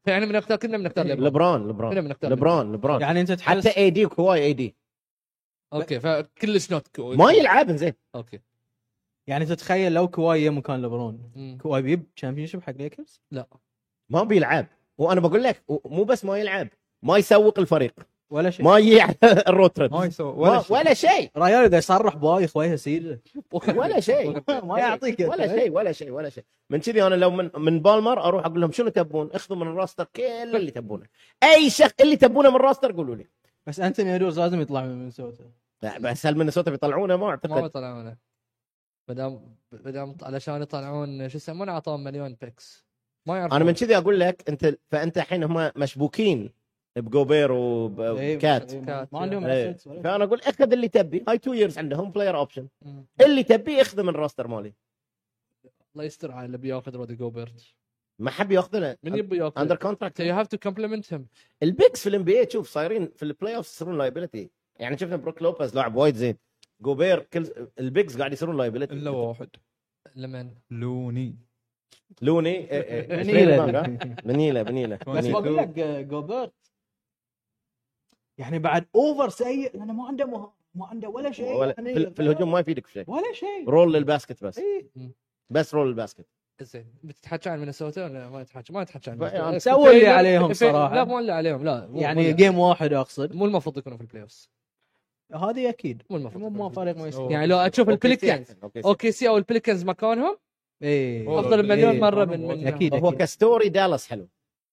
Speaker 1: فيعني بنختار كنا بنختار ليبرون
Speaker 2: لبرون
Speaker 1: كنا
Speaker 2: لبرون
Speaker 1: بنختار
Speaker 2: لبرون لبرون
Speaker 4: يعني انت تحس
Speaker 2: حتى إيه؟ اي دي كواي اي دي
Speaker 1: اوكي فكلش نوت كواي
Speaker 2: ما يلعب زين
Speaker 1: اوكي
Speaker 4: يعني تتخيل لو كواي مكان لبرون
Speaker 1: مم.
Speaker 4: كواي بيب تشامبيون شيب حق ليكرز
Speaker 1: لا
Speaker 2: ما بيلعب وانا بقول لك و- مو بس ما يلعب ما يسوق الفريق
Speaker 4: ولا شيء
Speaker 2: ما يجي *laughs* على الروت تريب
Speaker 3: ما يسوي ولا
Speaker 2: ما-
Speaker 3: شيء
Speaker 2: ولا شيء
Speaker 4: ريال اذا يصرح بواي خويها سيده
Speaker 2: ولا شيء
Speaker 4: ما يعطيك
Speaker 2: إيه،
Speaker 4: إيه؟
Speaker 2: ولا شيء ولا شيء ولا شيء من كذي انا لو من من بالمر اروح اقول لهم شنو تبون اخذوا من الراستر كل اللي تبونه اي شخص اللي تبونه من الراستر قولوا لي
Speaker 4: بس انتوني ادورز لازم يطلع من منسوتا
Speaker 2: لا، بس هل منسوتا بيطلعونه ما
Speaker 1: ما
Speaker 2: اعتقد
Speaker 1: بيطلعونه ما دام ما دام علشان يطلعون شو يسمونه اعطاهم مليون بيكس ما يعرف
Speaker 2: انا من كذي اقول لك انت فانت الحين هم مشبوكين بجوبير وب-
Speaker 4: إيه،
Speaker 2: وكات
Speaker 4: ما عندهم
Speaker 2: إيه.
Speaker 4: assets ولا شيء.
Speaker 2: فانا اقول اخذ اللي تبي هاي تو ييرز عندهم بلاير اوبشن
Speaker 1: مم.
Speaker 2: اللي تبيه اخذه من الراستر مالي
Speaker 1: الله يستر على اللي بياخذ رودي جوبرت
Speaker 2: ما حب ياخذه
Speaker 1: من يبي
Speaker 2: اندر
Speaker 1: ياخذ
Speaker 2: كونتراكت
Speaker 1: يو هاف تو كومبلمنت هيم
Speaker 2: البيكس في الام بي اي شوف صايرين في البلاي اوف يصيرون لايبيلتي يعني شفنا بروك لوبيز لاعب وايد زين جوبير كل البيكس قاعد يصيرون
Speaker 3: الا
Speaker 2: لايبيلتي
Speaker 3: واحد
Speaker 1: لمن
Speaker 3: لوني
Speaker 2: لوني إيه، إيه،
Speaker 4: منيلة. *laughs*
Speaker 1: *laughs*
Speaker 2: بنيله بنيله
Speaker 4: بس
Speaker 3: يعني-
Speaker 2: بنيله
Speaker 4: بقول لك آه، جوبرت يعني بعد اوفر سيء لانه ما عنده مهارة ما عنده ولا شيء
Speaker 2: ولا-
Speaker 4: يعني
Speaker 2: في, في الهجوم ما يفيدك في شيء
Speaker 4: ولا شيء
Speaker 2: رول للباسكت بس
Speaker 4: إيه.
Speaker 2: بس رول للباسكت
Speaker 1: زين بتتحكى عن مينيسوتا ولا ما تتحكى ما تتحكى عن
Speaker 2: بقى-
Speaker 1: مينيسوتا. إيه،
Speaker 4: سووا اللي
Speaker 1: في-
Speaker 4: عليهم
Speaker 1: في-
Speaker 4: صراحة.
Speaker 1: لا مو اللي عليهم لا مو- مو
Speaker 4: يعني
Speaker 1: اللي-
Speaker 4: جيم واحد اقصد
Speaker 1: مو المفروض يكونوا في البلاي اوف
Speaker 4: هذه اكيد
Speaker 1: مو المفروض
Speaker 4: مو
Speaker 1: يكونوا
Speaker 4: مو
Speaker 1: في البلاي
Speaker 4: فريق ما يستاهل
Speaker 1: أوف. يعني لو أشوف يعني.
Speaker 2: أوكي،
Speaker 1: البليكنز.
Speaker 2: سي- أوكي، سي.
Speaker 1: اوكي سي او البليكنز مكانهم
Speaker 4: ايه
Speaker 1: افضل مليون
Speaker 4: إيه.
Speaker 1: مره من من
Speaker 4: أكيد.
Speaker 2: هو كاستوري دالاس حلو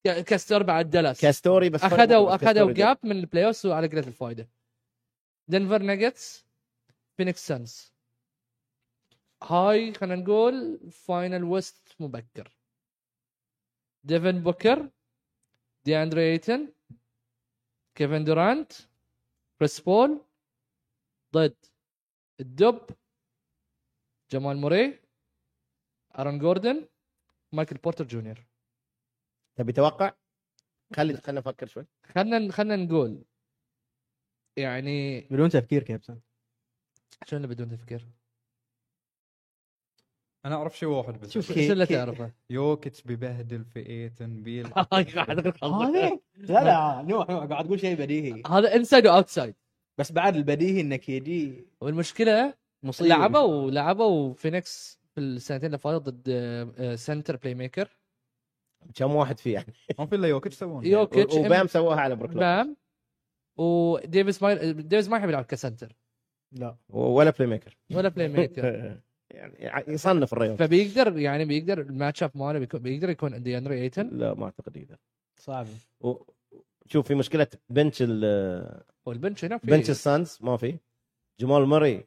Speaker 1: ك- كستر بعد دالاس
Speaker 2: كاستوري بس فرق
Speaker 1: اخذوا
Speaker 2: بس كاستوري
Speaker 1: اخذوا
Speaker 2: دالاس.
Speaker 1: جاب من البلاي اوف وعلى قد الفائده دنفر ناجتس فينيكس سانز هاي خلينا نقول فاينل ويست مبكر ديفن بوكر دي اندري ايتن كيفن دورانت كريس بول ضد الدب جمال موري ارون جوردن مايكل بورتر جونيور
Speaker 2: تبي توقع خلي خلينا نفكر شوي
Speaker 1: خلينا خلينا نقول يعني
Speaker 4: بدون
Speaker 2: *laughs*
Speaker 4: تفكير كابتن
Speaker 1: شنو اللي بدون تفكير؟
Speaker 3: انا اعرف شيء واحد بس
Speaker 4: شوف.
Speaker 1: شنو
Speaker 4: كي-
Speaker 1: اللي
Speaker 2: *laughs*
Speaker 4: كي-
Speaker 1: تعرفه؟
Speaker 3: يوكيتش ببهدل في ايتن بيل
Speaker 4: هذه لا لا نوح نوح قاعد تقول شيء بديهي
Speaker 1: هذا انسايد واوتسايد
Speaker 4: بس بعد البديهي انك يدي
Speaker 1: والمشكله
Speaker 4: مصيبه
Speaker 1: لعبوا لعبوا فينيكس في السنتين اللي فاتت ضد آه، آه، سنتر بلاي ميكر
Speaker 2: كم واحد فيه يعني
Speaker 3: ما في الا يوكيتش يسوون
Speaker 1: يوكيتش
Speaker 2: و- وبام سواها على بروك لوبيز.
Speaker 1: بام وديفيس ما ديفيس ما يحب يلعب كسنتر
Speaker 4: لا
Speaker 2: ولا بلاي ميكر
Speaker 1: ولا بلاي
Speaker 2: *laughs*
Speaker 1: ميكر
Speaker 2: يعني يصنف الرياض
Speaker 1: فبيقدر يعني بيقدر الماتش اب ماله بيكون- بيقدر يكون دياندري ايتن
Speaker 2: لا ما اعتقد يقدر
Speaker 4: صعب
Speaker 2: و- شوف في مشكله بنش ال-
Speaker 1: والبنش هنا في إيه؟
Speaker 2: بنش السانز ما في جمال مري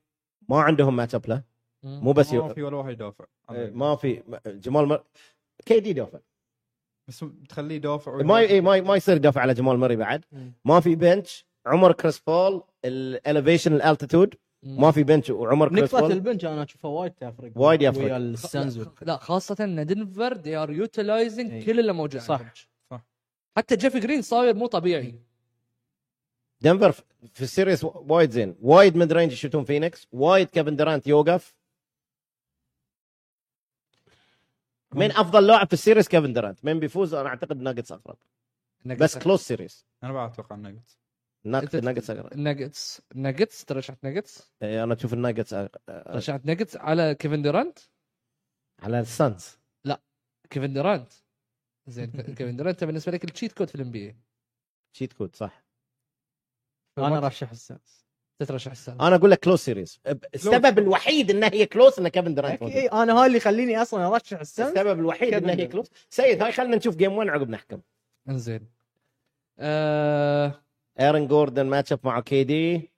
Speaker 2: ما عندهم ماتش اب له
Speaker 1: مم.
Speaker 2: مو بس
Speaker 3: ما
Speaker 2: يو... إيه،
Speaker 3: في ولا واحد يدافع
Speaker 2: ما في جمال مري كي دي دافع
Speaker 3: بس تخليه يدافع
Speaker 2: ما ي... إيه، ما ي... ما يصير يدافع على جمال مري بعد ما في بنش عمر كريس بول الاليفيشن الالتيتود
Speaker 1: مم.
Speaker 2: ما في بنش وعمر كريس
Speaker 4: نقطة
Speaker 2: بول
Speaker 4: البنج انا اشوفها وايد تفرق
Speaker 2: وايد يفرق.
Speaker 4: ويا السنز
Speaker 2: *laughs*
Speaker 1: لا خاصة ان دنفر دي ار يوتلايزنج
Speaker 2: إيه.
Speaker 4: إي.
Speaker 1: كل اللي موجود
Speaker 4: صح.
Speaker 1: عندهم.
Speaker 3: صح.
Speaker 1: حتى جيف جرين صاير مو طبيعي
Speaker 2: إيه. دنفر في- في السيريس وايد زين وايد ميد رينج يشوتون فينيكس وايد كيفن دورانت يوقف من افضل لاعب في السيريس كيفن دورانت من بيفوز انا اعتقد ناجتس اقرب بس كلوز سيريس
Speaker 3: انا بعد اتوقع الناجتس
Speaker 2: ناجتس ناجتس اقرب
Speaker 1: ناجتس ناجتس ترشحت ناجتس
Speaker 2: إيه، انا اشوف الناجتس أق- أ-
Speaker 1: ترشحت ناجتس على كيفن دورانت
Speaker 2: على السانز
Speaker 1: كيفن دورانت زين
Speaker 2: *laughs*
Speaker 1: كيفن دورانت أنت بالنسبة لك التشيت كود في الام بي
Speaker 2: تشيت كود صح
Speaker 4: انا رشح السنز
Speaker 1: تترشح السنة
Speaker 2: انا اقول لك كلوز سيريس السبب الوحيد انها هي كلوز ان كيفن دورانت موجود.
Speaker 4: اي انا هاي إيه، اللي يخليني اصلا
Speaker 2: *laughs*
Speaker 4: ارشح السنز
Speaker 2: السبب الوحيد
Speaker 4: كيفن
Speaker 2: انها هي
Speaker 4: دورانت.
Speaker 2: كلوز سيد هاي خلينا نشوف جيم 1 عقب نحكم
Speaker 1: انزين آه...
Speaker 2: ايرن جوردن ماتش اب مع كيدي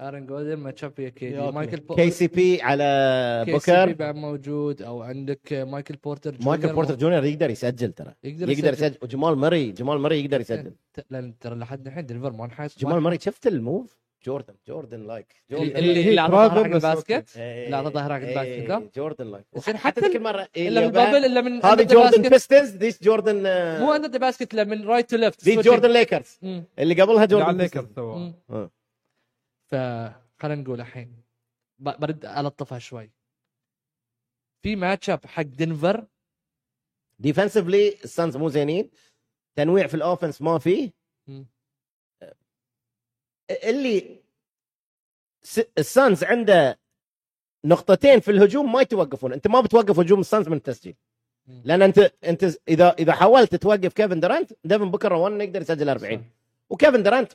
Speaker 1: ارن جودن ماتشاب ويا كيدي
Speaker 4: يا أخي.
Speaker 1: مايكل بو...
Speaker 2: كي سي بي على آه،
Speaker 1: كي سي بي
Speaker 2: بوكر
Speaker 1: بعد موجود او عندك مايكل بورتر جونيور
Speaker 2: مايكل بورتر جونيور يقدر يسجل ترى
Speaker 1: يقدر إيه.
Speaker 2: يقدر يسجل وجمال مري جمال مري يقدر يسجل
Speaker 1: لان ترى لحد الحين دنفر ما نحس
Speaker 2: جمال مري شفت الموف جوردن جوردن لايك
Speaker 1: اللي
Speaker 2: جوردن
Speaker 1: اللي-
Speaker 3: هي
Speaker 1: اللي على
Speaker 3: ترافل
Speaker 1: ظهر حق
Speaker 3: بس
Speaker 1: الباسكت
Speaker 2: إيه.
Speaker 1: اللي على ظهرك
Speaker 2: إيه.
Speaker 1: الباسكت ذا.
Speaker 2: جوردن لايك
Speaker 1: زين
Speaker 2: حتى
Speaker 1: حتى
Speaker 2: كل مره إيه،
Speaker 1: الا من
Speaker 2: يبقى-
Speaker 1: بابل الا من
Speaker 2: هذه
Speaker 1: أندر ذا
Speaker 2: جوردن
Speaker 1: باسكت.
Speaker 2: بيستنز ذيس جوردن آه،
Speaker 1: مو اندر ذا باسكت لا من رايت تو ليفت
Speaker 2: ذي جوردن ليكرز اللي قبلها
Speaker 3: على
Speaker 2: جوردن
Speaker 3: الليكرز
Speaker 2: بيستنز.
Speaker 3: سوا
Speaker 2: آه.
Speaker 1: ف خلينا نقول الحين ب- برد الطفها شوي في ماتش اب حق دنفر
Speaker 2: ديفنسفلي السانز مو زينين تنويع في الاوفنس ما فيه
Speaker 1: مم.
Speaker 2: اللي س- السانز عنده نقطتين في الهجوم ما يتوقفون انت ما بتوقف هجوم السانز من التسجيل
Speaker 1: مم.
Speaker 2: لان انت انت اذا اذا حاولت توقف كيفن درانت ديفن بكره وان يقدر يسجل 40 وكيفن درانت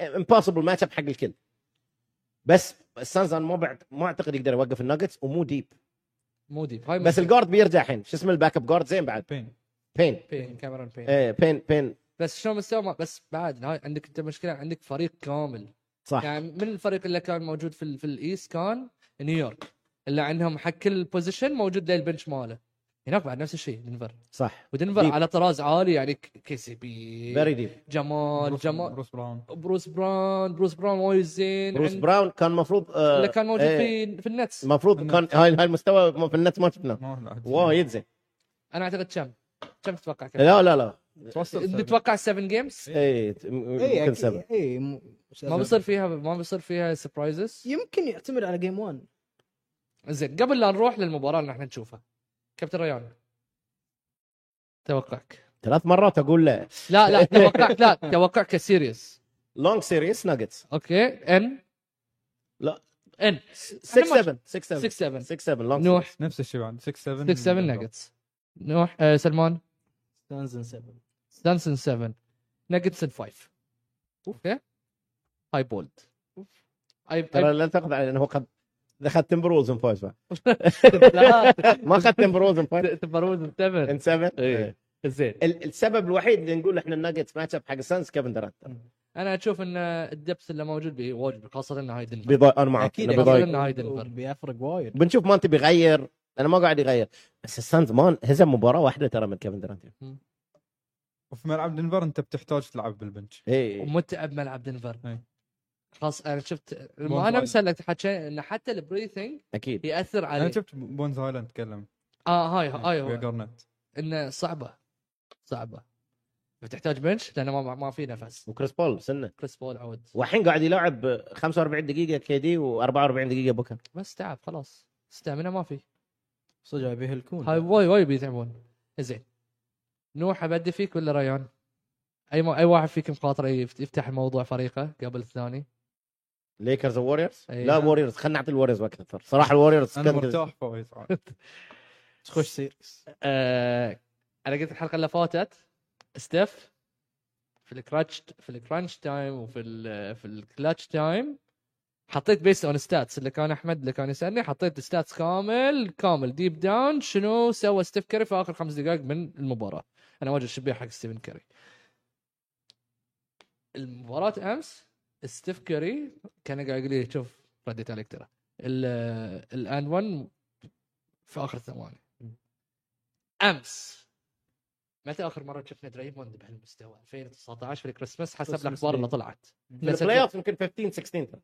Speaker 2: امبوسيبل ماتش اب حق الكل بس السانز انا ما بعد ما اعتقد يقدر يوقف الناجتس ومو ديب
Speaker 1: مو دي هاي
Speaker 2: بس الجارد بيرجع الحين شو اسمه الباك اب جارد زين بعد
Speaker 3: بين
Speaker 2: بين
Speaker 1: بين كاميرون بين
Speaker 2: ايه بين بين
Speaker 1: بس شلون مستوى ما- بس بعد هاي عندك انت مشكله عندك فريق كامل
Speaker 2: صح
Speaker 1: يعني من الفريق اللي كان موجود في ال- في الايست كان نيويورك اللي عندهم حق كل بوزيشن موجود له البنش ماله هناك بعد نفس الشيء دنفر
Speaker 2: صح
Speaker 1: ودنفر
Speaker 2: Deep.
Speaker 1: على طراز عالي يعني كي سي بي
Speaker 2: فيري ديب
Speaker 1: جمال
Speaker 3: بروس-
Speaker 1: جمال
Speaker 3: بروس براون
Speaker 1: بروس براون بروس براون وايد زين
Speaker 2: بروس
Speaker 1: عند-
Speaker 2: براون كان المفروض
Speaker 1: اللي
Speaker 2: آه
Speaker 1: كان موجود
Speaker 2: إيه.
Speaker 1: في في النتس
Speaker 2: المفروض كان هاي هاي المستوى ما- في النت ما شفناه
Speaker 3: ما لا،
Speaker 1: إيه.
Speaker 2: وايد زين
Speaker 1: انا اعتقد كم كم تتوقع كم؟
Speaker 2: لا لا إيه، لا
Speaker 3: توصل سبعة.
Speaker 1: نتوقع 7 جيمز
Speaker 2: اي
Speaker 1: إيه،
Speaker 4: اي
Speaker 2: يمكن سبعه
Speaker 4: إيه، أكيد- اي م-
Speaker 1: ما بيصير فيها ما بيصير فيها سبرايزز
Speaker 4: يمكن يعتمد على جيم 1
Speaker 1: زين قبل لا نروح للمباراه اللي احنا نشوفها كابتن ريان توقعك
Speaker 2: ثلاث مرات اقول له
Speaker 1: لا لا توقعك لا توقعك كسيريس
Speaker 2: لونج سيريس ناجتس
Speaker 1: اوكي ان
Speaker 2: لا.
Speaker 1: ان
Speaker 2: 6 7 6
Speaker 1: 6
Speaker 2: 7
Speaker 1: 7
Speaker 2: 6 7 لونج
Speaker 1: نوح
Speaker 3: نفس الشيء بعد 6 7
Speaker 1: 6 7 ناجتس نوح آه، سلمان
Speaker 4: ستانزن 7 *laughs*
Speaker 1: دانسن 7 ناجتس 5 اوكي هاي بولد اي
Speaker 2: ترى لا تاخذ على انه هو قد إذا اخذت تمبر وولز ان فايف
Speaker 1: لا
Speaker 2: *laughs* ما اخذت تمبر وولز ان
Speaker 1: *laughs*
Speaker 2: فايف
Speaker 1: تبروز الثمن
Speaker 2: ان 7
Speaker 1: إيه. زين
Speaker 2: السبب الوحيد اللي نقول احنا الناجتس ماتش اب حق السانز كيفن درانت
Speaker 1: انا اشوف ان الدبس اللي موجود به واجد خاصه ان هاي دنفر
Speaker 2: بيضايق انا معك
Speaker 4: اكيد
Speaker 2: أنا بيضايق
Speaker 1: أكيد. إنه هاي دنفر.
Speaker 4: بيفرق وايد
Speaker 2: بنشوف ما انت بيغير انا ما قاعد يغير بس السانز مان هزم مباراه واحده ترى من كيفن درانت
Speaker 3: وفي ملعب دنفر انت بتحتاج تلعب بالبنش
Speaker 2: اي
Speaker 1: ومتعب ملعب دنفر
Speaker 3: إيه.
Speaker 1: خلاص انا شفت
Speaker 3: بونز
Speaker 1: ما انا
Speaker 3: وايد.
Speaker 1: مسألك حكي ان حتى البريثنج
Speaker 2: اكيد
Speaker 1: ياثر
Speaker 3: انا
Speaker 1: عليه
Speaker 3: شفت بونز هايلاند تكلم
Speaker 1: اه هاي هاي
Speaker 3: ويا
Speaker 1: هو
Speaker 3: جارنت
Speaker 1: انه صعبه صعبه بتحتاج بنش لانه ما ما في نفس
Speaker 2: وكريس بول سنه
Speaker 1: كريس بول عود
Speaker 2: والحين قاعد يلعب 45 دقيقه كي دي و44 دقيقه بوكر
Speaker 1: بس تعب خلاص استامنا ما في
Speaker 4: صدق بيهلكون
Speaker 1: هاي وايد وايد بيتعبون زين نوح ابدي فيك ولا ريان؟ اي ما اي واحد فيكم خاطره يفت- يفتح الموضوع فريقه قبل الثاني
Speaker 2: ليكرز ووريرز
Speaker 1: أي.
Speaker 2: لا ووريرز خلينا نعطي الوريرز وقت اكثر صراحه الوريرز
Speaker 3: انا
Speaker 2: كان-
Speaker 3: مرتاح
Speaker 2: *laughs*
Speaker 3: فايز عاد.
Speaker 4: خش سيريس
Speaker 1: آه انا قلت الحلقه اللي فاتت ستيف في الكراتش في الكرانش تايم وفي ال في الكلاتش تايم حطيت بيس اون ستاتس اللي كان احمد اللي كان يسالني حطيت ستاتس كامل كامل ديب داون شنو سوى ستيف كاري في اخر خمس دقائق من المباراه انا واجد شبيه حق ستيفن كاري المباراه امس ستيف كاري كان قاعد يقول لي شوف رديت عليك ترى ال- الاند 1 في اخر ثواني امس متى اخر مره شفنا دريموند بهالمستوى 2019 في الكريسماس حسب
Speaker 4: Christmas
Speaker 1: الاخبار اللي
Speaker 4: Day.
Speaker 1: طلعت
Speaker 2: في البلاي اوف يمكن 15 16 ترى.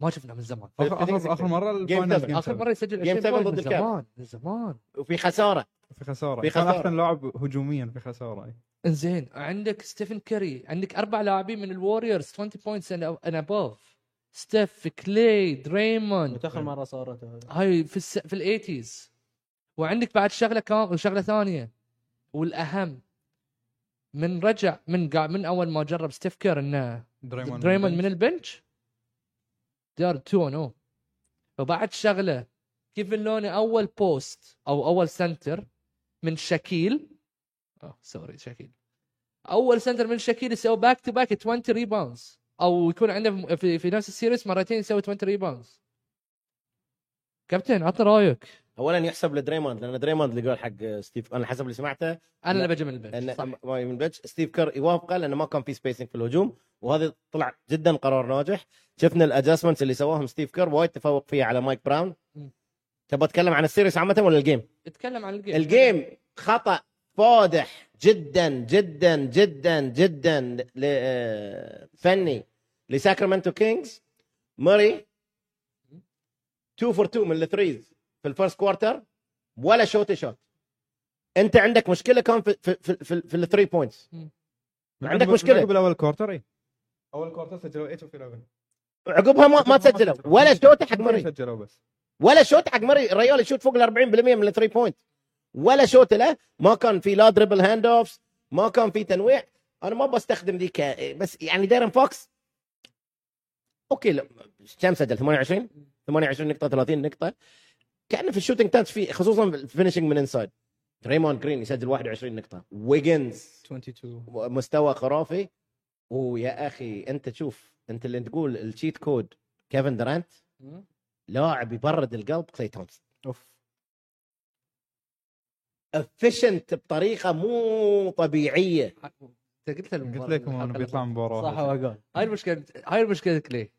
Speaker 1: ما شفنا من زمان
Speaker 3: اخر اخر اخر مره
Speaker 2: seven.
Speaker 3: الفاينل
Speaker 1: اخر مره يسجل
Speaker 2: Game
Speaker 1: 20
Speaker 2: seven
Speaker 1: بوينت
Speaker 2: ضد
Speaker 1: من
Speaker 2: الكاب.
Speaker 1: زمان من زمان
Speaker 2: وفي خساره
Speaker 3: في خساره
Speaker 2: في
Speaker 3: في خساره
Speaker 2: خسارة.
Speaker 3: كان احسن لاعب هجوميا في خساره
Speaker 1: انزين عندك ستيفن كاري عندك اربع لاعبين من الوريورز 20 بوينتس اند ابوف ستيف كلي دريموند
Speaker 4: متاخر مره صارت هذا
Speaker 1: هاي في الس... في الايتيز وعندك بعد شغله كام شغله ثانيه والاهم من رجع من قاع من اول ما جرب ستيف كير انه
Speaker 3: دريموند
Speaker 1: دريموند من البنش دار 2 0 oh. وبعد شغله كيفن لوني اول بوست او اول سنتر من شاكيل اه سوري شاكيل اول سنتر من شاكيل يسوي باك تو باك 20 ريباوندز او يكون عنده في, في نفس السيريس مرتين يسوي 20 ريباوندز كابتن عطني رايك
Speaker 2: اولا يحسب لدريموند لان دريموند اللي قال حق ستيف انا حسب اللي سمعته
Speaker 1: انا اللي
Speaker 2: لا.
Speaker 1: بجي من البنش صح
Speaker 2: ان ما من بيتش ستيف كير يوافقه لانه ما كان في سبيسنج في الهجوم وهذا طلع جدا قرار ناجح شفنا الادجستمنتس اللي سواهم ستيف كير وايد تفوق فيها على مايك براون
Speaker 1: مم.
Speaker 2: تبغى اتكلم عن السيريس عامه ولا الجيم؟
Speaker 1: اتكلم عن الجيم
Speaker 2: الجيم خطا فادح جدا جدا جدا جدا ل- آه، فني لساكرامنتو كينجز ماري 2 فور 2 من الثريز في الفيرست كوارتر ولا شوت شوت انت عندك مشكله كان في في في, في, في الثري بوينتس عندك مشكلة.
Speaker 3: بالاول كوارتر اي اول كوارتر إيه. سجلوا 8 في 11
Speaker 2: عقبها ما, ما تسجله ولا شوت حق ماري
Speaker 3: سجلوا بس
Speaker 2: ولا شوت حق مري الريال يشوت فوق ال 40% من الثري بوينت ولا شوت له ما كان في لا دربل هاند اوفز ما كان في تنويع انا ما بستخدم ذيك بس يعني ديرن فوكس اوكي لا، كم سجل 28 28 نقطه 30 نقطه كانه في الشوتنج تاتش في خصوصا في الفينشنج من انسايد ريمون جرين يسجل 21 نقطه ويجنز
Speaker 4: 22
Speaker 2: مستوى خرافي ويا اخي انت تشوف انت اللي تقول الشيت كود كيفن درانت
Speaker 1: مم.
Speaker 2: لاعب يبرد القلب كلي تومسون
Speaker 3: اوف
Speaker 2: افشنت بطريقه مو طبيعيه
Speaker 1: انت قلت لهم
Speaker 3: قلت لكم انه بيطلع مباراه
Speaker 4: صح
Speaker 3: واحدة.
Speaker 4: هو قال
Speaker 1: هاي المشكله هاي المشكله ليه؟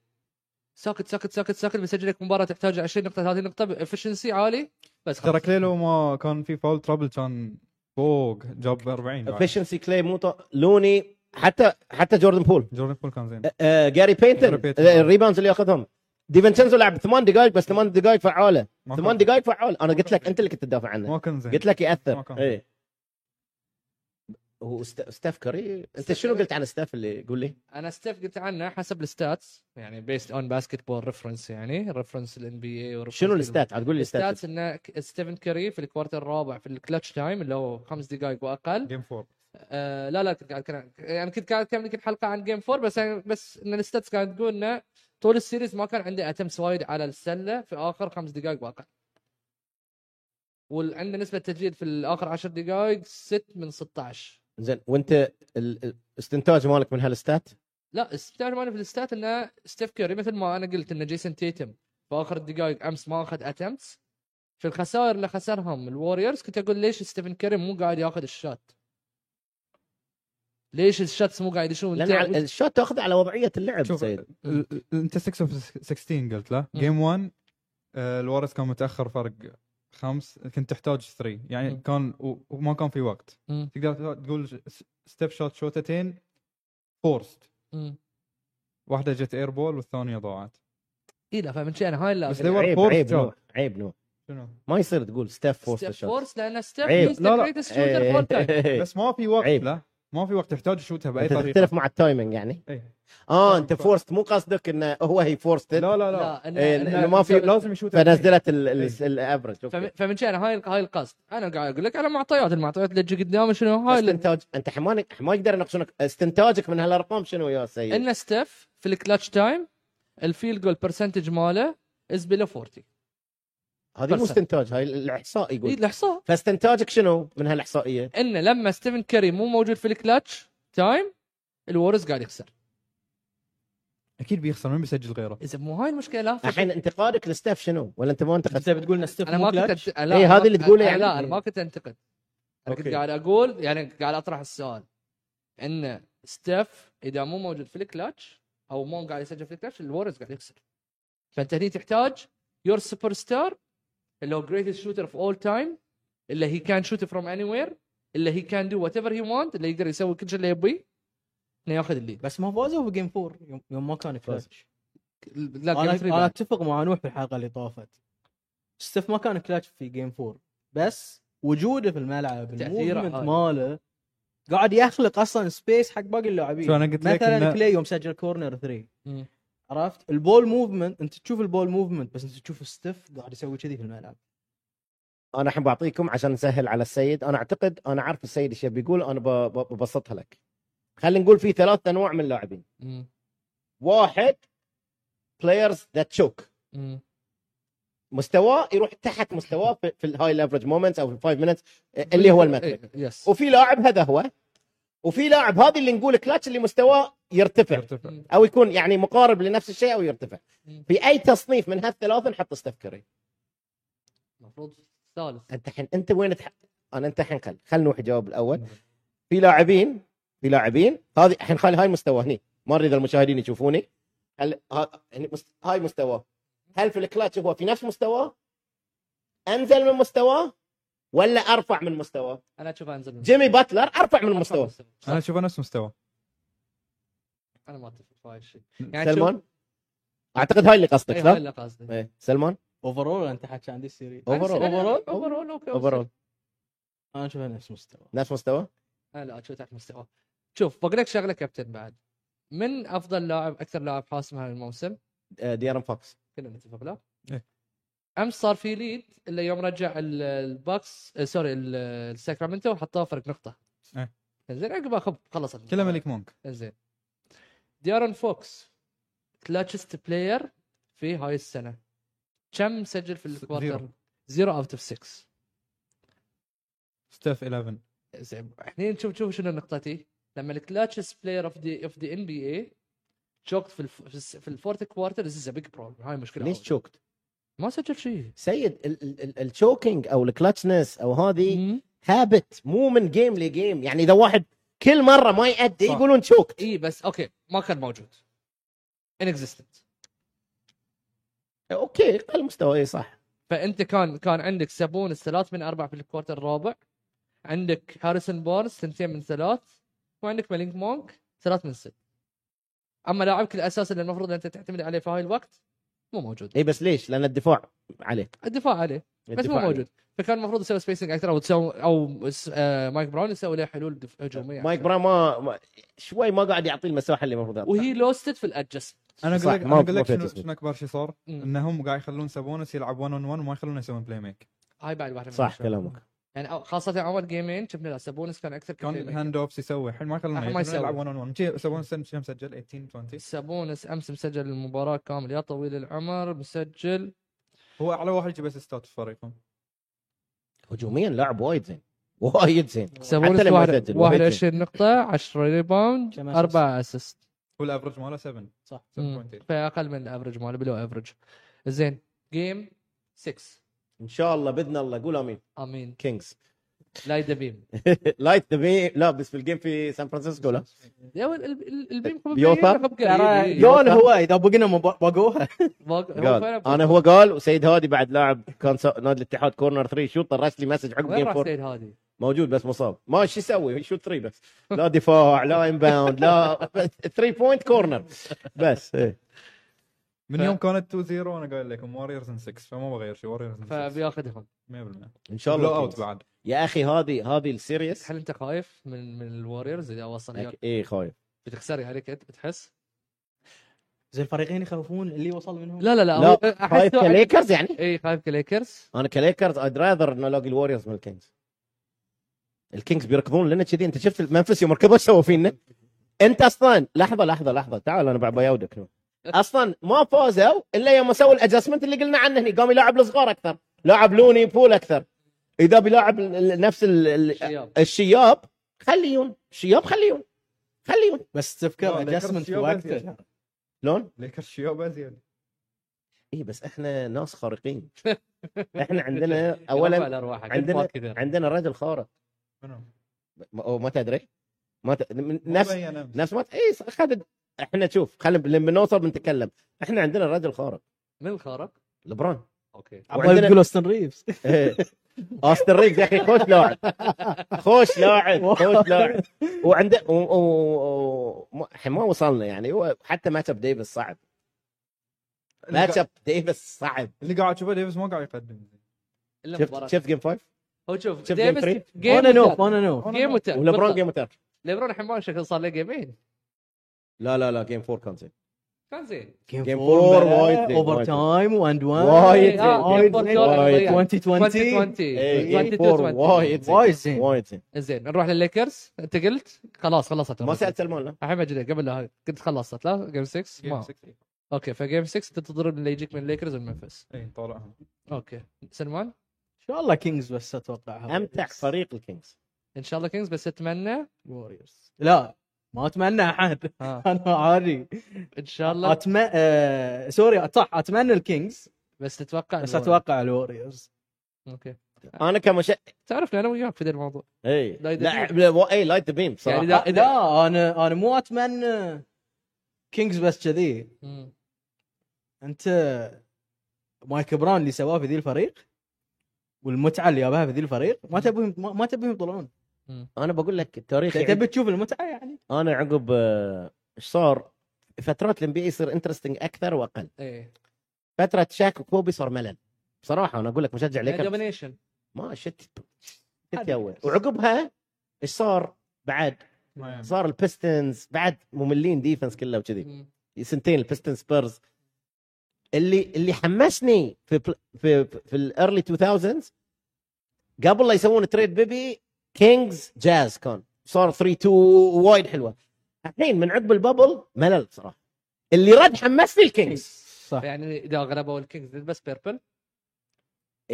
Speaker 1: ساكت ساكت ساكت ساكت بيسجل لك مباراه تحتاج 20 نقطه 30 نقطه بافشنسي عالي بس
Speaker 3: ترى
Speaker 1: خلاص
Speaker 3: كلي لو ما كان في فاول ترابل كان فوق جاب 40 بعد.
Speaker 2: افشنسي كلي مو ط- لوني حتى حتى جوردن بول
Speaker 3: جوردن بول كان زين
Speaker 2: آه جاري
Speaker 3: جاري
Speaker 2: بينتون
Speaker 3: بينتون.
Speaker 2: الريباوندز اللي ياخذهم ديفنشنزو لعب ثمان دقائق بس ثمان دقائق فعاله
Speaker 3: ما
Speaker 2: ثمان
Speaker 3: كان-
Speaker 2: دقائق فعال انا قلت لك انت اللي كنت تدافع عنه
Speaker 3: ما كان زين
Speaker 2: قلت لك إيه.
Speaker 3: ما كان.
Speaker 2: ياثر اي وستاف كاري انت شنو قلت عن ستاف اللي قول لي
Speaker 1: انا ستيف قلت عنه حسب الستاتس يعني بيست اون باسكت بول ريفرنس يعني ريفرنس الان بي اي
Speaker 2: شنو الستات هتقول لي الستات
Speaker 1: الستاتس انه ك- ستيفن كاري في الكوارتر الرابع في الكلتش تايم اللي هو خمس دقائق واقل
Speaker 3: جيم 4
Speaker 1: آه لا لا كنت قاعد كان يعني كنت قاعد كان يمكن حلقه عن جيم 4 بس يعني بس ان الستاتس كانت تقول انه طول السيريز ما كان عنده اتمس وايد على السله في اخر خمس دقائق واقل وعنده نسبه تسجيل في الاخر 10 دقائق 6 من 16
Speaker 2: زين وانت ال- ال- الاستنتاج مالك من هالستات
Speaker 1: لا استمتعت معنا في الستات انه ستيف كيري مثل ما انا قلت ان جيسون تيتم في اخر الدقائق امس ما اخذ اتمتس في الخسائر اللي خسرهم الوريورز كنت اقول ليش ستيفن كيري مو قاعد ياخذ الشات ليش الشاتس مو قاعد يشوف
Speaker 2: لان على- الشوت تاخذ على وضعيه اللعب
Speaker 3: شوف
Speaker 2: سيد
Speaker 3: ال- ال- انت 6 اوف 16 قلت له
Speaker 1: مم.
Speaker 3: جيم 1 الورث آه، كان متاخر فرق خمس كنت تحتاج 3 يعني
Speaker 1: مم.
Speaker 3: كان و- وما كان في وقت
Speaker 1: مم.
Speaker 3: تقدر تقول ستيب شوت شوتتين فورست واحده جت اير بول والثانيه ضاعت
Speaker 1: اي لا فمن شيء انا هاي لا
Speaker 3: بس they were
Speaker 2: عيب
Speaker 3: forced
Speaker 2: عيب
Speaker 3: shot.
Speaker 2: نوع عيب نوع
Speaker 3: شنو
Speaker 2: ما يصير تقول ستيف فورس
Speaker 1: ستيف فورس لان ستيف
Speaker 2: عيب. إيه،
Speaker 1: از
Speaker 3: لا،
Speaker 1: ذا
Speaker 3: لا.
Speaker 1: جريتست شوتر فول
Speaker 2: *laughs*
Speaker 1: تايم
Speaker 3: بس ما في وقت
Speaker 2: عيب.
Speaker 3: لا ما في وقت تحتاج تشوتها باي طريقه
Speaker 2: تختلف مع التايمنج يعني
Speaker 3: إيه.
Speaker 2: اه انت فورست مو قصدك انه هو هي فورست
Speaker 3: لا لا لا
Speaker 1: لا إن-
Speaker 2: إيه،
Speaker 1: إن-
Speaker 2: إنه ما في-
Speaker 3: لازم يشوتها
Speaker 2: فنزلت ال- ال-
Speaker 3: إيه.
Speaker 2: الافرج
Speaker 1: فم-
Speaker 2: اوكي
Speaker 1: فمن شان هاي هاي القصد انا قاعد اقول لك على معطيات المعطيات اللي تجي قدامي شنو هاي اللي-
Speaker 2: استنتاج انت حمانك ما يقدر يناقشونك استنتاجك من هالارقام شنو يا سيد؟
Speaker 1: ان ستيف في الكلاتش تايم الفيل جول برسنتج ماله از بلو 40
Speaker 2: هذه مو
Speaker 1: percent.
Speaker 2: استنتاج هاي الاحصاء
Speaker 1: اي
Speaker 2: يقول
Speaker 1: الاحصاء
Speaker 2: فاستنتاجك شنو من هالاحصائيه؟
Speaker 1: ان إيه، لما ستيفن كاري مو موجود في الكلاتش تايم الورز قاعد يخسر
Speaker 3: اكيد بيخسر من بيسجل غيره
Speaker 1: اذا مو هاي المشكله لا فش-
Speaker 2: الحين انتقادك لستيف شنو؟ ولا انت ما انتقدت؟
Speaker 4: انت بتقول ان ستيف
Speaker 1: انا
Speaker 4: مو
Speaker 1: ما كنت
Speaker 4: كلتش؟
Speaker 1: أنت... لا
Speaker 2: إيه،
Speaker 1: أنا ما
Speaker 2: هذه اللي
Speaker 1: كنت-
Speaker 2: تقوله
Speaker 1: أنا-
Speaker 2: يعني.
Speaker 1: لا انا ما كنت انتقد انا كنت
Speaker 2: أوكي.
Speaker 1: قاعد اقول يعني قاعد اطرح السؤال ان ستيف اذا مو موجود في الكلاتش او مو قاعد يسجل في الكلاتش الورز قاعد يخسر فانت هني تحتاج يور سوبر ستار اللي هو جريتست شوتر اوف اول تايم اللي هي كان شوت فروم اني وير اللي هي كان دو وات ايفر هي وانت اللي يقدر يسوي كل شيء اللي يبيه انه ياخذ الليد
Speaker 4: بس ما فازوا بجيم 4 يوم, يوم ما كان كلتش
Speaker 1: لا
Speaker 4: انا
Speaker 1: Game Three
Speaker 4: انا
Speaker 1: بعد.
Speaker 4: اتفق مع نوح في الحلقه اللي طافت ستيف ما كان كلتش في جيم 4 بس وجوده في الملعب
Speaker 1: تأثيره
Speaker 4: الموفمنت
Speaker 1: عالي.
Speaker 4: ماله قاعد يخلق اصلا سبيس حق باقي
Speaker 2: إيه،
Speaker 4: اللاعبين
Speaker 3: شو أنا قلت لك
Speaker 4: مثلا
Speaker 3: إنه-
Speaker 4: كلي يوم سجل كورنر 3
Speaker 1: مم.
Speaker 4: عرفت البول موفمنت انت تشوف البول موفمنت بس انت تشوف ستيف قاعد يسوي كذي في الملعب
Speaker 2: انا الحين بعطيكم عشان نسهل على السيد انا اعتقد انا عارف السيد ايش يبي يقول انا ب- ب- ببسطها لك خلينا نقول في ثلاث انواع من اللاعبين
Speaker 1: مم.
Speaker 2: واحد بلايرز ذات تشوك
Speaker 1: مم.
Speaker 2: مستواه يروح تحت مستواه في, في الهاي ليفرج مومنتس او في الفايف مينتس اللي هو المتر
Speaker 1: إيه، يس
Speaker 2: وفي لاعب هذا هو وفي لاعب هذه اللي نقول كلاتش اللي مستواه يرتفع
Speaker 3: يرتفع
Speaker 2: او يكون يعني مقارب لنفس الشيء او يرتفع
Speaker 1: مم.
Speaker 2: في اي تصنيف من هالثلاثه نحط ستيف كاري
Speaker 1: المفروض في الثالث
Speaker 2: انت الحين انت وين تح... انا انت الحين خل خل نروح الجواب الاول في لاعبين في لاعبين هذه الحين خلي هاي مستوى هني ما اريد المشاهدين يشوفوني هل ها- يعني مست- هاي مستواه هل في الكلاتش هو في نفس مستواه انزل من مستواه ولا ارفع من مستواه
Speaker 1: انا اشوفها انزل من
Speaker 2: جيمي باتلر ارفع من
Speaker 1: أرفع
Speaker 2: مستواه
Speaker 1: مستوى.
Speaker 3: انا اشوفه نفس مستوى
Speaker 1: انا ما اتفق في هاي الشيء
Speaker 2: سلمان اعتقد هاي اللي قصدك
Speaker 1: اي يعني أيوة، هاي
Speaker 2: صح؟
Speaker 1: اللي قصدي
Speaker 2: إيه. سلمان
Speaker 4: اوفرول انت حكي عن دي السيري
Speaker 2: اوفرول
Speaker 1: اوفرول اوفرول اوكي
Speaker 2: اوفرول
Speaker 4: انا اشوفها نفس مستوى
Speaker 2: نفس مستوى
Speaker 1: انا لا اشوف تحت مستوى شوف بقول لك شغله كابتن بعد من افضل لاعب اكثر لاعب حاسم هذا الموسم
Speaker 2: آه، ديارن فوكس
Speaker 1: كلنا نتفق لا
Speaker 3: إيه.
Speaker 1: امس صار في ليد الا يوم رجع ال- الباكس آه، سوري ال- الساكرامنتو وحطوه فرق نقطه
Speaker 3: إيه.
Speaker 1: زين عقبها خب خلص
Speaker 3: كله
Speaker 2: آه.
Speaker 3: ملك مونك
Speaker 1: زين ديارن فوكس كلاتشست بلاير في هاي السنه كم سجل في
Speaker 3: س-
Speaker 1: الكوارتر؟
Speaker 3: زيرو.
Speaker 1: زيرو اوت اوف 6
Speaker 3: ستاف 11
Speaker 1: زين الحين نشوف شوف شنو نقطتي لما الكلاتشز بلاير اوف ذا اوف ذا ان بي اي شوكت في الف... في الس- في الفورث كوارتر از بيج بروبلم هاي مشكله
Speaker 2: ليش
Speaker 1: عودة.
Speaker 2: شوكت؟
Speaker 1: ما سجل شيء
Speaker 2: سيد ال- ال- ال- الشوكينج او الكلاتشنس او هذه هابت مو من جيم لجيم يعني اذا واحد كل مره ما يأدي
Speaker 1: صح.
Speaker 2: يقولون شوكت
Speaker 1: اي بس اوكي ما كان موجود ان اكزيستنت
Speaker 2: اوكي أه، قل مستوى اي صح
Speaker 1: فانت كان كان عندك سابونس ثلاث من اربع في الكوارتر الرابع عندك هاريسون بارنز ثنتين من ثلاث وعندك مالينج مونك ثلاث من ست اما لاعبك الاساسي اللي المفروض انت تعتمد عليه في هاي الوقت مو موجود
Speaker 2: اي إيه، بس ليش؟ لان الدفاع عليه
Speaker 1: الدفاع عليه بس مو
Speaker 2: الدفاع
Speaker 1: موجود فكان المفروض يسوي سبيسنج اكثر او تسوي او س- آه، مايك براون يسوي له حلول دف-
Speaker 2: عليه.
Speaker 1: هجوميه
Speaker 2: مايك براون ما ما- شوي ما قاعد يعطي المساحه اللي المفروض يعطيها.
Speaker 1: وهي لوستد في الادجست
Speaker 3: انا
Speaker 2: صح،
Speaker 3: اقول لك
Speaker 2: ما-
Speaker 3: انا اقول
Speaker 2: ما
Speaker 3: لك
Speaker 2: فيها
Speaker 3: شنو
Speaker 2: تسويق.
Speaker 3: شنو اكبر شيء صار انهم قاعد يخلون سابونس يلعب 1 اون 1 وما يخلونه يسوون بلاي ميك
Speaker 1: هاي بعد واحده من
Speaker 2: صح
Speaker 1: الأشياء.
Speaker 2: كلامك
Speaker 1: يعني أو- خاصه اول جيمين شفنا لا سابونس كان اكثر
Speaker 2: إيه،
Speaker 3: كان
Speaker 1: كان
Speaker 3: الهاند اوفس يسوي الحين ما يخلونه
Speaker 1: الحين ما
Speaker 3: يخلونه
Speaker 1: يسوي.
Speaker 3: يلعب 1 اون 1 سابونس كم سجل 18 20
Speaker 1: سابونس امس مسجل المباراه كامل يا طويل العمر مسجل
Speaker 3: هو اعلى واحد يجيب اسيستات في فريقهم
Speaker 2: هجوميا لاعب وايد زين وايد زين
Speaker 1: سابونس
Speaker 2: لما
Speaker 1: واحد-
Speaker 2: سجل، وايد
Speaker 1: 21 نقطه 10 ريباوند
Speaker 4: كم
Speaker 1: 4 اسيست
Speaker 3: هو الافرج ماله 7
Speaker 4: صح
Speaker 1: مم.
Speaker 3: 7.8
Speaker 1: فاقل من الافرج ماله بلو افرج زين جيم 6
Speaker 2: ان شاء الله باذن الله قول امين
Speaker 1: امين
Speaker 2: كينجز
Speaker 1: لا
Speaker 2: *laughs*
Speaker 1: يدبيم
Speaker 2: لايت ذا بيم لا بس في الجيم في سان فرانسيسكو لا
Speaker 1: يا ول- ال- ال- البيم
Speaker 2: بيوثر؟
Speaker 1: قبل-
Speaker 4: ترى
Speaker 1: إيه.
Speaker 4: جون هو اذا بقينا مو- بقوها
Speaker 1: باق- هو
Speaker 2: قال
Speaker 1: فعلاً
Speaker 2: انا هو قال وسيد هادي بعد لاعب كان سا- نادي الاتحاد كورنر 3 شوت طرش لي مسج عقب
Speaker 1: وين
Speaker 2: جيم
Speaker 1: راح
Speaker 2: 4
Speaker 1: سيد هادي؟
Speaker 2: موجود بس مصاب ما ايش يسوي شوت 3 بس لا دفاع لا انباوند لا *laughs* 3 بوينت كورنر بس إيه.
Speaker 3: من
Speaker 1: ف-
Speaker 3: يوم كانت 2 0 انا قايل لكم واريورز ان 6 فما بغير شيء واريورز ان 6
Speaker 1: فبياخذهم
Speaker 3: 100%
Speaker 2: ان شاء
Speaker 3: بلو
Speaker 2: الله
Speaker 3: اوت
Speaker 2: Kings.
Speaker 3: بعد
Speaker 2: يا اخي هذه هذه السيريس
Speaker 1: هل انت خايف من من الوريورز اذا وصل وياك
Speaker 2: اي إيه، خايف
Speaker 1: بتخسر عليك انت بتحس؟
Speaker 4: زي الفريقين يخافون اللي وصل منهم
Speaker 1: لا لا لا,
Speaker 2: لا،
Speaker 1: هو- أحس
Speaker 2: خايف
Speaker 1: هو-
Speaker 2: كليكرز يعني
Speaker 1: اي خايف كليكرز
Speaker 2: انا كليكرز ايد راذر انه الاقي الوريورز من الكينجز الكينجز بيركضون لنا كذي انت شفت منفس يوم ركضوا ايش سووا فينا انت اصلا لحظه لحظه لحظه تعال انا بعد بياودك نو. اصلا ما فازوا الا يوم سووا الادجستمنت اللي قلنا عنه هنا قام يلاعب الصغار اكثر لاعب لوني بول اكثر اذا بيلاعب ال- ال- نفس ال- ال-
Speaker 1: شياب.
Speaker 2: الشياب خليون شياب خليون خليون
Speaker 4: بس
Speaker 3: لا،
Speaker 4: تذكر
Speaker 3: ليكرز
Speaker 4: ادجستمنت في
Speaker 3: يوم
Speaker 4: وقته
Speaker 2: يعني.
Speaker 3: أزيد.
Speaker 2: لون
Speaker 3: ليكرز شيوب ازيد
Speaker 2: اي بس احنا ناس خارقين احنا عندنا
Speaker 1: *laughs*
Speaker 2: اولا
Speaker 1: عندنا
Speaker 2: عندنا- عندنا رجل خارق
Speaker 3: منو؟
Speaker 2: ما- أو ما تدري ما ت... من-
Speaker 3: مو
Speaker 2: نفس
Speaker 3: بين أمس.
Speaker 2: نفس ما ت- اي ص- خد احنا شوف خلينا لما نوصل بنتكلم احنا عندنا رجل خارق
Speaker 1: من الخارق؟
Speaker 2: لبران
Speaker 1: اوكي
Speaker 4: عبالي
Speaker 2: وعندنا-
Speaker 4: بتقول اوستن ريفز
Speaker 1: *laughs*
Speaker 2: *laughs* إيه. اوستن ريفز يا اخي خوش لاعب خوش لاعب خوش
Speaker 4: *laughs*
Speaker 2: لاعب وعنده و... و... و... ما- إحنا ما وصلنا يعني هو حتى ماتش اب ديفيس صعب
Speaker 3: اللي
Speaker 2: ماتش
Speaker 3: قاعد-
Speaker 2: اب ديفيس صعب
Speaker 3: اللي قاعد اشوفه ديفيس ما قاعد يقدم
Speaker 1: الا مباراة.
Speaker 2: شفت شفت جيم 5
Speaker 1: هو شوف
Speaker 2: شفت جيم
Speaker 1: ديفيس
Speaker 2: ثري؟
Speaker 1: جيم
Speaker 4: اون نوف
Speaker 1: وتاب.
Speaker 4: اون نوف
Speaker 1: جيم وتاب.
Speaker 2: ولبرون
Speaker 1: بالضبط.
Speaker 2: جيم وتر
Speaker 1: ليبرون الحين ما شكل صار له جيمين
Speaker 2: لا لا لا جيم 4 كان زين
Speaker 1: كان زين
Speaker 2: Game four وايد زين،
Speaker 4: اوفر
Speaker 2: وايد زين.
Speaker 4: تايم واند وان
Speaker 2: وايد
Speaker 1: إيه،
Speaker 2: زين.
Speaker 1: آه،
Speaker 2: وايد
Speaker 1: جيم فور
Speaker 2: زين.
Speaker 1: كان
Speaker 2: وايد
Speaker 1: ضيع.
Speaker 4: 2020
Speaker 2: إيه، Game
Speaker 1: 2020
Speaker 2: four
Speaker 1: 22.
Speaker 2: وايد زين
Speaker 1: إيه.
Speaker 4: وايد زين
Speaker 2: وايد زين
Speaker 1: زين نروح للليكرز انت قلت خلاص خلصت
Speaker 2: ما سالت سلمان لا
Speaker 1: الحين بجد قبل لا قلت خلصت لا جيم 6
Speaker 3: جيم
Speaker 1: ما
Speaker 3: 6
Speaker 1: اوكي فجيم 6 انت تضرب اللي يجيك من الليكرز ومنفس
Speaker 3: اي إيه، طالعهم
Speaker 1: اوكي سلمان
Speaker 4: ان شاء الله كينجز بس اتوقع
Speaker 2: امتع فريق الكينجز
Speaker 1: ان شاء الله كينجز بس اتمنى
Speaker 4: ووريرز لا ما اتمنى *laughs* احد
Speaker 1: آه.
Speaker 4: انا عادي
Speaker 1: ان شاء الله
Speaker 4: اتمنى آه... سوري صح اتمنى الكينجز
Speaker 1: بس تتوقع
Speaker 4: بس
Speaker 1: الوضع.
Speaker 4: اتوقع الوريرز
Speaker 1: اوكي
Speaker 2: انا كمش
Speaker 1: تعرفني انا وياك في ذا الموضوع
Speaker 2: اي
Speaker 1: لا
Speaker 2: إيه. لا
Speaker 1: يدفع.
Speaker 2: لا- إيه، اي لايت ذا بيم صراحه
Speaker 1: يعني
Speaker 4: آه، لا,
Speaker 1: إذا- إذا-
Speaker 4: انا انا مو اتمنى كينجز بس كذي
Speaker 1: مم.
Speaker 4: انت مايك بران اللي سواه في ذي الفريق والمتعه اللي جابها في ذي الفريق ما تبيهم ما ما تبيهم يطلعون
Speaker 2: انا بقول لك التاريخ يعني-
Speaker 4: تبي تشوف المتعه يعني
Speaker 2: انا عقب آه، ايش صار فترات الام بي يصير انترستنج اكثر واقل
Speaker 1: ايه
Speaker 2: فتره شاك وكوبي صار ملل بصراحه انا اقول لك مشجع ليكرز
Speaker 1: دومينيشن
Speaker 2: ما شت شت يا ول. وعقبها ايش صار بعد صار البيستنز بعد مملين ديفنس كله وكذي سنتين البيستنز سبيرز اللي اللي حمسني في بل- في في الايرلي 2000 قبل لا يسوون تريد بيبي كينجز جاز كان صار 3 2 وايد حلوه الحين من عقب الببل ملل صراحه اللي رد حمسني الكينجز
Speaker 4: صح
Speaker 1: يعني اذا غلبوا الكينجز بس بيربل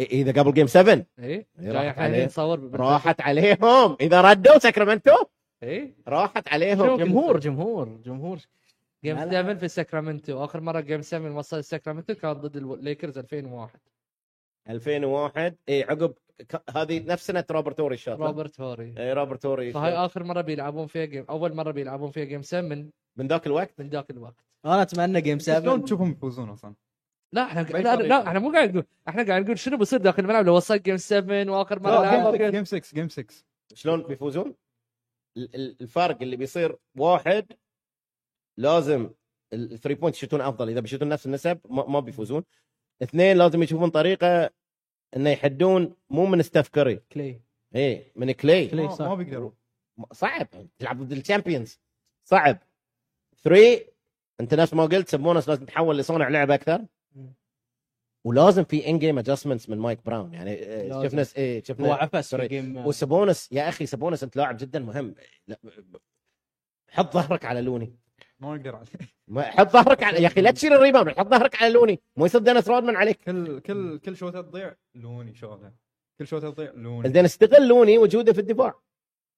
Speaker 2: إ- اذا قبل جيم 7
Speaker 1: ايه
Speaker 2: إيه،
Speaker 1: جاي
Speaker 2: راحت
Speaker 1: احنا
Speaker 2: عليه.
Speaker 1: الحين نصور بال-
Speaker 2: راحت عليهم اذا ردوا ساكرامنتو
Speaker 1: ايه
Speaker 2: راحت
Speaker 1: شو
Speaker 2: عليهم
Speaker 1: كنت-
Speaker 4: جمهور جمهور جمهور
Speaker 1: جيم
Speaker 4: لا، لا.
Speaker 1: 7 في ساكرامنتو اخر مره جيم 7 وصل ساكرامنتو كان ضد الليكرز 2001
Speaker 2: 2001 اي عقب ك- هذه نفس سنه روبرت هوري الشاطر
Speaker 1: روبرت
Speaker 2: روبرت
Speaker 1: هوري
Speaker 2: اي روبرت هوري
Speaker 1: فهاي اخر مره بيلعبون فيها جيم اول مره بيلعبون فيها جيم 7 من
Speaker 2: من ذاك الوقت
Speaker 1: من ذاك الوقت
Speaker 4: انا اتمنى جيم
Speaker 3: شلون
Speaker 4: 7
Speaker 3: تشوفهم يفوزون اصلا؟
Speaker 1: لا احنا لا,
Speaker 3: بأي
Speaker 1: لا,
Speaker 3: طريقة؟
Speaker 1: لا احنا مو قاعد نقول احنا قاعد نقول شنو بيصير داخل الملعب لو وصل جيم 7 واخر مره لعبوا
Speaker 3: لا،
Speaker 1: جيم-
Speaker 3: جيم 6 جيم 6
Speaker 2: شلون بيفوزون؟ ال- ال- الفرق اللي بيصير واحد لازم الثري بوينت يشوتون افضل اذا بيشوتون نفس النسب ما, ما بيفوزون اثنين لازم يشوفون طريقه انه يحدون مو من ستيف كاري
Speaker 4: كلي
Speaker 2: اي من كلاي
Speaker 4: كلي
Speaker 3: ما ما
Speaker 4: صح
Speaker 3: بيقدروا
Speaker 2: صعب تلعب ضد الشامبيونز صعب ثري انت نفس ما قلت سبونس لازم تحول لصانع لعب اكثر
Speaker 4: مم.
Speaker 2: ولازم في ان جيم ادجستمنتس من مايك براون يعني آه،
Speaker 4: لازم.
Speaker 2: شفنا ايه شفنا
Speaker 4: هو عفس في
Speaker 2: سوري.
Speaker 4: جيم
Speaker 2: وسبونس يا اخي سبونس انت لاعب جدا مهم لا- حط ظهرك على لوني
Speaker 3: ما نقدر عليه
Speaker 2: ما- حط ظهرك على يا اخي لا تشيل الريباوند حط ظهرك على لوني مو يصير دينيس رودمان عليك
Speaker 3: *laughs* كل كل كل شوطه تضيع لوني شغله كل شوطه تضيع لوني
Speaker 2: زين استغل لوني وجوده في الدفاع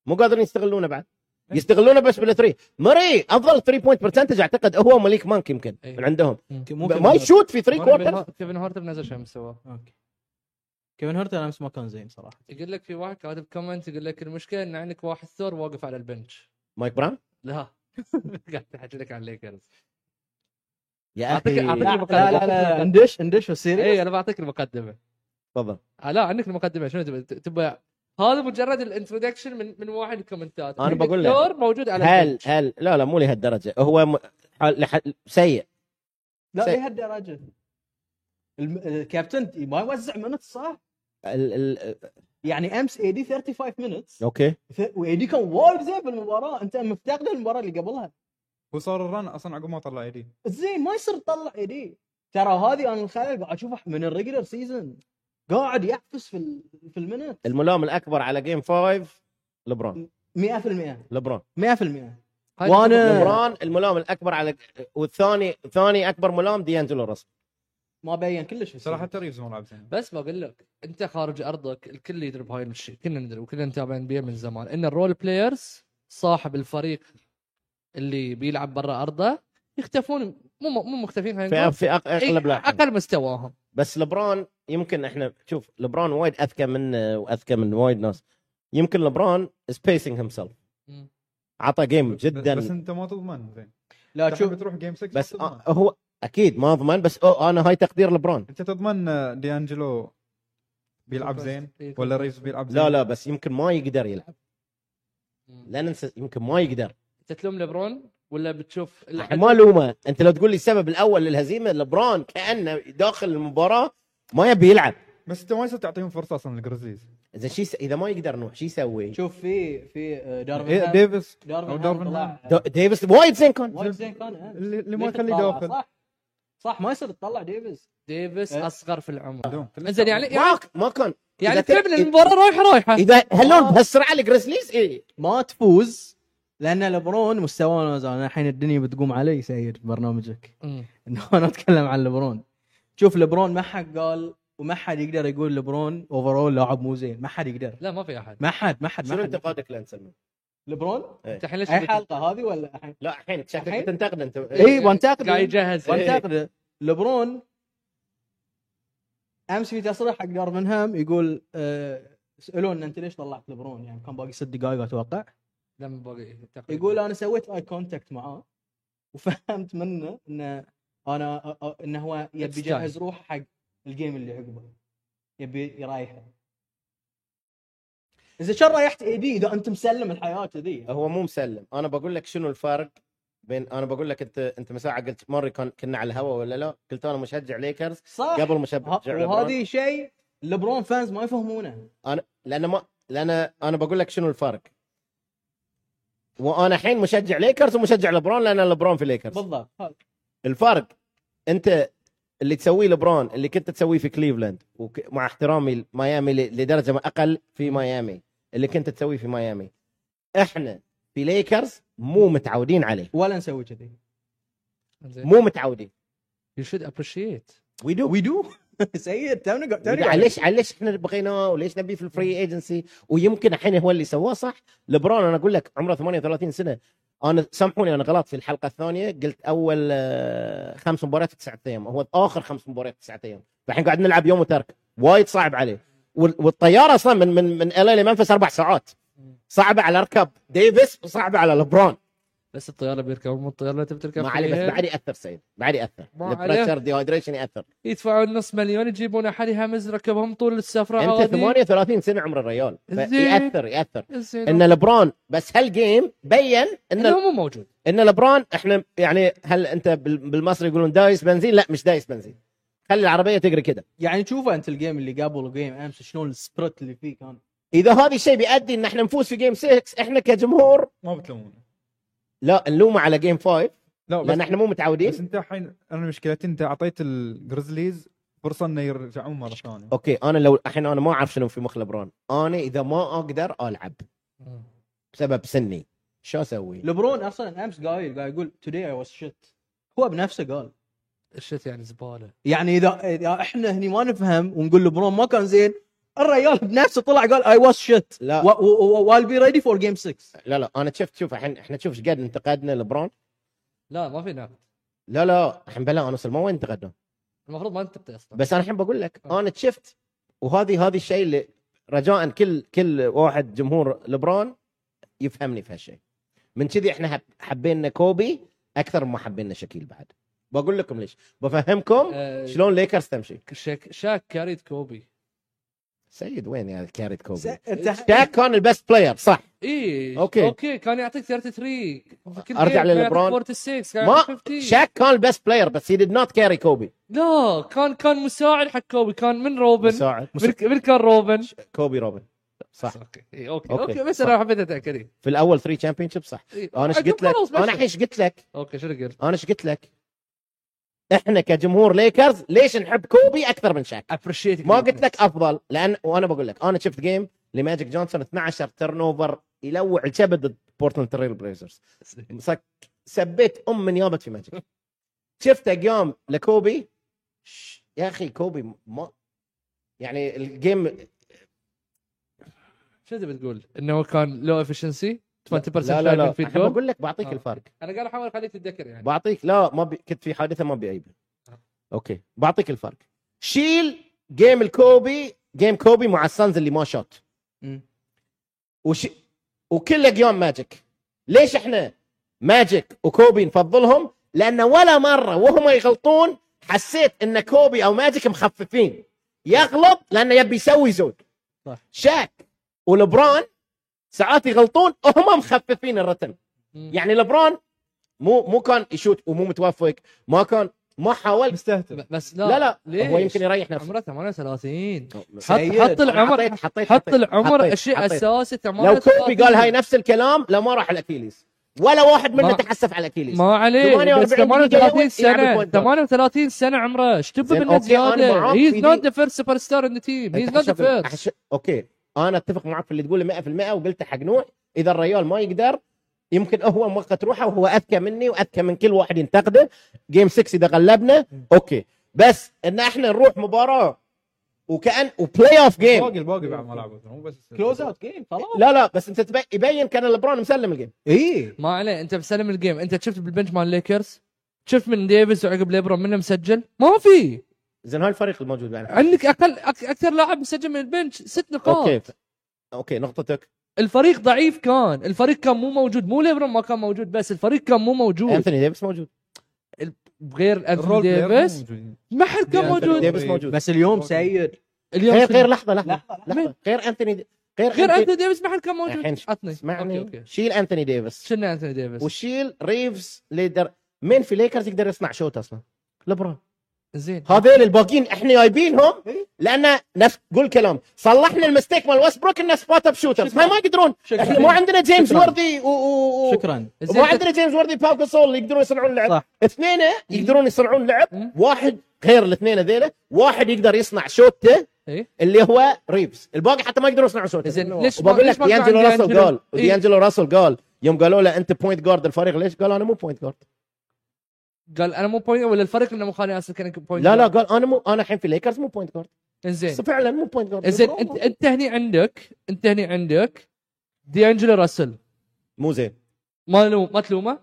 Speaker 2: مو قادرين يستغلونه بعد
Speaker 1: إيه.
Speaker 2: يستغلونه بس بالثري مري افضل 3 بوينت برسنتج اعتقد هو مليك مانك يمكن
Speaker 1: إيه.
Speaker 2: من عندهم
Speaker 4: مو كيفن
Speaker 2: ما
Speaker 4: هارت.
Speaker 2: يشوت في 3
Speaker 1: كيفن
Speaker 2: كوارتر
Speaker 1: هار- كيفن هورت بنزل شو مسواه
Speaker 4: اوكي كيفن هورتن امس ما كان زين صراحه
Speaker 1: يقول لك في واحد كاتب كومنت يقول لك المشكله ان عندك واحد ثور واقف على البنش
Speaker 2: مايك براون
Speaker 1: لا *laughs* قاعد احكي لك عن الليكرز
Speaker 2: يا
Speaker 1: أعطيك- أعطيك-
Speaker 2: اخي
Speaker 4: لا لا لا, لا. إيه، اندش اندش
Speaker 1: اي
Speaker 4: وسيريس
Speaker 1: انا إيه، بعطيك المقدمه
Speaker 2: تفضل
Speaker 1: آه، لا عندك المقدمه شنو تبي تبى هذا مجرد الانترودكشن من من واحد الكومنتات
Speaker 2: أنا بقول لك.
Speaker 1: دور موجود على
Speaker 2: هل
Speaker 1: البنش.
Speaker 2: هل لا لا مو لهالدرجه هو م... حال- لح- سيء
Speaker 4: لا
Speaker 2: سي-
Speaker 4: لهالدرجه الم- الكابتن ما يوزع منت صح
Speaker 2: ال... ال...
Speaker 4: يعني امس اي دي 35 مينتس
Speaker 2: اوكي
Speaker 4: واي دي كان وايد زين بالمباراه انت مفتقد المباراه اللي قبلها
Speaker 3: هو صار الرن اصلا عقب ما طلع ايدي
Speaker 4: زين ما يصير تطلع اي دي ترى هذه انا الخلل قاعد اشوفه من الريجلر سيزون قاعد يعفس في ال... في المنت
Speaker 2: الملام الاكبر على جيم 5 لبرون
Speaker 4: 100%
Speaker 2: لبرون
Speaker 4: 100%
Speaker 1: هاي
Speaker 4: وأنا-
Speaker 2: لبرون الملام الاكبر على والثاني ثاني اكبر ملام دي انجلو راسل
Speaker 4: ما بين كلش في
Speaker 3: صراحه
Speaker 4: السيزون.
Speaker 3: حتى ريفز ما لعب زين
Speaker 1: بس بقول لك انت خارج ارضك الكل يدري بهاي الشيء كلنا ندري وكلنا نتابع ان من زمان ان الرول بلايرز صاحب الفريق اللي بيلعب برا ارضه يختفون مو مو مختفين خلينا
Speaker 2: في,
Speaker 1: نقول.
Speaker 2: في أق-
Speaker 1: إيه،
Speaker 2: اغلب لاعبين.
Speaker 1: اقل مستواهم
Speaker 2: بس لبرون يمكن احنا شوف لبرون وايد اذكى من واذكى من وايد ناس يمكن لبرون سبيسنج هيم سيلف
Speaker 1: مم.
Speaker 2: عطى جيم
Speaker 3: بس- بس
Speaker 2: جدا
Speaker 3: انت ما تضمن زين
Speaker 4: لا
Speaker 3: أنت
Speaker 4: شوف
Speaker 3: الحين بتروح جيم 6
Speaker 2: بس
Speaker 3: ما
Speaker 2: آه،
Speaker 3: تضمن.
Speaker 2: هو اكيد ما اضمن بس أوه انا هاي تقدير لبرون
Speaker 3: انت تضمن آه، دي انجلو بيلعب زين
Speaker 1: إيه،
Speaker 3: ولا ريفز بيلعب زين
Speaker 2: لا لا بس يمكن ما يقدر يلعب
Speaker 1: مم.
Speaker 2: لا ننسى يمكن ما يقدر
Speaker 1: انت تلوم لبرون ولا بتشوف
Speaker 2: إحنا ما لومه انت لو تقول لي السبب الاول للهزيمه لبرون كانه داخل المباراه ما يبي يلعب
Speaker 3: بس انت ما يصير تعطيهم فرصه اصلا الجريزليز
Speaker 2: اذا شي س... اذا ما يقدر نوح شو يسوي؟
Speaker 4: شوف في في آه،
Speaker 3: إيه،
Speaker 4: دارفن
Speaker 3: ديفيس أو
Speaker 4: دارفن
Speaker 3: دارفن
Speaker 4: دارفن طلع
Speaker 2: دو- ديفيس وايد زين كان
Speaker 4: نعم. وايد زين كان آه.
Speaker 3: اللي اللي ما
Speaker 4: ليش
Speaker 3: يخليه
Speaker 4: تطلع؟
Speaker 3: داخل
Speaker 4: صح صح ما يصير تطلع ديفيس
Speaker 1: ديفيس
Speaker 4: إيه.
Speaker 1: اصغر في العمر
Speaker 3: عندهم.
Speaker 1: انزين يعني يعني
Speaker 2: ما, ما كان
Speaker 1: يعني
Speaker 2: إذا إيه.
Speaker 1: تلعب
Speaker 2: ت-
Speaker 1: المباراه رايحه رايحه
Speaker 2: اذا هلون
Speaker 4: آه.
Speaker 2: بهالسرعه الجريزليز اي
Speaker 4: ما تفوز لان لبرون مستواه نازل انا الحين الدنيا بتقوم علي سيد في برنامجك *laughs*
Speaker 1: مم.
Speaker 4: انه انا اتكلم عن لبرون شوف لبرون ما حد قال وما حد يقدر يقول لبرون اوفرول لاعب مو زين ما حد يقدر
Speaker 1: لا ما في احد
Speaker 4: ما حد ما حد
Speaker 2: شنو
Speaker 4: ما حد
Speaker 2: انتقادك لانسلمو؟
Speaker 4: لبرون
Speaker 1: انت الحين ليش
Speaker 4: اي حلقه هذه ولا الحين
Speaker 2: لا الحين شكلك
Speaker 4: الحين؟ إيه.
Speaker 2: بتنتقد إيه. انت
Speaker 4: اي بنتقد
Speaker 1: قاعد يجهز
Speaker 2: إيه.
Speaker 4: بنتقد لبرون امس في تصريح حق دارمنهام يقول آه، سالون انت ليش طلعت لبرون يعني كان باقي ست دقائق اتوقع
Speaker 1: لما باقي تقريبا
Speaker 4: يقول انا سويت اي كونتاكت معاه وفهمت منه انه انا أ- أ- انه هو
Speaker 1: It's
Speaker 4: يبي
Speaker 1: time.
Speaker 4: يجهز روحه حق الجيم اللي عقبه يبي يريحه اذا شو ريحت ايدي اذا انت مسلم الحياه ذي
Speaker 2: هو مو مسلم انا بقول لك شنو الفرق بين انا بقول لك انت انت من ساعه قلت مره كان- كنا على الهواء ولا لا قلت انا مشجع ليكرز
Speaker 4: صح
Speaker 2: قبل
Speaker 4: آه. ه-
Speaker 2: مشجع ليبرون.
Speaker 4: وهذه شيء لبرون فانز ما يفهمونه
Speaker 2: لان ما لان انا بقول لك شنو الفرق وانا الحين مشجع ليكرز ومشجع لبرون لان لبرون في ليكرز
Speaker 4: بالضبط هذا.
Speaker 2: الفرق انت اللي تسويه لبرون اللي كنت تسويه في كليفلاند ومع احترامي ميامي لدرجه ما اقل في ميامي اللي كنت تسويه في ميامي احنا في ليكرز مو متعودين عليه
Speaker 4: ولا نسوي كذي
Speaker 1: زين
Speaker 2: مو متعودين
Speaker 1: يو شود ابريشيت
Speaker 2: وي دو
Speaker 4: وي دو *laughs* سيد تونا قا- تونا قاعد-
Speaker 2: ليش ليش احنا بغيناه وليش نبيه في الفري ايجنسي ويمكن الحين هو اللي سواه صح لبرون انا اقول لك عمره 38 سنه انا سامحوني انا غلط في الحلقه الثانيه قلت اول آه، خمس مباريات في تسعة ايام هو اخر خمس مباريات في تسعة ايام فالحين قاعد نلعب يوم وترك وايد صعب عليه وال- والطياره اصلا من من من الا لمنفس اربع ساعات صعبه على ركب ديفيس وصعبه على لبرون
Speaker 1: بس الطياره بيركبون من الطياره لا تبي تركب
Speaker 2: ما عليه
Speaker 1: فيها.
Speaker 2: بس بعد ياثر سعيد بعد ياثر
Speaker 1: إيه. ما عليه.
Speaker 2: البريشر ديهايدريشن ياثر
Speaker 1: يدفعون نص مليون يجيبون احد يهمز ركبهم طول السفره
Speaker 2: انت 38 سنه عمر الرجال
Speaker 1: زين.
Speaker 2: ياثر ياثر
Speaker 1: ان
Speaker 2: ان لبرون بس هالجيم بين ان
Speaker 1: انه مو موجود
Speaker 2: ان لبرون احنا يعني هل انت بال- بالمصري يقولون دايس بنزين لا مش دايس بنزين خلي العربيه تقري كده
Speaker 4: يعني شوفه انت الجيم اللي قبل وجيم امس شلون السبرت اللي فيه كان
Speaker 2: اذا هذا الشيء بيؤدي ان احنا نفوز في جيم 6 احنا كجمهور
Speaker 3: ما بتلومونه
Speaker 2: لا نلومه على جيم 5
Speaker 3: لا بس
Speaker 2: لان احنا مو
Speaker 3: بس
Speaker 2: متعودين
Speaker 3: انت الحين انا مشكلتي انت اعطيت الجريزليز فرصه انه يرجعون مره ثانيه
Speaker 2: اوكي انا لو الحين انا ما اعرف شنو في مخ لبرون انا اذا ما اقدر العب بسبب سني شو اسوي؟
Speaker 4: لبرون اصلا امس قايل قاعد يقول توداي اي واز شيت هو بنفسه قال
Speaker 1: الشت يعني زباله
Speaker 4: يعني اذا اذا احنا هني ما نفهم ونقول لبرون ما كان زين الرجال بنفسه طلع قال اي واز شيت
Speaker 2: لا.
Speaker 4: وال بي ريدي فور جيم 6
Speaker 2: لا لا انا شفت شوف الحين احنا شوف ايش قد انتقدنا لبرون
Speaker 1: لا ما في نقد
Speaker 2: لا لا الحين بلا انا أصل ما وين انتقدنا
Speaker 1: المفروض ما انت اصلا
Speaker 2: بس انا الحين بقول لك
Speaker 1: آه.
Speaker 2: انا شفت وهذه هذه الشيء اللي رجاء كل كل واحد جمهور لبرون يفهمني في هالشيء من كذي احنا حب- حبينا كوبي اكثر ما حبينا شكيل بعد بقول لكم ليش بفهمكم
Speaker 1: آه،
Speaker 2: شلون ليكرز تمشي
Speaker 1: شاك شاك كاريد كوبي
Speaker 2: سيد وين يا كاريت كوبي
Speaker 4: انت
Speaker 2: شاك كان البست بلاير صح
Speaker 1: اي
Speaker 2: أوكي.
Speaker 1: اوكي كان يعطيك 33 في كل
Speaker 2: أرجع
Speaker 1: جيم كان
Speaker 2: للبرون.
Speaker 1: يعطيك 46 كان
Speaker 2: ما
Speaker 1: يعطيك 50.
Speaker 2: شاك كان البست بلاير بس هي ديد نوت كاري كوبي
Speaker 1: لا كان كان مساعد حق كوبي كان من روبن
Speaker 2: مساعد
Speaker 1: من من كان روبن
Speaker 2: كوبي روبن صح
Speaker 1: اوكي إي، اوكي
Speaker 2: أوكي.
Speaker 1: اوكي بس
Speaker 2: صح.
Speaker 1: انا حبيت اتاكد إي.
Speaker 2: في الاول 3 تشامبيون صح
Speaker 1: إي.
Speaker 2: انا ايش
Speaker 1: أقول
Speaker 2: قلت لك
Speaker 1: إيه. خلاص
Speaker 2: انا
Speaker 1: بس.
Speaker 2: الحين ايش قلت لك
Speaker 1: اوكي شنو قلت؟
Speaker 2: انا ايش قلت لك؟ احنا كجمهور ليكرز ليش نحب كوبي اكثر من شاك؟
Speaker 1: ابريشيت
Speaker 2: ما قلت لك افضل لان وانا بقول لك انا شفت جيم لماجيك جونسون 12 تيرن اوفر يلوع الكبد ضد بورتلاند تريل بليزرز مسك سبيت ام من يابت في ماجيك شفته يوم لكوبي ش- يا اخي كوبي ما يعني الجيم
Speaker 1: شو تبي تقول؟ انه كان لو افشنسي 20%
Speaker 2: لا لا لا
Speaker 1: فيد
Speaker 2: أنا
Speaker 1: جول
Speaker 2: بقول لك بعطيك
Speaker 1: آه.
Speaker 2: الفرق
Speaker 1: انا قاعد احاول اخليك تتذكر يعني
Speaker 2: بعطيك لا ما بي... كنت في حادثه ما بعيبه اوكي بعطيك الفرق شيل جيم الكوبي جيم كوبي مع السانز اللي ما شوت وش... وكله جيم ماجيك ليش احنا ماجيك وكوبي نفضلهم لان ولا مره وهم يغلطون حسيت ان كوبي او ماجيك مخففين يغلط لانه يبي يسوي زود
Speaker 4: صح.
Speaker 2: شاك ولبران ساعات يغلطون وهم مخففين الرتم
Speaker 1: مم.
Speaker 2: يعني لبران مو مو كان يشوت ومو متوفق ما كان ما حاول
Speaker 3: مستهتر
Speaker 1: ب- بس لا
Speaker 2: لا لا
Speaker 1: ليش؟
Speaker 2: هو يمكن يريح نفسه
Speaker 1: عمره 38 حط
Speaker 4: سيد.
Speaker 1: حط العمر
Speaker 2: حطيت حطيت
Speaker 1: حط العمر
Speaker 2: حطيت-
Speaker 1: اشياء
Speaker 2: حطيت.
Speaker 1: اساسي
Speaker 2: لو
Speaker 1: 38
Speaker 2: كوبي قال هاي نفس الكلام لا ما راح الاكيليز ولا واحد منا
Speaker 1: ما-
Speaker 2: تحسف على الاكيليز
Speaker 1: ما عليه
Speaker 2: 48
Speaker 1: بس
Speaker 2: دقيقة
Speaker 1: 38
Speaker 2: يلعب
Speaker 1: سنه
Speaker 2: بوينت جارد.
Speaker 1: 38 سنه عمره ايش تبي
Speaker 2: زين،
Speaker 1: منه
Speaker 2: أوكي، أنا
Speaker 1: زياده؟
Speaker 2: معاك
Speaker 1: هي
Speaker 2: في
Speaker 1: نوت
Speaker 2: دي.
Speaker 1: ذا فيرست سوبر ستار ان ذا تيم هي
Speaker 2: أنت
Speaker 1: نوت ذا
Speaker 2: حسب-
Speaker 1: فيرست
Speaker 2: أحش- اوكي انا اتفق معك في اللي تقوله 100% وقلته حق نوح اذا الريال ما يقدر يمكن هو موقت روحه وهو اذكى مني واذكى من كل واحد ينتقده جيم 6 اذا غلبنا اوكي بس ان احنا نروح مباراه وكان وبلاي اوف جيم
Speaker 3: باقي الباقي بعد ما لعبوا مو بس
Speaker 4: كلوز اوت جيم خلاص
Speaker 2: لا لا بس انت تبين يبين كان لبرون مسلم الجيم
Speaker 4: اي
Speaker 1: ما عليه انت مسلم الجيم انت شفت بالبنش مال ليكرز شفت من ديفيس وعقب ليبرون منه مسجل ما في
Speaker 2: زين هاي الفريق الموجود يعني
Speaker 1: عندك اقل أك- اكثر لاعب مسجل من البنش ست نقاط
Speaker 2: اوكي اوكي نقطتك
Speaker 1: الفريق ضعيف كان الفريق كان مو موجود مو ليبرون ما كان موجود بس الفريق كان مو موجود
Speaker 2: انثوني ديفيس موجود
Speaker 1: غير انثوني
Speaker 3: الرول بلاير مو
Speaker 1: ديفيس
Speaker 3: موجودين.
Speaker 1: ما حد كان
Speaker 3: أنثوني
Speaker 1: موجود
Speaker 3: ديفيس.
Speaker 2: ديفيس موجود
Speaker 4: بس اليوم سيء
Speaker 1: اليوم
Speaker 2: غير
Speaker 1: شنو؟
Speaker 2: غير لحظه لحظه
Speaker 1: مين؟
Speaker 2: لحظه غير انثوني دي- غير
Speaker 1: غير
Speaker 2: أنثوني-
Speaker 1: انثوني ديفيس ما حد كان موجود
Speaker 2: الحين ش-
Speaker 1: عطني
Speaker 2: اسمعني
Speaker 1: اوكي اوكي
Speaker 2: شيل انثوني ديفيس
Speaker 1: شلنا انثوني ديفيس
Speaker 2: وشيل ريفز ليدر مين في ليكرز يقدر يصنع شوت اصلا؟ لبرون
Speaker 1: زين
Speaker 2: هذيل الباقيين احنا جايبينهم
Speaker 1: إيه؟
Speaker 2: لان نفس قول كلام صلحنا المستيك مال ويستبروك انه سبوت اب شوترز ما ما يقدرون احنا ما عندنا جيمس
Speaker 4: شكراً.
Speaker 2: وردي و... و... و...
Speaker 4: شكرا
Speaker 1: زين،
Speaker 2: ما عندنا جيمس وردي باو كسول يقدرون يصنعون لعب
Speaker 4: صح.
Speaker 2: اثنين يقدرون يصنعون لعب
Speaker 1: مم.
Speaker 2: واحد غير الاثنين هذيلا واحد يقدر يصنع شوته
Speaker 1: إيه.
Speaker 2: اللي هو ريفز الباقي حتى ما يقدرون يصنعون شوته
Speaker 1: زين، ليش ما-
Speaker 2: وبقول
Speaker 1: ليش
Speaker 2: لك
Speaker 1: ما كان
Speaker 2: ديانجلو راسل
Speaker 1: ديانجلو-
Speaker 2: قال
Speaker 1: إيه.
Speaker 2: ديانجلو راسل قال يوم قالوا له انت بوينت جارد الفريق ليش قال انا مو بوينت جارد
Speaker 1: قال انا مو بوينت ولا الفريق انه مو خاني اسف كان بوينت
Speaker 2: لا لا قال انا مو انا الحين في ليكرز مو بوينت جارد
Speaker 1: زين
Speaker 2: فعلا مو بوينت جارد
Speaker 1: زين انت انت هني عندك انت هني عندك ديانجلو راسل
Speaker 2: مو زين
Speaker 1: ما لو ما تلومه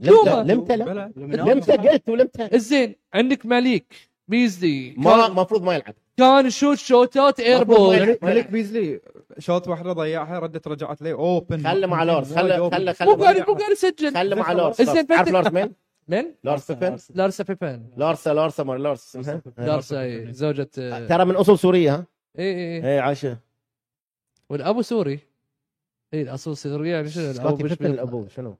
Speaker 2: لمتى
Speaker 1: شوفه.
Speaker 2: لمتى لا
Speaker 3: بلا
Speaker 2: لمتى قلت ولمتى
Speaker 1: زين عندك ماليك بيزلي
Speaker 2: ما
Speaker 1: كان,
Speaker 2: المفروض ما يلعب
Speaker 1: كان يشوت شوتات اير
Speaker 2: المفروض ما
Speaker 1: بول
Speaker 2: يلعب.
Speaker 3: ملك بيزلي شوط واحده ضيعها ردت رجعت لي اوبن
Speaker 2: خله مع لورس خله خله
Speaker 1: مو
Speaker 2: خله
Speaker 1: قاعد مو قاعد يسجل
Speaker 2: خله مع لورس
Speaker 1: زين،
Speaker 2: لورس. تعرف
Speaker 1: فاتك-
Speaker 2: لورس مين؟
Speaker 1: من
Speaker 2: لورس
Speaker 1: *laughs*
Speaker 2: ستيفن
Speaker 1: لارسا بيبان
Speaker 2: لارسا لارسا مال لارس *laughs* اسمها
Speaker 1: لارسا إيه، زوجة إيه، آه،
Speaker 2: ترى من اصول سوريه ها؟
Speaker 1: اي اي اي
Speaker 2: اي عاشه
Speaker 1: والابو سوري اي الاصول سوري يعني شنو
Speaker 2: سكوتي
Speaker 1: الابو
Speaker 2: بيبن
Speaker 1: شبيط.
Speaker 2: الابو شنو؟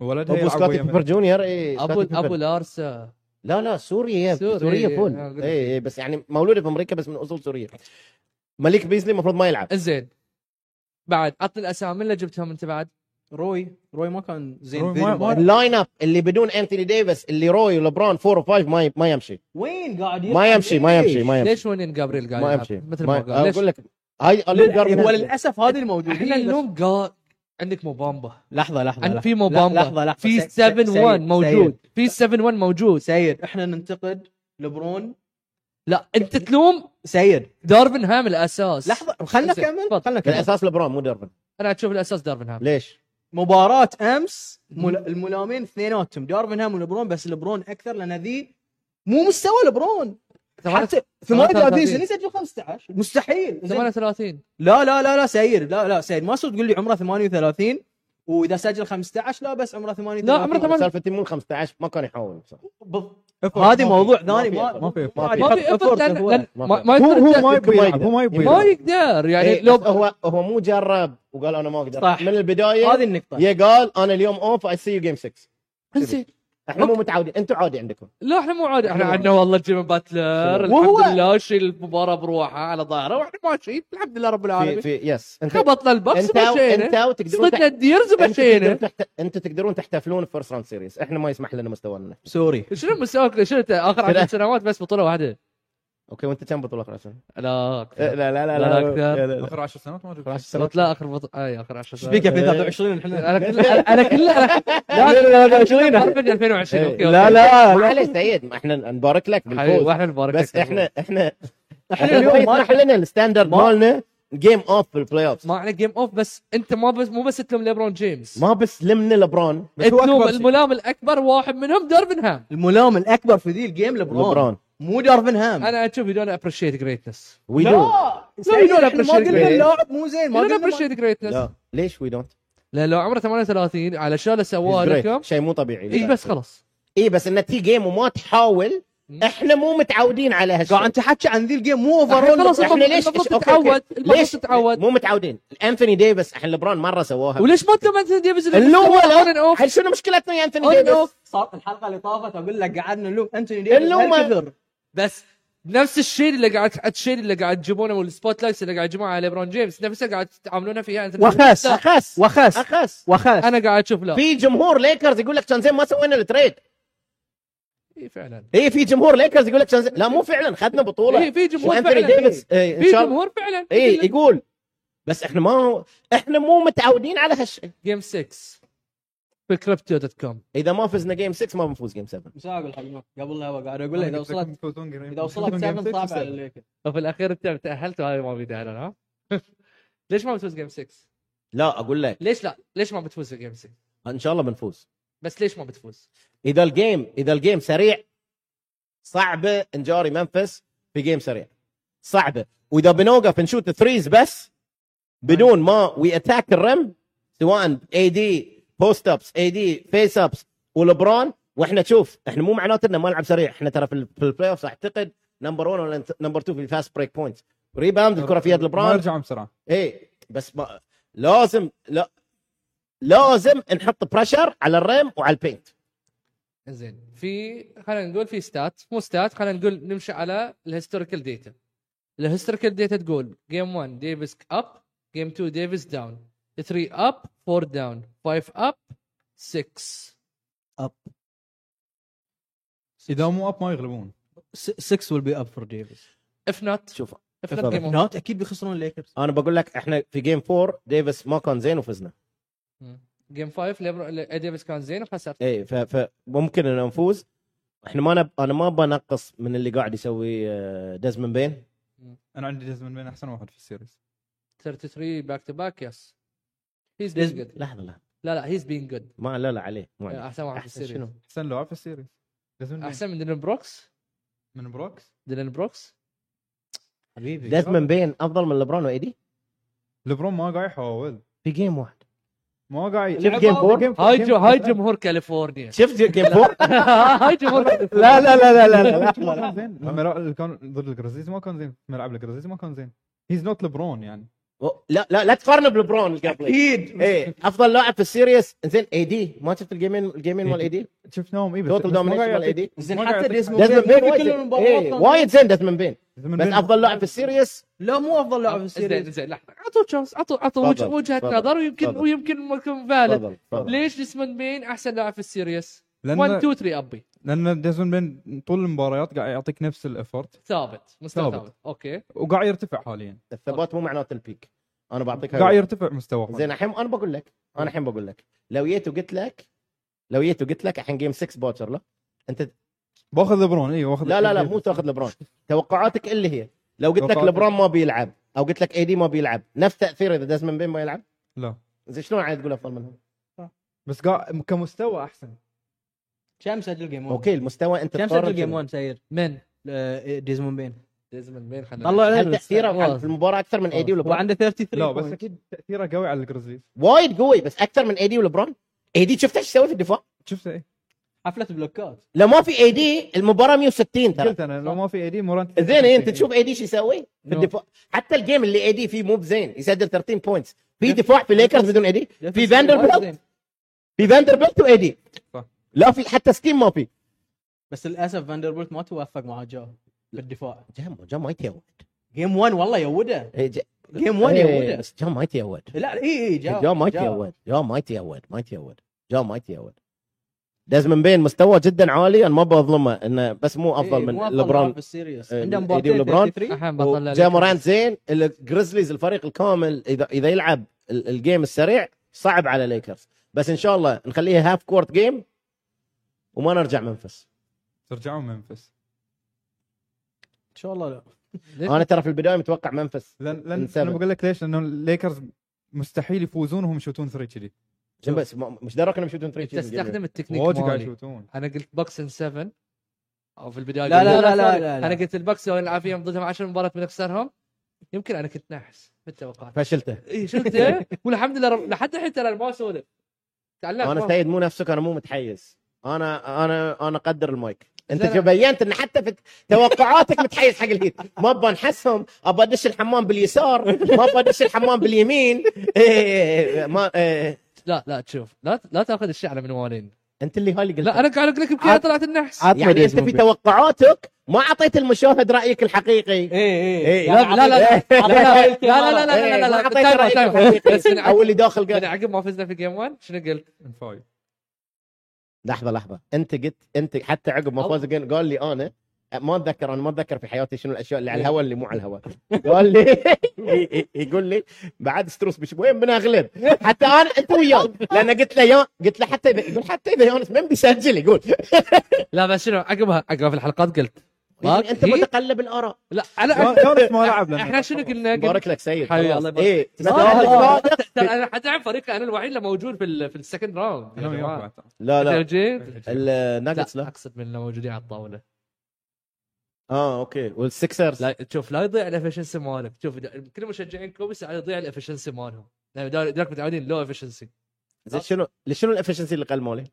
Speaker 3: ولدها
Speaker 2: ابو
Speaker 3: يلعب
Speaker 2: سكوتي
Speaker 3: ويا
Speaker 2: بيبر
Speaker 3: من-
Speaker 2: جونيور اي
Speaker 1: ابو
Speaker 2: سكوتي بيبر.
Speaker 1: ابو لارسا
Speaker 2: لا لا سورية يا
Speaker 1: سوري،
Speaker 2: سورية
Speaker 1: إيه،
Speaker 2: فول
Speaker 1: آه، قلت
Speaker 2: اي اي بس يعني مولوده في امريكا بس من اصول سورية مليك بيزلي المفروض ما يلعب
Speaker 1: زين بعد عطني الاسامي اللي جبتهم انت بعد
Speaker 4: روي روي ما كان زين
Speaker 3: روي
Speaker 4: فيديو
Speaker 3: ما- ما-
Speaker 4: مباراة.
Speaker 2: اللاين اب اللي بدون انتوني ديفيس اللي روي ولبران 4 و5 ما ي- ما يمشي
Speaker 4: وين قاعد
Speaker 2: ما يمشي ما يمشي ما يمشي
Speaker 1: ليش وين جابريل قاعد
Speaker 2: ما
Speaker 1: يلعب؟
Speaker 2: يمشي
Speaker 1: مثل ما
Speaker 2: ما-
Speaker 1: قال
Speaker 2: اقول
Speaker 1: ليش
Speaker 2: لك هاي الجار
Speaker 4: هو
Speaker 2: من-
Speaker 4: للاسف إيه، هذه الموجودين
Speaker 1: احنا
Speaker 4: بس-
Speaker 1: اليوم قال عندك موبامبا
Speaker 4: لحظه لحظه
Speaker 1: عن
Speaker 4: لحظة.
Speaker 1: في موبامبا
Speaker 4: لحظة، لحظة.
Speaker 1: في
Speaker 4: سيد-
Speaker 1: 7 1
Speaker 4: سيد-
Speaker 1: موجود في 7 1 موجود
Speaker 4: سيد احنا ننتقد لبرون
Speaker 1: لا انت تلوم
Speaker 4: سيد
Speaker 1: دارفن هام الاساس
Speaker 4: لحظه خلنا
Speaker 1: زين،
Speaker 4: نكمل
Speaker 1: تفضل.
Speaker 4: خلنا نكمل
Speaker 2: بالاساس لبران مو دربن
Speaker 1: انا اشوف الاساس دارفن هام
Speaker 2: ليش؟
Speaker 4: مباراه امس مل... الملامين اثنيناتهم دارفن هام ولبرون بس لبرون اكثر لان ذي مو مستوى لبرون حتى في ما
Speaker 1: 38.
Speaker 4: جابيز يسجل 15 مستحيل زين.
Speaker 1: 38
Speaker 4: لا لا لا لا سيد لا لا سيد ما صرت تقول لي عمره 38 واذا سجل 15 لا بس عمره 38
Speaker 1: لا، عمره 38.
Speaker 2: سالفة مو 15 ما كان يحاول بصراحة.
Speaker 4: بالضبط.
Speaker 3: إفورت ما في.
Speaker 4: هذه موضوع ثاني
Speaker 2: ما
Speaker 4: ما
Speaker 2: في-
Speaker 3: ما في إفورت.
Speaker 2: ما في.
Speaker 1: ما في
Speaker 4: يحط
Speaker 1: افورت لأن-
Speaker 4: effort
Speaker 1: لأن-
Speaker 2: ما
Speaker 1: ما
Speaker 2: في.
Speaker 1: ما
Speaker 3: هو
Speaker 1: يقدر
Speaker 3: هو
Speaker 1: يتأكد.
Speaker 3: ما يبي يلعب
Speaker 2: يقدر.
Speaker 3: هو ما
Speaker 4: إيه،
Speaker 3: يبي
Speaker 1: ما
Speaker 3: يلعب.
Speaker 1: يقدر يعني
Speaker 2: إيه،
Speaker 1: لو
Speaker 2: بس هو هو مو جرب وقال انا ما اقدر
Speaker 4: صح.
Speaker 2: من البداية
Speaker 4: هذه النقطة
Speaker 2: يا قال انا اليوم اوف اي سي يو جيم 6
Speaker 1: انزين
Speaker 2: احنا مو متعودين انتم عادي عندكم
Speaker 1: لا احنا مو عادي احنا
Speaker 2: إحنا-
Speaker 1: عندنا والله جيم باتلر
Speaker 4: وهو-
Speaker 1: الحمد لله شيل المباراه بروحه على ظهره واحنا ماشيين الحمد لله رب
Speaker 2: في
Speaker 1: العالمين
Speaker 2: في يس انت
Speaker 1: خبطنا البوكس
Speaker 2: انت انت
Speaker 1: مشينا
Speaker 2: وتقدرون
Speaker 1: صدنا الديرز
Speaker 2: انتوا تقدرون
Speaker 1: مشينا
Speaker 2: تحت... انتوا تقدرون تحتفلون في فيرست راوند سيريز احنا ما يسمح لنا مستوانا
Speaker 4: سوري
Speaker 1: شنو مستواك شنو انت اخر 10
Speaker 2: لا.
Speaker 1: سنوات بس بطوله واحده
Speaker 2: اوكي وانت كم بطوله اخر عشان
Speaker 1: لا
Speaker 2: لا
Speaker 1: أكثر.
Speaker 2: لا لا
Speaker 1: لا،
Speaker 2: لا
Speaker 1: أكثر.
Speaker 2: لا، لا.
Speaker 3: اخر 10 سنوات ما
Speaker 2: آخر
Speaker 3: جبت
Speaker 2: عشر
Speaker 1: بطولات
Speaker 2: سنوات
Speaker 1: لا اخر بط... اي اخر 10 سنوات
Speaker 4: سبيكر في 23 احنا
Speaker 1: انا كل انا كل انا لا لا 2020 اوكي
Speaker 2: إيه، لا
Speaker 1: أوكي.
Speaker 2: لا معليش سيد ما احنا نبارك لك
Speaker 1: حبيبي
Speaker 2: بالفوز
Speaker 1: واحنا نبارك
Speaker 2: بس
Speaker 1: لك.
Speaker 2: احنا احنا
Speaker 4: احنا اليوم
Speaker 2: ما
Speaker 4: ما-
Speaker 2: يسمح لنا الستاندرد
Speaker 4: ما-
Speaker 2: مالنا جيم اوف بالبلاي اوف
Speaker 1: ما عليه جيم اوف بس انت ما بس مو بس تلوم ليبرون جيمس
Speaker 2: ما بس لمنا لبران
Speaker 4: إيه،
Speaker 3: بس هو
Speaker 1: تلوم
Speaker 3: أكبر شيء.
Speaker 1: الملام الاكبر واحد منهم دارفنهام
Speaker 4: الملام الاكبر في ذي الجيم لبرون,
Speaker 2: لبران
Speaker 4: مو دارفن هام
Speaker 1: انا اشوف يو دونت ابريشيت جريتنس
Speaker 2: وي
Speaker 4: لا
Speaker 2: دونت
Speaker 4: سيد،
Speaker 1: لا، لا،
Speaker 4: إحنا ما
Speaker 1: appreciate
Speaker 4: قلنا
Speaker 1: it.
Speaker 4: اللاعب مو زين ما
Speaker 1: يو دونت
Speaker 4: قلنا ما-
Speaker 1: ابريشيت جريتنس
Speaker 2: لا ليش وي دونت
Speaker 1: لا لو عمره 38 على شو اللي سواه لكم
Speaker 2: شيء مو طبيعي
Speaker 1: اي إيه، بس خلاص
Speaker 2: اي بس انه تي جيم وما تحاول احنا مو متعودين على هالشيء
Speaker 4: قاعد تحكي عن ذي الجيم مو
Speaker 1: احنا
Speaker 4: اوفرول
Speaker 1: خلاص
Speaker 2: إحنا
Speaker 1: المفروض-
Speaker 2: ليش-
Speaker 1: المفروض
Speaker 2: أوكي، أوكي.
Speaker 1: تتعود المفروض
Speaker 2: ليش
Speaker 1: تتعود
Speaker 2: مو متعودين انثوني ديفيس احنا لبران مره سووها
Speaker 1: وليش ما تلوم انثوني ديفيز اللي
Speaker 2: اللومة
Speaker 1: مستواه on and
Speaker 2: لا
Speaker 1: off؟
Speaker 2: هل شنو مشكلتنا يا انثوني
Speaker 1: On and
Speaker 2: ديفيس؟
Speaker 1: off.
Speaker 4: صار الحلقه اللي طافت اقول لك قعدنا نلوم انتوني
Speaker 2: اللومة.
Speaker 4: هالكثر.
Speaker 1: بس نفس الشيء اللي قاعد الشيء اللي قاعد تجيبونه والسبوت لايتس اللي قاعد تجيبونه على ليبرون جيمس نفسه قاعد تتعاملونها فيها أنت-
Speaker 4: وخس
Speaker 1: لا،
Speaker 2: اخس
Speaker 4: وخس
Speaker 2: اخس
Speaker 4: وخس
Speaker 1: انا قاعد اشوف لا
Speaker 2: في جمهور ليكرز يقول لك كان زين ما سوينا التريد
Speaker 1: إي فعلا
Speaker 2: اي في جمهور ليكرز يقول لك كان زين لا مو فعلا خدنا بطوله
Speaker 1: إيه، في جمهور
Speaker 2: وأنثوني
Speaker 1: فعلاً.
Speaker 2: ديفيس إيه، ان
Speaker 1: في
Speaker 2: شاء إيه، الله
Speaker 1: جمهور فعلا
Speaker 2: اي يقول بس احنا ما احنا مو متعودين على هالشيء
Speaker 1: جيم 6 في كريبتو دوت كوم
Speaker 2: اذا ما فزنا جيم 6 ما بنفوز جيم 7
Speaker 4: مساقل حق نوك. قبل لا قاعد اقول لك اذا إيه، وصلت اذا وصلت 7 صعب عليك
Speaker 1: وفي الاخير انت تاهلت وهذا ما بيتاهلون ها *laughs* ليش ما بتفوز جيم 6
Speaker 2: لا اقول لك
Speaker 1: ليش لا ليش ما بتفوز في جيم 6
Speaker 2: ان شاء الله بنفوز
Speaker 1: بس ليش ما بتفوز
Speaker 2: اذا الجيم اذا الجيم سريع صعبه انجاري منفس في جيم سريع صعبه واذا بنوقف نشوت ثريز بس بدون ما وي اتاك الرم سواء اي دي بوست ابس اي دي فيس ابس ولبرون واحنا تشوف احنا مو معناته انه ما نلعب سريع احنا ترى في ال- في البلاي اوف اعتقد نمبر 1 ولا نمبر 2 في الفاست بريك بوينت ريباوند الكره في يد
Speaker 3: ما
Speaker 2: لبرون
Speaker 3: يرجعون بسرعه
Speaker 2: ايه بس ما لازم لا لازم نحط بريشر على الريم وعلى البينت
Speaker 1: زين في خلينا نقول في ستات مو ستات خلينا نقول نمشي على الهيستوريكال ديتا الهيستوريكال ديتا تقول جيم 1 ديفيس اب جيم 2 ديفيس داون 3 اب 4 داون 5 اب 6
Speaker 3: اذا مو اب ما يغلبون
Speaker 4: 6 ويل بي اب فور ديفيس
Speaker 1: اف نوت
Speaker 2: شوف
Speaker 1: اف نوت
Speaker 2: تفضل.
Speaker 1: جيم اوفر
Speaker 4: نوت اكيد بيخسرون الليكرز
Speaker 2: انا بقول لك احنا في جيم 4 ديفيس ما كان زين وفزنا
Speaker 1: جيم 5 ليبرو ل- ديفيس كان زين وخسر
Speaker 2: اي إيه، ف- فممكن ان نفوز احنا ما نب... انا ما بنقص من اللي قاعد يسوي آه، دزمن بين
Speaker 3: انا عندي جزمن بين احسن واحد في السيريز
Speaker 1: 33 باك تو باك يس هيز
Speaker 4: There's-
Speaker 1: بين جود
Speaker 2: لحظه لحظه
Speaker 1: لا لا هيز بين جود
Speaker 2: ما لا لا عليه ما عليه.
Speaker 1: احسن واحد في
Speaker 2: احسن شنو
Speaker 1: السيريز
Speaker 3: احسن لاعب في السيريز جزمن بين
Speaker 1: احسن من ديلان بروكس
Speaker 3: من بروكس
Speaker 1: ديلان بروكس
Speaker 4: حبيبي
Speaker 2: دزمن بين افضل من لبرون وايدي
Speaker 3: لبرون ما قاعد يحاول
Speaker 2: في جيم
Speaker 3: *laughs*
Speaker 2: واحد
Speaker 3: ما قاعد
Speaker 2: شوف جيم فور.
Speaker 1: هاي جو هاي جمهور *laughs* كاليفورنيا
Speaker 2: شفت *laughs* جيم 4
Speaker 1: هاي جمهور
Speaker 2: لا لا لا لا لا
Speaker 3: *laughs* ما كان
Speaker 2: لا
Speaker 3: زين لما لا- اللي كان ضد الجرازيز ما كان زين ملعب الجرازيز ما كان زين هيز نوت لبرون يعني
Speaker 2: لا لا لا تقارنه بلبرون اللي
Speaker 3: *laughs*
Speaker 2: قبل
Speaker 3: إيه.
Speaker 4: اكيد
Speaker 2: ايه افضل لاعب في السيريس زين اي دي ما شفت الجيمين الجيمين مال اي
Speaker 3: *laughs*
Speaker 2: دي
Speaker 3: شفناهم اي بس
Speaker 2: توتال
Speaker 3: بس ما
Speaker 2: دومينيشن
Speaker 3: قاعد
Speaker 2: مال اي
Speaker 3: يعطيك-
Speaker 2: دي
Speaker 4: زين
Speaker 3: ما قاعد
Speaker 4: حتى
Speaker 3: يعطيك-
Speaker 4: ديزموند
Speaker 2: دزمن
Speaker 4: بين
Speaker 2: بين
Speaker 4: في كل
Speaker 2: وايد
Speaker 4: المباريات
Speaker 2: إيه،
Speaker 4: كان-
Speaker 2: وايد زين دزمن بين
Speaker 3: جزمن
Speaker 2: بس
Speaker 3: بين-
Speaker 2: افضل لاعب في السيريس
Speaker 4: لا مو افضل لاعب في
Speaker 1: زين
Speaker 4: السيريز
Speaker 1: زين لحظه عطوا تشانس عطوا عطوا وجه-
Speaker 2: تفضل،
Speaker 1: وجهه
Speaker 2: تفضل،
Speaker 1: نظر ويمكن
Speaker 2: تفضل.
Speaker 1: ويمكن ما يكون فالid
Speaker 2: تفضل تفضل
Speaker 1: ليش جسمن بين احسن لاعب في السيريس؟ 1
Speaker 3: لان
Speaker 1: 2 3 ابي
Speaker 3: لان جزمن بين طول المباريات قاعد يعطيك نفس الافورت
Speaker 1: ثابت مستوى
Speaker 3: ثابت.
Speaker 1: ثابت اوكي
Speaker 3: وقاعد يرتفع حاليا
Speaker 2: الثبات مو معناته البيك انا بعطيك
Speaker 3: قاعد
Speaker 2: هاي
Speaker 3: يرتفع مستواه
Speaker 2: زين الحين انا بقول لك انا الحين بقول لك لو جيت وقلت لك لو جيت وقلت لك الحين جيم 6 باكر لا انت
Speaker 3: باخذ لبرون ايوه باخذ
Speaker 2: لا لا لا مو تاخذ لبرون توقعاتك اللي هي لو قلت لك
Speaker 3: توقعاتك.
Speaker 2: لبرون ما بيلعب او قلت لك اي دي ما بيلعب نفس تاثير اذا دازمن بين ما يلعب
Speaker 3: لا
Speaker 2: زين شلون عاد تقول افضل منهم؟
Speaker 3: بس قاعد كمستوى احسن
Speaker 4: كم سجل جيم 1
Speaker 2: اوكي المستوى انت
Speaker 4: كم
Speaker 2: تقارن
Speaker 4: سجل جيم
Speaker 2: شنو؟
Speaker 4: 1 سير
Speaker 1: من
Speaker 4: آه، ديزموند بين
Speaker 1: جسمن بين خلينا
Speaker 4: طلع
Speaker 2: هل
Speaker 4: عدد.
Speaker 2: تاثيره على-
Speaker 1: خلاص.
Speaker 2: في المباراه اكثر من اي دي
Speaker 4: هو
Speaker 2: ولبرون؟
Speaker 4: عنده 33
Speaker 3: لا بس
Speaker 4: point.
Speaker 3: اكيد تاثيره قوي على الجرازيز
Speaker 2: وايد قوي بس اكثر من اي دي ولبرون؟ اي دي شفت ايش يسوي في الدفاع؟
Speaker 3: شفت ايه
Speaker 4: حفله بلوكات
Speaker 2: لو ما في اي دي المباراه 160 ترى
Speaker 3: قلت انا لو ما في ايدي مورانت
Speaker 2: زين إيه، انت تشوف اي دي شو يسوي في
Speaker 1: نو.
Speaker 2: الدفاع حتى الجيم اللي اي دي فيه مو بزين يسجل 13 بوينتس في دفاع في ليكرز بدون اي دي في فاندربيلت في فاندربيلت واي دي
Speaker 3: صح.
Speaker 2: لا في حتى ستيم ما في
Speaker 4: بس للاسف فاندربولت ما توفق مع جو بالدفاع
Speaker 2: جام جام ما يتيود
Speaker 4: جيم 1 والله يوده
Speaker 2: إيه، ج-
Speaker 4: جيم 1
Speaker 2: إيه،
Speaker 4: يوده
Speaker 2: بس جام ما يتيود
Speaker 4: لا اي اي جاء
Speaker 2: جام ما يتيود جام ما يتيود ما يتيود جام ما يتيود دازمن بين مستوى جدا عالي انا ما بظلمه انه بس إيه، مو افضل من لبرون
Speaker 4: بالسيريس
Speaker 2: إيه،
Speaker 4: عنده
Speaker 2: من
Speaker 4: مباراتين
Speaker 2: AD ولبرون.
Speaker 4: 33.
Speaker 1: الحين بطلع لك.
Speaker 2: جامورانت زين الجريزليز الفريق الكامل اذا اذا يلعب ال- الجيم السريع صعب على ليكرز بس ان شاء الله نخليها هاف كورت جيم وما نرجع منفس
Speaker 3: ترجعوا منفس
Speaker 4: ان شاء الله لا
Speaker 2: انا ترى في البدايه متوقع منفس
Speaker 3: لان لان
Speaker 2: انسبب.
Speaker 3: انا بقول لك ليش لانه الليكرز مستحيل يفوزون وهم يشوتون ثري كذي
Speaker 2: عشان بس ما- مش دراك انهم يشوتون ثري
Speaker 1: تستخدم التكنيك
Speaker 3: واجد قاعد
Speaker 1: مالي
Speaker 3: يشوتون
Speaker 1: انا قلت بوكس ان 7 او في البدايه
Speaker 4: لا،
Speaker 1: قلت-
Speaker 4: لا، لا، لا،
Speaker 1: سوري.
Speaker 4: لا، لا.
Speaker 1: انا قلت البوكس لو نلعب فيهم ضدهم 10 مباريات بنخسرهم يمكن انا كنت نحس في التوقعات
Speaker 2: فشلته
Speaker 1: اي شفت إيه؟ والحمد لله رب- لحد الحين ترى ما اسولف تعلمت
Speaker 2: انا
Speaker 1: ما-
Speaker 2: سيد مو نفسك انا مو متحيز انا انا انا اقدر المايك انت
Speaker 1: لا، لا.
Speaker 2: شو بينت ان حتى في توقعاتك متحيز حق الهيت ما ابى انحسهم ابى ادش الحمام باليسار ما ابى ادش الحمام باليمين إيه ما إيه
Speaker 1: لا لا تشوف لا لا تاخذ الشيء على منوالين
Speaker 2: انت اللي هالي قلت
Speaker 1: لا انا قاعد اقول لك بكذا
Speaker 2: عاد-
Speaker 1: طلعت النحس
Speaker 4: عاد- عطنا
Speaker 2: يعني انت
Speaker 4: ديزموند
Speaker 2: في
Speaker 4: بين.
Speaker 2: توقعاتك ما اعطيت المشاهد رايك الحقيقي
Speaker 4: اي
Speaker 2: إيه.
Speaker 4: اي
Speaker 1: لا لا لا لا لا لا لا لا لا
Speaker 2: إيه،
Speaker 1: لا
Speaker 2: ما
Speaker 1: لا لا
Speaker 2: اعطيت
Speaker 1: تايم أوت،
Speaker 2: رايك
Speaker 1: تايم أوت. بس من
Speaker 2: الحقيقي او
Speaker 1: عقب-
Speaker 2: اللي داخل
Speaker 1: من
Speaker 2: قال
Speaker 1: عقب ما فزنا في جيم 1 شنو قلت؟
Speaker 3: *laughs* فايف
Speaker 2: لحظه لحظه انت قلت انت حتى عقب ما
Speaker 1: أو-
Speaker 2: فوز قال قال لي انا ما اتذكر انا ما اتذكر في حياتي شنو الاشياء اللي على
Speaker 1: إيه.
Speaker 2: الهواء اللي مو على الهواء قال لي يقول لي *laughs* بعد ستروس بش وين بنغلب حتى انا انت وياه لان قلت له يا قلت له حتى إذا- يقول حتى اذا يونس من بيسجل يقول
Speaker 1: لا بس شنو عقبها عقبها في الحلقات قلت
Speaker 2: يعني انت
Speaker 1: هي-
Speaker 2: متقلب الاراء
Speaker 1: لا انا
Speaker 3: يونس ما لعب لنا.
Speaker 1: احنا شنو
Speaker 3: *laughs*
Speaker 1: قلنا؟ قلنا-
Speaker 2: بارك لك سيد
Speaker 1: حبيبي،
Speaker 2: خلاص.
Speaker 1: الله يبارك.
Speaker 2: ايه
Speaker 1: لا،
Speaker 2: مستواك
Speaker 1: لا،
Speaker 2: صادق.
Speaker 1: ترى انا حتعب فريقي انا الوحيد اللي موجود في ال- في السكند راوند يا
Speaker 3: انا وياك
Speaker 1: جماعه
Speaker 3: بعد.
Speaker 2: لا لا
Speaker 1: موجود؟
Speaker 2: الناجتس
Speaker 1: لا
Speaker 2: لا
Speaker 1: اقصد من اللي موجودين على الطاوله
Speaker 2: اه اوكي والسكسرز
Speaker 1: لا شوف لا يضيع الافشنسي مالك شوف دا- كل مشجعين كوبي ساعات يضيع الافشنسي مالهم لان دا- دارك متعودين لو افشنسي
Speaker 2: زين شنو شنو الافشنسي اللي قل مولي؟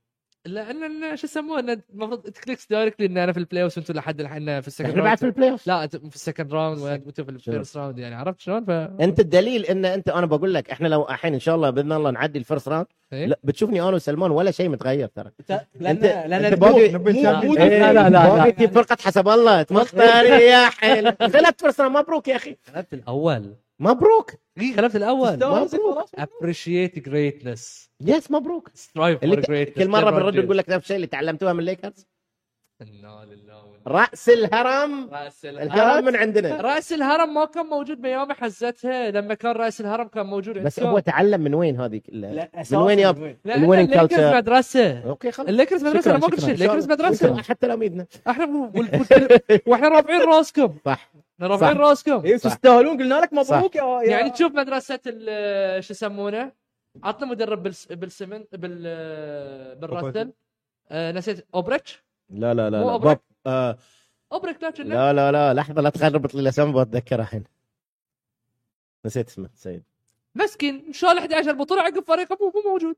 Speaker 1: لان إن- شو يسموه إن المفروض تكليكس دايركتلي ان انا في البلاي اوف انتم لحد الحين في السكند
Speaker 2: احنا بعد في
Speaker 1: راوند
Speaker 2: البلاي اوف
Speaker 1: لا أنت في السكند راوند وانتم في الفيرست راوند يعني عرفت شلون ف
Speaker 2: انت الدليل ان انت انا بقول لك احنا لو الحين ان شاء الله باذن الله نعدي الفيرست راوند
Speaker 1: إيه؟
Speaker 2: لا بتشوفني انا وسلمان ولا شيء متغير ترى
Speaker 4: لان
Speaker 2: أنت-
Speaker 4: لان
Speaker 2: أنت باقي-
Speaker 3: نبي نشوف.
Speaker 4: إيه،
Speaker 2: إيه،
Speaker 4: لا، لا، لا،
Speaker 2: باقي
Speaker 4: لا.
Speaker 2: تجيب فرقه حسب الله تمختار يا حلو غلبت فيرست راوند مبروك يا اخي
Speaker 1: غلبت الاول
Speaker 2: مبروك
Speaker 1: إيه، غلبت الاول
Speaker 2: مبروك
Speaker 1: ابريشيت جريتنس
Speaker 2: يس مبروك
Speaker 1: سترايف
Speaker 2: اللي
Speaker 1: فور
Speaker 2: ت-
Speaker 1: جريتنس
Speaker 2: كل مره بنرد نقول لك نفس الشيء اللي تعلمتوها من الليكرز
Speaker 1: انا لله وإنا-
Speaker 2: راس الهرم
Speaker 1: راس
Speaker 2: الهرم
Speaker 1: الهرم
Speaker 2: من عندنا
Speaker 1: راس الهرم ما كان موجود بيوم حزتها لما كان راس الهرم كان موجود
Speaker 2: بس
Speaker 1: عندكم.
Speaker 2: هو تعلم من وين هذه كلها
Speaker 4: لا،
Speaker 2: من وين ياب؟
Speaker 4: أساساً.
Speaker 1: لا،
Speaker 2: الويننج
Speaker 1: لا، الليكرز
Speaker 2: culture.
Speaker 1: مدرسه
Speaker 2: اوكي خلاص
Speaker 1: الليكرز مدرسه
Speaker 3: شكراً،
Speaker 1: انا ما قلت
Speaker 3: شكراً.
Speaker 1: شيء
Speaker 2: إن شاء الله.
Speaker 1: الليكرز مدرسه
Speaker 2: حتى تلاميذنا
Speaker 1: احنا وال- وال- واحنا رافعين راسكم
Speaker 2: صح
Speaker 1: احنا رافعين
Speaker 2: صح.
Speaker 1: راسكم
Speaker 4: إيه، تستاهلون قلنا لك مبروك يا يا-
Speaker 1: يعني تشوف مدرسه ال- شو يسمونه عطنا مدرب بالس- بالسمن بال بالراتل آه، نسيت اوبريتش
Speaker 2: لا لا لا
Speaker 1: مو
Speaker 2: لا
Speaker 1: أبرك.
Speaker 2: بوب آه
Speaker 1: اوبريك لا كنا؟
Speaker 2: لا لا لا لحظه لا تخربط لي الاسامي بتذكرها الحين نسيت اسمه سيد
Speaker 1: مسكين شال 11 بطوله عقب فريقه مو مو موجود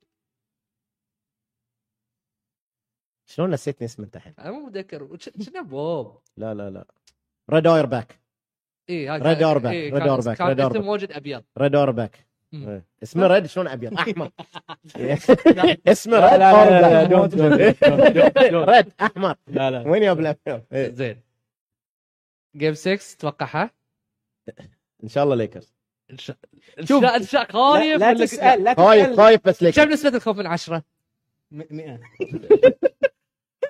Speaker 2: شلون نسيتني اسمه انت الحين
Speaker 1: انا مو متذكر وش- كنا بوب إيه،
Speaker 2: لا لا لا ريد اور باك
Speaker 1: اي
Speaker 2: Red Auerbach، Red Auerbach، Red
Speaker 1: كان اسم
Speaker 2: Auerbach.
Speaker 1: واجد ابيض
Speaker 2: ريد اور باك
Speaker 1: مم.
Speaker 2: إيه. اسمه ريد شلون
Speaker 4: *laughs*
Speaker 2: ابيض احمر اسمه ريد
Speaker 4: لا،
Speaker 2: اور
Speaker 4: لا، لا، لا،
Speaker 2: باك
Speaker 4: don't- don't-
Speaker 2: ريد احمر
Speaker 4: لا لا
Speaker 2: وين يا بلا إيه.
Speaker 1: زين جيم 6 تتوقعها؟
Speaker 2: ان شاء الله ليكرز
Speaker 1: إن شاء- إن
Speaker 4: شوف.
Speaker 1: شاء- ان شاء
Speaker 4: لا
Speaker 1: خايف
Speaker 4: لا
Speaker 1: ولا-
Speaker 4: تسال لا
Speaker 2: خايف
Speaker 4: تسال
Speaker 2: خايف بس ليكرز
Speaker 1: كم نسبة الخوف من عشرة؟
Speaker 4: م- مئة.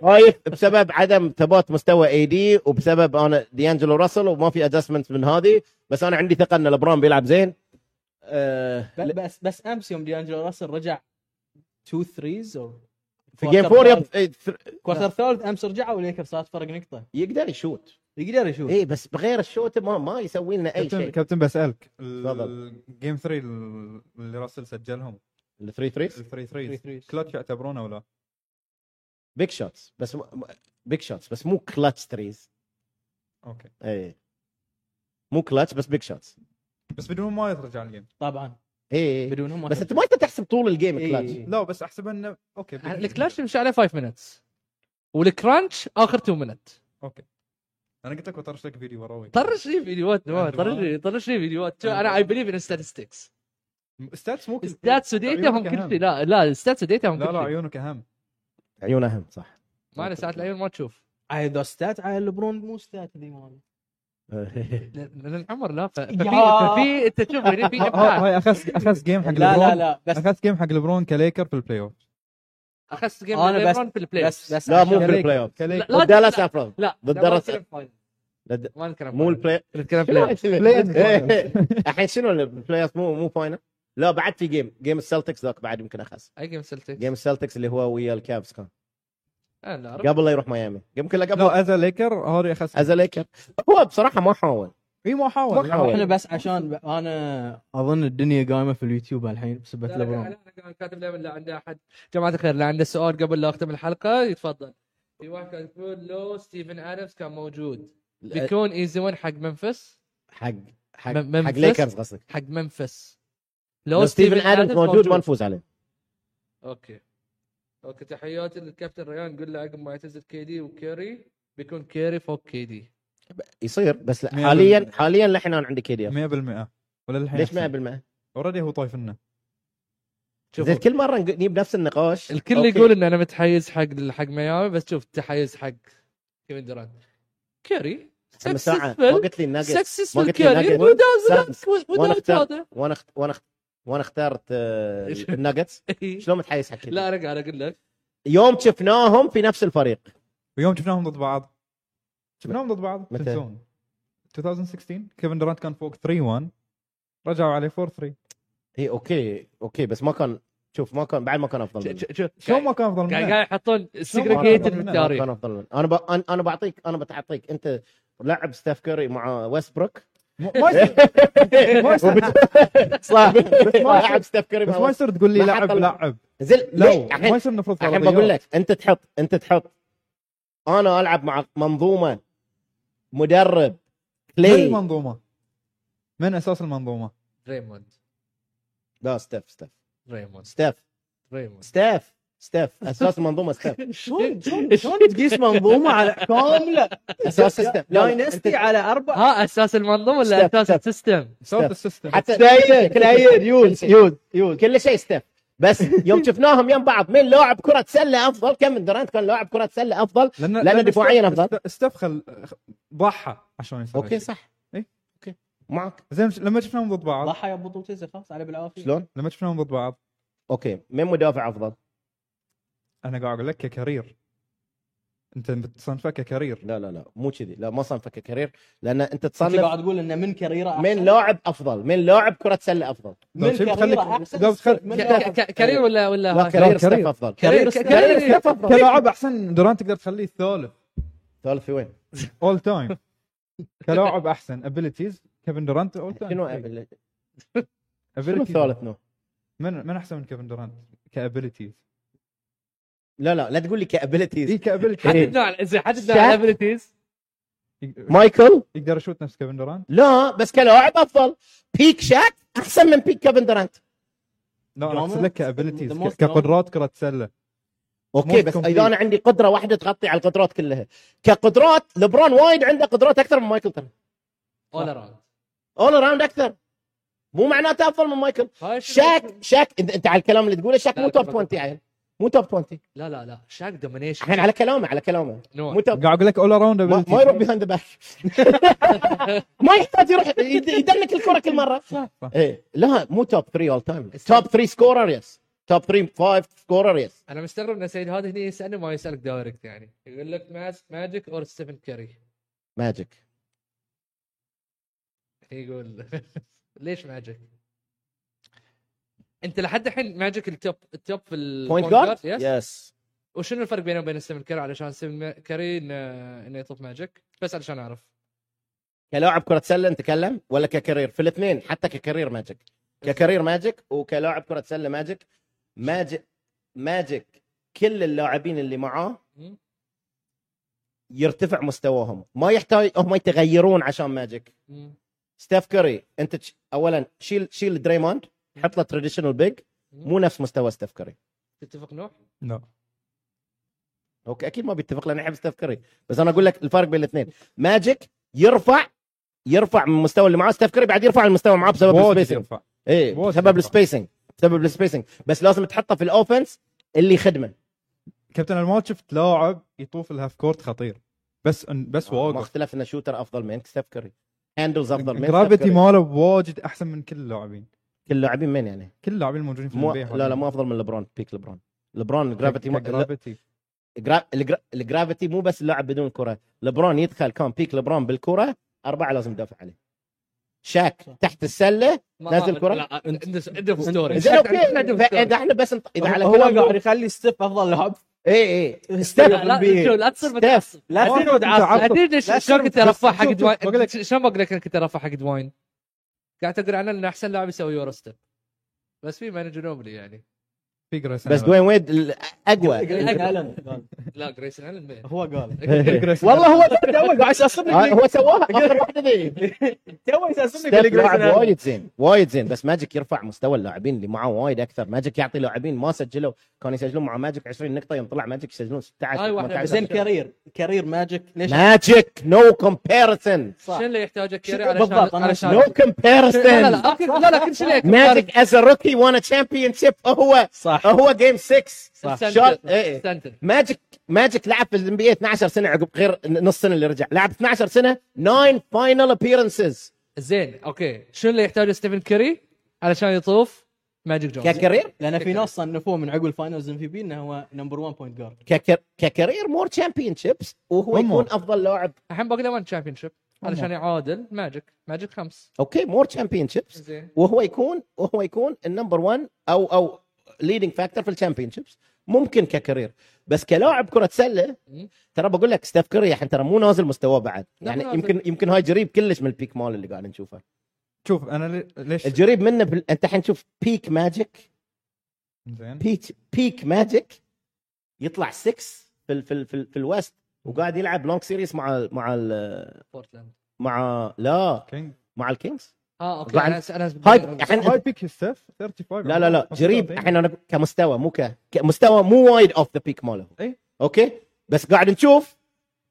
Speaker 2: خايف طيب، بسبب عدم ثبات مستوى اي دي وبسبب انا ديانجلو راسل وما في ادجستمنت من هذه بس انا عندي ثقه ان لبرون بيلعب زين آه
Speaker 4: ب- بس بس امس يوم ديانجلو راسل رجع 2 3 او
Speaker 2: في جيم فور يب... إيه، ثر-
Speaker 4: كوارتر ثالث امس رجعوا والليكرز صارت فرق نقطه
Speaker 2: يقدر يشوت
Speaker 4: يقدر يشوف
Speaker 2: اي إيه، بس بغير الشوت ما ما يسوي لنا اي
Speaker 3: كابتن
Speaker 2: شيء
Speaker 3: كابتن بسالك
Speaker 2: تفضل.
Speaker 3: الجيم 3 اللي راسل سجلهم
Speaker 2: الثري ثريز
Speaker 3: الثري
Speaker 4: 3
Speaker 3: ثريز
Speaker 4: 3
Speaker 3: كلاتش يعتبرونه ولا
Speaker 2: بيج شوتس بس م... بيج شوتس بس مو كلاتش ثريز
Speaker 3: اوكي
Speaker 2: اي مو كلاتش بس بيج شوتس
Speaker 3: بس بدون ما يرجع الجيم
Speaker 4: طبعا
Speaker 2: اي
Speaker 4: بدونهم ما
Speaker 2: إيه. بس
Speaker 4: ترجع.
Speaker 2: انت ما انت تحسب طول الجيم
Speaker 4: إيه.
Speaker 2: كلاتش
Speaker 3: لا بس احسب انه اوكي بدون-
Speaker 1: الكلاش مش عليه 5 مينتس والكرانش اخر 2 مينت
Speaker 3: اوكي انا قلت لك بطرش لك فيديو وراوي
Speaker 1: طرش لي فيديوهات نواف، طرش لي طرش لي فيديوهات شو، انا اي بليف ان ستاتستكس
Speaker 3: ستاتس مو كل شيء.
Speaker 1: ستاتس وديتا هم
Speaker 3: عيونك
Speaker 1: كل
Speaker 3: أهم.
Speaker 1: شيء لا لا ستاتس وديتا هم
Speaker 3: طيب، لا
Speaker 1: كل
Speaker 3: لا
Speaker 1: شيء
Speaker 3: عيونك اهم
Speaker 2: عيون اهم صح
Speaker 1: معنا ساعات العيون ما تشوف
Speaker 4: عاد ذا ستات عاد لبرون مو ستات ذي مال
Speaker 1: لأن- لأن العمر لا ف- ففي
Speaker 4: يا.
Speaker 1: ففي انت تشوف هنا
Speaker 3: *laughs*
Speaker 1: في
Speaker 3: ه- ه-
Speaker 1: ابداع
Speaker 3: آه، هاي اخس اخس جيم حق
Speaker 4: لا لا
Speaker 3: لبرون
Speaker 4: لا بس
Speaker 3: اخس جيم حق لبرون كليكر في البلاي اوف
Speaker 1: اخذت جيم
Speaker 4: أنا بس-
Speaker 1: ليبرون في البلاي
Speaker 4: بس
Speaker 1: أوفز.
Speaker 4: بس
Speaker 2: لا مو
Speaker 4: عشان-
Speaker 2: في البلاي اوف
Speaker 3: كليكر
Speaker 1: لا،
Speaker 2: ضد دالاس
Speaker 1: لا.
Speaker 2: افرض
Speaker 1: لا لا، ما
Speaker 2: بالدرس-
Speaker 1: نتكلم فاينل.
Speaker 2: ضد-
Speaker 1: ما نتكلم
Speaker 2: مو
Speaker 1: فاينل.
Speaker 2: البلاي
Speaker 1: نتكلم
Speaker 2: شنو
Speaker 1: بلاي أوف.
Speaker 3: *laughs*
Speaker 2: البلاي الحين شنو البلاي أوف؟ مو مو فاينل لا بعد في جيم جيم السلتكس ذاك بعد يمكن اخس
Speaker 1: اي جيم سلتكس
Speaker 2: جيم السلتكس اللي هو ويا الكابز كان
Speaker 1: أنا لا أعرف.
Speaker 2: قبل لا يروح ميامي يمكن لا قبل
Speaker 3: لا از ليكر هذه اخس
Speaker 2: از ليكر هو بصراحه ما حاول
Speaker 3: اي ما حاول
Speaker 2: ما حاول.
Speaker 4: احنا بس عشان ب- انا اظن الدنيا قايمه في اليوتيوب الحين بسبه
Speaker 1: لا، لا، لا،
Speaker 4: لبرون
Speaker 1: أنا كان كاتب دائما لا عنده احد جماعه الخير لا عنده سؤال قبل لا اختم الحلقه يتفضل في واحد كان يقول لو ستيفن ادمز كان موجود بيكون ايزي ون حق منفس
Speaker 2: حق حق
Speaker 1: مم- ممفيس.
Speaker 2: حق ليكرز قصدك
Speaker 1: حق منفس
Speaker 2: لو ستيفن ادمز موجود ما نفوز عليه
Speaker 1: اوكي اوكي تحياتي للكابتن ريان قول له عقب ما يعتزل كيدي وكيري بيكون كيري فوق كيدي
Speaker 2: يصير بس لا.
Speaker 3: مية
Speaker 2: حاليا
Speaker 3: بالمية.
Speaker 2: حاليا لحين انا عندي
Speaker 3: 100%
Speaker 2: كيدير
Speaker 3: ولا الحين
Speaker 2: ليش 100%
Speaker 3: اوريدي هو طايف لنا
Speaker 1: شوف
Speaker 2: زين كل مره نق- نجيب نفس النقاش
Speaker 1: الكل
Speaker 2: أوكي.
Speaker 1: يقول ان انا متحيز حق حق ميامي بس شوف تحيز حق كيفن دورانت كيري
Speaker 2: كم ساعه
Speaker 1: successful-
Speaker 2: ما قلت لي الناجتس ما
Speaker 1: سكسسفول
Speaker 2: قلت لي
Speaker 1: كارير
Speaker 2: الناجتس سانز. وأنا
Speaker 1: وداوت
Speaker 2: اخترت
Speaker 1: هذا
Speaker 2: وانا اخت- وانا اخت- وانا اخترت
Speaker 1: *laughs*
Speaker 2: آه،
Speaker 1: إيش؟
Speaker 2: الناجتس شلون متحيز حق كيدير
Speaker 1: إيه. لا انا قاعد اقول لك
Speaker 2: يوم شفناهم في نفس الفريق
Speaker 3: ويوم شفناهم ضد بعض شفناهم ضد بعض
Speaker 2: متى؟
Speaker 3: تنسون 2016 كيفن دورانت كان فوق 3 1 رجعوا عليه 4 3
Speaker 2: اي اوكي اوكي إيه، بس ما كان شوف ما كان بعد ما كان افضل منه.
Speaker 3: شو ما كان افضل
Speaker 1: قاعد
Speaker 3: منه
Speaker 1: قاعد يحطون
Speaker 2: ما كان
Speaker 1: سيجريجيتد
Speaker 2: أفضل
Speaker 1: في
Speaker 2: منه.
Speaker 1: التاريخ
Speaker 2: ما كان افضل منه. انا ب... أنا- انا بعطيك انا بتعطيك انت لعب ستاف كوري مع ويستبروك
Speaker 3: م- ما
Speaker 2: *laughs*
Speaker 3: يصير ما يصير
Speaker 2: صح
Speaker 3: ما
Speaker 2: لاعب ستاف كوري
Speaker 3: بس ما يصير تقول لي
Speaker 2: ما
Speaker 3: لعب
Speaker 2: حط ال-
Speaker 3: لعب
Speaker 2: زين
Speaker 3: لا
Speaker 2: ليه؟
Speaker 3: ما
Speaker 2: الحين
Speaker 3: يصير نفرض
Speaker 2: الحين
Speaker 3: فرضيات.
Speaker 2: بقول لك انت تحط انت تحط انا العب مع منظومه مدرب
Speaker 3: من
Speaker 2: كلي
Speaker 3: المنظومه من اساس المنظومه
Speaker 1: ريموند
Speaker 2: لا ستيف ستيف
Speaker 1: ريموند
Speaker 2: ستيف
Speaker 1: ريموند
Speaker 2: ستيف ستيف اساس المنظومه
Speaker 4: *laughs*
Speaker 2: ستيف
Speaker 1: *laughs*
Speaker 4: طيب. شلون شلون شلون تقيس منظومه على كامله
Speaker 2: اساس ستيف
Speaker 4: داينستي على اربع
Speaker 1: ها اساس المنظومه ولا
Speaker 2: ستيف،
Speaker 1: اساس
Speaker 2: ستيف.
Speaker 1: السيستم؟
Speaker 3: صوت السيستم
Speaker 2: حتى
Speaker 4: سيد سيد يوز يوز يوز
Speaker 2: كل شيء ستيف بس يوم شفناهم يم بعض مين لاعب كره سله افضل كم من دورانت كان لاعب كره سله افضل
Speaker 3: لان
Speaker 2: لأن دفاعياً أفضل.
Speaker 3: استفخل ضحى عشان يصير
Speaker 2: اوكي صح
Speaker 3: إيه.
Speaker 2: اوكي معك
Speaker 3: زين لما شفناهم ضد بعض
Speaker 4: ضحى يا بطولتي خلاص على بالعافيه
Speaker 2: شلون
Speaker 3: لما شفناهم ضد بعض
Speaker 2: اوكي مين مدافع افضل
Speaker 3: انا قاعد اقول لك ككارير انت بتصنفه ككارير
Speaker 2: لا لا لا مو كذي لا ما صنفك كارير لان انت
Speaker 4: انت
Speaker 2: تصنف
Speaker 4: قاعد تقول انه من كريره احسن
Speaker 2: من لاعب افضل من لاعب كره سله افضل
Speaker 4: من
Speaker 3: طيب شو
Speaker 4: كريره
Speaker 3: بتخليك-
Speaker 4: احسن
Speaker 3: قاعد تخلي-
Speaker 4: من
Speaker 1: ك-
Speaker 4: لاعب.
Speaker 1: ك- كارير ولا ولا
Speaker 2: لا
Speaker 1: هاي؟
Speaker 2: كارير ستيف
Speaker 3: كارير.
Speaker 2: افضل
Speaker 4: كارير-
Speaker 2: كارير ستيف افضل
Speaker 3: إيه، كلاعب احسن دورانت تقدر تخليه الثالث
Speaker 2: سولف في وين *laughs*
Speaker 3: اول تايم كلاعب احسن ابيلتيز كيفن دورانت اول تايم
Speaker 2: شنو شنو الثالث نو
Speaker 3: من من احسن من كيفن دورانت كابيلتيز
Speaker 2: لا لا لا تقول لي
Speaker 3: اي
Speaker 2: كابيلتيز
Speaker 3: كابيلتيز
Speaker 1: حدد نوع زين حدد
Speaker 2: شاف.
Speaker 1: نوع الابيلتيز
Speaker 2: مايكل
Speaker 3: يقدر يشوت نفس كيفن دورانت
Speaker 2: لا بس كلاعب افضل بيك شات احسن من بيك كيفن دورانت
Speaker 3: لا انا اقصد
Speaker 4: Dominant.
Speaker 3: لك كابيلتيز
Speaker 4: The most
Speaker 3: كقدرات كره سله
Speaker 2: اوكي
Speaker 3: Most
Speaker 2: بس
Speaker 3: complete.
Speaker 2: اذا انا عندي قدره واحده تغطي على القدرات كلها كقدرات لبرون وايد عنده قدرات اكثر من مايكل ترى
Speaker 1: اول اراوند
Speaker 2: اول راوند اكثر مو معناته افضل من مايكل
Speaker 1: هاي شنو؟
Speaker 2: شاك شاك إنت- انت على الكلام اللي تقوله شاك
Speaker 1: لا،
Speaker 2: مو
Speaker 1: لا،
Speaker 2: توب
Speaker 1: تفضل.
Speaker 2: 20 عيل مو توب 20
Speaker 1: لا لا لا شاك دومينيشن
Speaker 2: الحين على كلامه على كلامه مو
Speaker 1: نوع
Speaker 3: *laughs*
Speaker 2: توب
Speaker 3: قاعد اقول لك اول راوند
Speaker 2: ما ما يروح بيهاند باك *laughs* ما يحتاج يروح يد- يدنك الكره كل مره
Speaker 3: صح.
Speaker 2: ايه لا مو توب 3 اول تايم توب 3 سكورر يس توب 3 5 سكورر يس
Speaker 1: انا مستغرب ان سيد هذا هنا يسالني ما يسالك دايركت يعني يقول لك ماس ماجيك اور ستيفن كاري
Speaker 2: ماجيك
Speaker 1: يقول *laughs* ليش ماجيك؟ انت لحد الحين ماجيك التوب التوب في البوينت
Speaker 2: بوينت جارد
Speaker 1: يس
Speaker 2: يس
Speaker 1: وشنو الفرق بينه وبين ستيفن كاري علشان ستيفن كاري انه إنه يطلب ماجيك بس علشان اعرف
Speaker 2: كلاعب كره سله نتكلم ولا ككارير في الاثنين حتى ككارير ماجيك ككارير ماجيك وكلاعب كره سله ماجيك ماجيك ماجيك كل اللاعبين اللي معاه
Speaker 1: مم.
Speaker 2: يرتفع مستواهم ما يحتاج هم يتغيرون عشان ماجيك
Speaker 1: مم.
Speaker 2: ستيف كاري انت تش... اولا شيل شيل دريموند حط له تراديشنال بيج مو نفس مستوى ستيف كاري
Speaker 1: تتفق نوح؟
Speaker 3: لا
Speaker 2: اوكي اكيد ما بيتفق لان احب ستيف كاري بس انا اقول لك الفرق بين الاثنين ماجيك يرفع يرفع من المستوى اللي معاه ستيف كاري بعد يرفع المستوى معاه بسبب
Speaker 3: وايد
Speaker 2: السبيسنج
Speaker 3: ينفع
Speaker 2: ايه
Speaker 3: وايد
Speaker 2: بسبب
Speaker 3: ينفع.
Speaker 2: السبيسنج بسبب السبيسنج بس لازم تحطه في الاوفنس اللي يخدمه
Speaker 3: كابتن انا ما شفت لاعب يطوف الهاف كورت خطير بس بس
Speaker 2: آه، ما
Speaker 3: واقف
Speaker 2: اختلفنا شوتر افضل منك ستيف كاري هاندلز افضل منك
Speaker 3: جرافيتي ماله واجد احسن من كل اللاعبين
Speaker 2: كل اللاعبين من يعني
Speaker 3: كل اللاعبين الموجودين في
Speaker 2: مو
Speaker 3: ال NBA
Speaker 2: لا لا مو افضل من لبرون بيك لبرون لبرون جرافيتي ما... لا،
Speaker 3: جرافيتي
Speaker 2: جرا... الجرا... الجرافيتي مو بس اللاعب بدون كره لبرون يدخل كان بيك لبرون بالكره اربعه لازم يدافع عليه شاك تحت السله
Speaker 1: ما-
Speaker 2: نازل
Speaker 1: ما-
Speaker 2: كرة؟
Speaker 1: لا، عنده عنده ستوري
Speaker 2: زين اوكي فاذا احنا بس نط... اذا على
Speaker 4: هو
Speaker 2: كلام إيه،
Speaker 4: قاعد يخلي ستيف افضل *laughs* لاعب
Speaker 2: اي اي
Speaker 4: ستيف
Speaker 1: لا لا
Speaker 4: بالبيت.
Speaker 1: شو، لا تصير
Speaker 2: ستيف.
Speaker 1: متعصب
Speaker 4: لا
Speaker 3: ما-
Speaker 4: تقعد عصب
Speaker 3: تعصب.
Speaker 1: ادري ليش
Speaker 3: لا،
Speaker 1: شلون
Speaker 3: شوف،
Speaker 1: كنت ارفع
Speaker 3: شوف،
Speaker 1: حق
Speaker 3: شوف، بقول
Speaker 1: دواين
Speaker 3: لك.
Speaker 1: شلون بقول لك أنا كنت ارفع حق دواين قاعد تقرا عنه انه احسن لاعب يسوي يورو ستيب بس في مانجر نوبلي يعني
Speaker 3: في جريسون
Speaker 2: بس دوين ويد ال- اقوى
Speaker 1: لا جريسون
Speaker 4: *laughs*
Speaker 1: الن
Speaker 4: هو قال
Speaker 2: *laughs* والله هو
Speaker 4: *laughs* تو قاعد يساسبني
Speaker 2: آه، هو سواها اخر واحده ذي
Speaker 4: تو *laughs* يساسبني
Speaker 2: ستيف لاعب وايد زين وايد زين بس ماجيك يرفع مستوى اللاعبين اللي معاه وايد اكثر ماجيك يعطي لاعبين ما سجلوا كانوا يسجلون مع ماجيك 20 نقطه يوم طلع ماجيك يسجلون 16
Speaker 1: هاي واحدة.
Speaker 2: 18.
Speaker 4: زين كارير كارير ماجيك ليش
Speaker 2: ماجيك نو كومباريسون
Speaker 1: شنو اللي يحتاجه كيري
Speaker 4: شنو
Speaker 1: علشان
Speaker 4: بالضبط؟ أنا
Speaker 1: علشان
Speaker 2: نو كومباريسون
Speaker 1: لا لا أوكي، لا لا كل شيء ليه
Speaker 2: ماجيك از روكي وانا تشامبيون شيب هو
Speaker 4: صح
Speaker 2: هو جيم 6 شال إيه.
Speaker 1: استنتر
Speaker 2: ماجيك ماجيك لعب في الام بي 12 سنه عقب غير نص سنه اللي رجع لعب 12 سنه 9 فاينل ابيرنسز
Speaker 1: زين اوكي شنو اللي يحتاجه ستيفن كيري علشان يطوف ماجيك جونسون
Speaker 2: ككارير
Speaker 4: لان في ناس صنفوه من عقب الفاينلز ام في بي انه هو نمبر 1 بوينت جارد
Speaker 2: ككر- ككارير مور تشامبيون شيبس وهو
Speaker 3: هم.
Speaker 2: يكون افضل لاعب
Speaker 1: الحين باقي له 1 تشامبيون شيب علشان يعادل ماجيك ماجيك خمس
Speaker 2: اوكي مور تشامبيون شيبس
Speaker 1: زين
Speaker 2: وهو يكون وهو يكون النمبر 1 او او ليدنج فاكتور في الشامبيونشيبس ممكن ككارير بس كلاعب كره سله
Speaker 1: مم.
Speaker 2: ترى بقول لك ستيف كاري الحين ترى مو نازل مستواه بعد
Speaker 1: لا،
Speaker 2: يعني
Speaker 1: مو نازل.
Speaker 2: يمكن يمكن هاي جريب كلش من البيك مال اللي قاعد نشوفه
Speaker 3: شوف انا لي- ليش
Speaker 2: الجريب منه بال... انت الحين تشوف بيك ماجيك
Speaker 3: زين
Speaker 2: بيك بيك ماجيك يطلع 6 في ال... في ال... في, ال... في الوست وقاعد يلعب لونج سيريس مع ال مع ال
Speaker 1: بورتلاند
Speaker 2: مع لا
Speaker 3: كينج
Speaker 2: مع الكينجز
Speaker 1: اه اوكي
Speaker 2: طبعاً.
Speaker 1: انا س- انا س-
Speaker 2: هاي- يعني
Speaker 1: بس-
Speaker 2: الحين
Speaker 3: هاي بيك ستيف 35
Speaker 2: لا لا لا
Speaker 3: عمره
Speaker 2: قريب
Speaker 3: 35.
Speaker 2: الحين انا كمستوى مو ك... كمستوى مو وايد اوف ذا بيك ماله
Speaker 3: إي.
Speaker 2: اوكي بس قاعد نشوف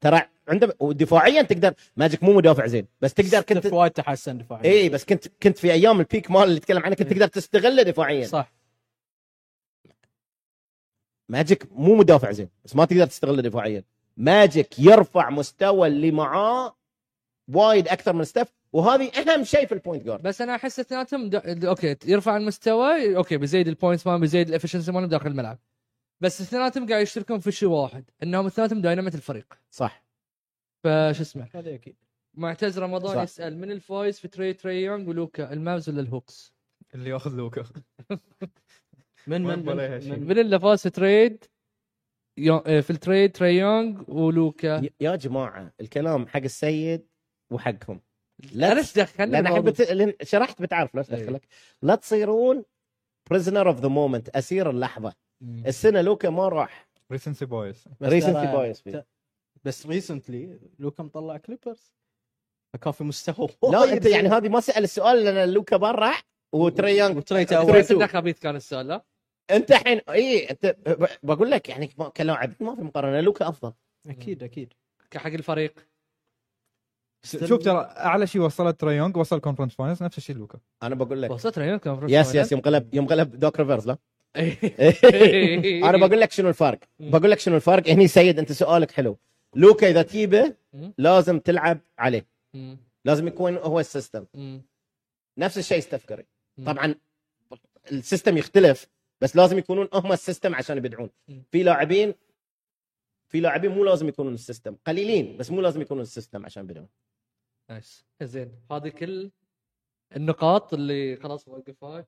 Speaker 2: ترى عنده ودفاعيا تقدر ماجيك مو مدافع زين بس تقدر كنت إيه.
Speaker 4: وايد تحسن دفاعيا
Speaker 2: اي بس كنت كنت في ايام البيك مال اللي تكلم عنه كنت
Speaker 4: إي.
Speaker 2: تقدر تستغله دفاعيا
Speaker 4: صح
Speaker 2: ماجيك مو مدافع زين بس ما تقدر تستغله دفاعيا ماجيك يرفع مستوى اللي معاه وايد اكثر من ستيف وهذه اهم شيء في البوينت جارد
Speaker 1: بس انا احس اثنيناتهم دا- اوكي يرفع المستوى اوكي بيزيد البوينتس مالهم بيزيد الافشنسي مالهم داخل الملعب بس اثنيناتهم قاعد يشتركون في شيء واحد انهم اثنيناتهم دايناميت الفريق
Speaker 2: صح
Speaker 1: فش اسمه
Speaker 4: هذا اكيد
Speaker 1: معتز رمضان
Speaker 2: صح.
Speaker 1: صح. يسال من الفايز في تري تري يونغ ولوكا المافز ولا الهوكس؟
Speaker 3: اللي ياخذ لوكا
Speaker 4: من
Speaker 3: ما
Speaker 4: من,
Speaker 3: يبغى لها
Speaker 4: من,
Speaker 3: شيء.
Speaker 4: من
Speaker 1: من اللي فاز في تريد يو... آه، في التريد تري يونغ ولوكا
Speaker 2: ي- يا جماعه الكلام حق السيد وحقهم لا
Speaker 1: انا ايش دخلني
Speaker 2: لان احب
Speaker 1: الموضوع؟
Speaker 2: ت... لأن شرحت بتعرف ليش
Speaker 1: إيه.
Speaker 2: دخلك لا تصيرون بريزنر اوف ذا مومنت اسير اللحظه
Speaker 1: مم.
Speaker 2: السنه لوكا ما راح
Speaker 3: ريسنسي بويز
Speaker 4: بس
Speaker 2: ريسنتلي
Speaker 4: ترى-
Speaker 2: بايس فيه
Speaker 4: ت- بس ريسنتلي لوكا مطلع كليبرز فكان في مستوى
Speaker 2: لا انت
Speaker 4: طيب.
Speaker 2: يعني هذه ما سال السؤال لان لوكا برا وتري يونغ
Speaker 4: وتريت
Speaker 2: تري
Speaker 4: اول
Speaker 1: بس
Speaker 2: تو.
Speaker 1: انه خبيث كان السؤال لا؟
Speaker 2: انت الحين اي انت ب- بقول لك يعني ما- كلاعب ما في مقارنه لوكا افضل
Speaker 4: اكيد اكيد
Speaker 1: حق الفريق
Speaker 3: شوف ترى اعلى شيء وصلت تريونج وصل كونفرنس فاينلز نفس الشيء لوكا
Speaker 2: انا بقول لك
Speaker 1: وصلت تري يونغ كان فرصة
Speaker 2: يس
Speaker 1: ولا؟
Speaker 2: يس يوم غلب يوم غلب دوك ريفرز لا
Speaker 1: *laughs* إيه.
Speaker 2: انا بقول لك شنو الفرق
Speaker 1: مم.
Speaker 2: بقول لك شنو الفرق هني سيد انت سؤالك حلو لوكا اذا تجيبه
Speaker 1: مم.
Speaker 2: لازم تلعب عليه
Speaker 1: مم.
Speaker 2: لازم يكون هو السيستم
Speaker 1: مم.
Speaker 2: نفس الشيء ستيف كاري
Speaker 1: مم.
Speaker 2: طبعا السيستم يختلف بس لازم يكونون هم السيستم عشان يبدعون
Speaker 1: مم.
Speaker 2: في لاعبين في لاعبين مو لازم يكونون السيستم قليلين بس مو لازم يكونون السيستم عشان يبدعون
Speaker 1: نايس زين هذه كل النقاط اللي خلاص وقفها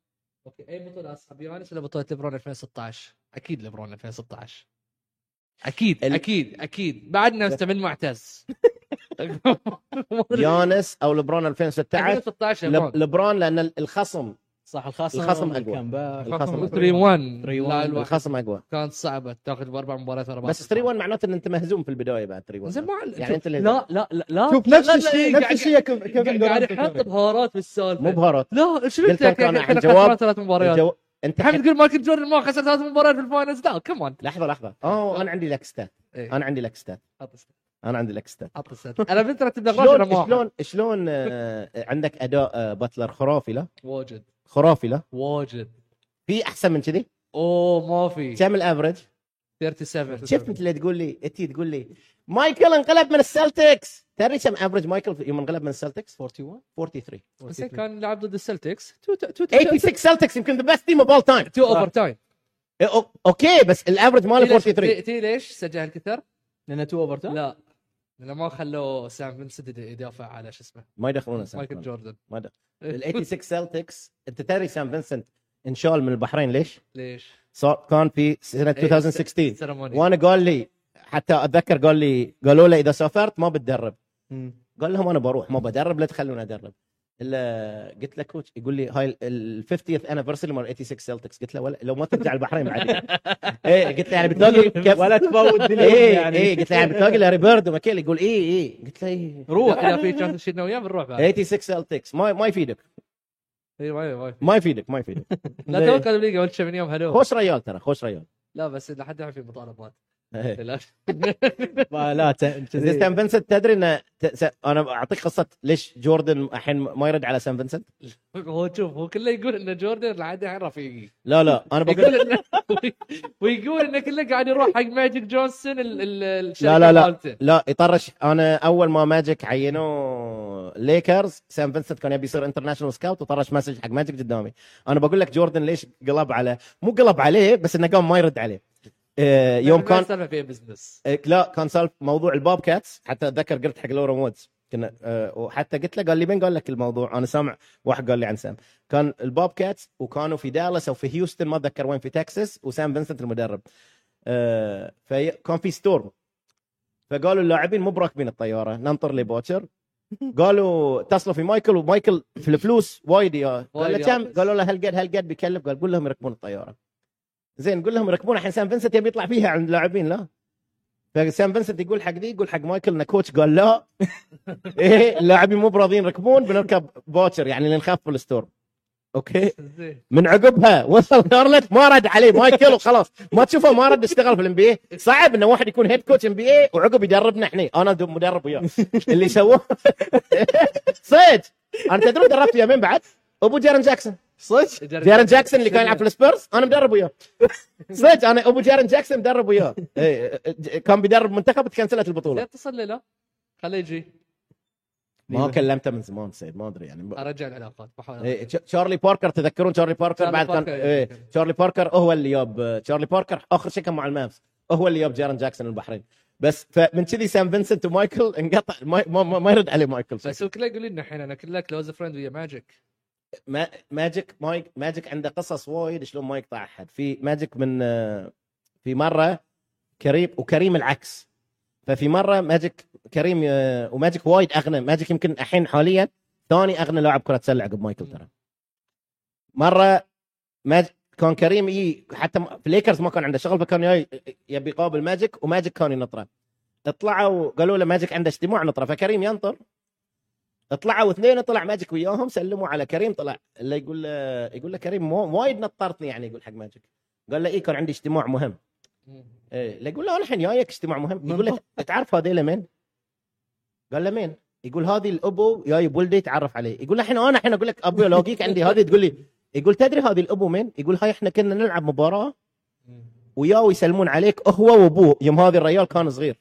Speaker 1: اوكي اي بطوله اسحب يانس ولا بطوله يعني ليبرون 2016 اكيد ليبرون 2016 اكيد
Speaker 2: ال-
Speaker 1: اكيد اكيد بعدنا مستمر معتز طيب. *laughs*
Speaker 2: *laughs* يانس او لبرون 2016
Speaker 1: 2016
Speaker 2: لب-
Speaker 1: ليبرون
Speaker 2: لبرون لان ال- الخصم
Speaker 4: صح الخصم
Speaker 2: الخصم أقوى.
Speaker 4: الكامباك.
Speaker 2: الخصم
Speaker 1: 3 1
Speaker 4: 3-1.
Speaker 1: لا الواحد
Speaker 2: الخصم اقوى
Speaker 1: كانت صعبه تاخذ باربع مباريات ورا بعض
Speaker 2: بس 3 1 معناته ان انت مهزوم في البدايه بعد 3 1
Speaker 1: زين ما
Speaker 2: يعني انت اللي
Speaker 4: لا لا لا لا
Speaker 3: شوف
Speaker 1: لا،
Speaker 3: نفس
Speaker 1: لا،
Speaker 3: الشيء
Speaker 1: قاعد-
Speaker 3: نفس الشيء كيف كيف
Speaker 1: قاعد يحط بهارات في السالفه
Speaker 2: مو بهارات
Speaker 1: لا شنو
Speaker 2: قلت
Speaker 1: انت
Speaker 2: لك أنا عن جواب-
Speaker 1: خسران ثلاث مباريات
Speaker 2: الجو... انت
Speaker 1: الحين
Speaker 2: حين...
Speaker 1: تقول مايكل جوردن ما خسر ثلاث مباريات في الفاينلز لا كمان
Speaker 2: لحظه لحظه
Speaker 1: آه.
Speaker 2: اوه انا عندي لك ستات
Speaker 1: إيه.
Speaker 2: انا عندي لك ستات
Speaker 1: حط السد-
Speaker 2: انا عندي لك ستات
Speaker 1: حط السد. انا بنت رتب الاغراض انا
Speaker 2: شلون
Speaker 1: ما
Speaker 2: شلون شلون آه، عندك اداء آه، باتلر خرافي له
Speaker 1: واجد
Speaker 2: خرافي له
Speaker 1: واجد
Speaker 2: في احسن من كذي
Speaker 1: اوه ما في
Speaker 2: كم الافرج
Speaker 1: 37
Speaker 2: شفت انت اللي تقول لي انت تقول لي مايكل انقلب من السلتكس تدري كم افرج مايكل في- يوم انقلب من السلتكس
Speaker 4: 41
Speaker 2: 43
Speaker 1: بس هيك كان لعب ضد السلتكس 2
Speaker 2: 86 سلتكس يمكن ذا بيست تيم اوف اول تايم
Speaker 1: اوفر تايم
Speaker 2: اوكي بس الافرج ماله 43
Speaker 1: تي ليش سجل الكثر؟
Speaker 4: لان 2 اوفر تايم
Speaker 1: لا لان ما خلوا سام فينسنت يدافع على شو اسمه
Speaker 2: ما يدخلونه
Speaker 1: مايكل جوردن *laughs*
Speaker 2: ما دخل. *laughs* ال 86 سلتكس انت تدري سام فينسنت انشال من البحرين ليش؟
Speaker 1: ليش؟
Speaker 2: صار كان في سنه
Speaker 1: إيه،
Speaker 2: 2016
Speaker 1: سيرموني
Speaker 2: وانا قال لي حتى اتذكر قال لي قالوا له اذا سافرت ما بتدرب قال لهم انا بروح ما بدرب لا تخلوني ادرب الا قلت له كوتش يقول لي هاي ال 50th anniversary مال 86 سلتكس قلت له ولا لو ما ترجع البحرين
Speaker 4: *laughs*
Speaker 2: بعدين ايه قلت له يعني بتلاقي كيف
Speaker 4: ولا تفوت
Speaker 2: ايه
Speaker 4: دنيا يعني
Speaker 2: ايه قلت له يعني بتلاقي لاري بيرد ومكيل يقول ايه ايه قلت له ايه
Speaker 4: *laughs*
Speaker 1: روح اذا في كان شيء وياه بنروح بعد
Speaker 4: طيب.
Speaker 2: 86 سلتكس ما ما يفيدك
Speaker 1: إي، ما- ما-
Speaker 2: ما يفيدك ما
Speaker 4: *laughs*
Speaker 2: يفيدك
Speaker 1: لا توقع الليجا قبل كم يوم هلو
Speaker 2: إيه. خوش ريال ترى خوش ريال
Speaker 1: لا بس لحد الحين في مطالبات
Speaker 2: إيه.
Speaker 1: للأسف.
Speaker 4: لا ت-
Speaker 2: زين
Speaker 4: *laughs*
Speaker 2: سان فينسنت تدري ان ت- س- انا اعطيك قصه ليش جوردن الحين ما يرد على سان فينسنت؟
Speaker 1: هو شوف هو كله يقول ان جوردن لحد الحين رفيقي
Speaker 2: لا لا انا بقول
Speaker 1: يقول إنه- *laughs* ويقول انه كله قاعد يروح حق ماجيك جونسون ال- ال- الشركه
Speaker 2: لا لا لا
Speaker 1: مالته.
Speaker 2: لا يطرش انا اول ما ماجيك عينوه ليكرز سان فينسنت كان يبي يصير انترناشونال سكاوت وطرش مسج حق ماجيك قدامي انا بقول لك جوردن ليش قلب على مو قلب عليه بس انه قام ما يرد عليه آه، يوم
Speaker 1: ما
Speaker 2: كان
Speaker 1: يصير فيها بزنس
Speaker 2: إيه، لا كان سالف موضوع الباب كاتس حتى اتذكر قلت حق لورا وودز كنا أه وحتى قلت له قال لي من قال لك الموضوع انا سامع واحد قال لي عن سام كان الباب كاتس وكانوا في دالاس او في هيوستن ما اتذكر وين في تكساس وسام فينسنت المدرب أه فكان في ستورم فقالوا اللاعبين مو براكبين الطياره ننطر لي *laughs* باكر قالوا اتصلوا في مايكل ومايكل في الفلوس وايد يا قال
Speaker 1: وايد
Speaker 2: له كم
Speaker 1: يعطس.
Speaker 2: قالوا له هالقد هالقد بيكلف قال قول لهم يركبون الطياره زين قول لهم يركبون الحين سام فينسنت يبي يطلع فيها عند اللاعبين لا فسام فينسنت يقول حق ذي يقول حق مايكل ان كوتش قال *laughs* لا ايه اللاعبين مو براضيين يركبون بنركب بوتشر يعني لنخاف في الستور اوكي
Speaker 1: زين
Speaker 2: من عقبها وصل جارلت ما رد عليه مايكل وخلاص ما تشوفه ما رد اشتغل في الام بي صعب انه واحد يكون هيد كوتش ام بي اي وعقب يدربنا احنا انا دو- مدرب وياه اللي سووه *laughs* صدق انا تدري دربت وياه من بعد ابو جيرن جاكسون
Speaker 4: صدق
Speaker 2: جيرن جاكسون اللي كان يلعب في السبيرز انا مدرب وياه صدق انا ابو جيرن جاكسون مدرب وياه إيه، إيه، كان بيدرب منتخب تكنسلت
Speaker 1: لا
Speaker 2: البطوله
Speaker 1: اتصل لي لا خليه يجي
Speaker 2: ما كلمته من زمان سيد ما ادري يعني
Speaker 1: ارجع العلاقات بحاول أرجع.
Speaker 2: إيه، تش- تشارلي باركر تذكرون تشارلي باركر
Speaker 1: تشارلي
Speaker 2: بعد كان
Speaker 1: باركر،
Speaker 2: إيه،
Speaker 1: إيه.
Speaker 2: تشارلي باركر هو اللي جاب تشارلي باركر اخر شيء كان مع المافز هو اللي جاب جارن جاكسون البحرين بس فمن كذي سام فينسنت ومايكل انقطع ما, ما, ما, ما يرد عليه مايكل
Speaker 1: بس هو كله يقول لي إنه الحين انا كله كلوز فريند ويا ماجيك
Speaker 2: ما ماجيك مايك ماجيك عنده قصص وايد شلون ما يقطع احد في ماجيك من آه، في مره كريم وكريم العكس ففي مره ماجيك كريم آه، وماجيك وايد اغنى ماجيك يمكن الحين حاليا ثاني اغنى لاعب كره سله عقب مايكل ترى مره ماجيك كان كريم يجي حتى م- في الليكرز ما كان عنده شغل فكان ياي- يبي يقابل ماجيك وماجيك كان ينطره طلعوا قالوا له ماجيك عنده اجتماع نطره فكريم ينطر طلعوا اثنين طلع ماجيك وياهم سلموا على كريم طلع اللي يقول له يقول له كريم مو وايد نطرتني يعني يقول حق ماجيك قال له اي كان عندي اجتماع مهم إيه اللي يقول له انا الحين جايك اجتماع مهم يقول له تعرف هذيلا مين؟ قال له مين؟ يقول هذه الابو جاي بولدي تعرف عليه يقول له الحين انا الحين اقول لك ابوي لوجيك عندي هذه تقول لي يقول تدري هذه الابو مين؟ يقول هاي احنا كنا نلعب مباراه وياو يسلمون عليك هو وابوه يوم هذا الرجال كان صغير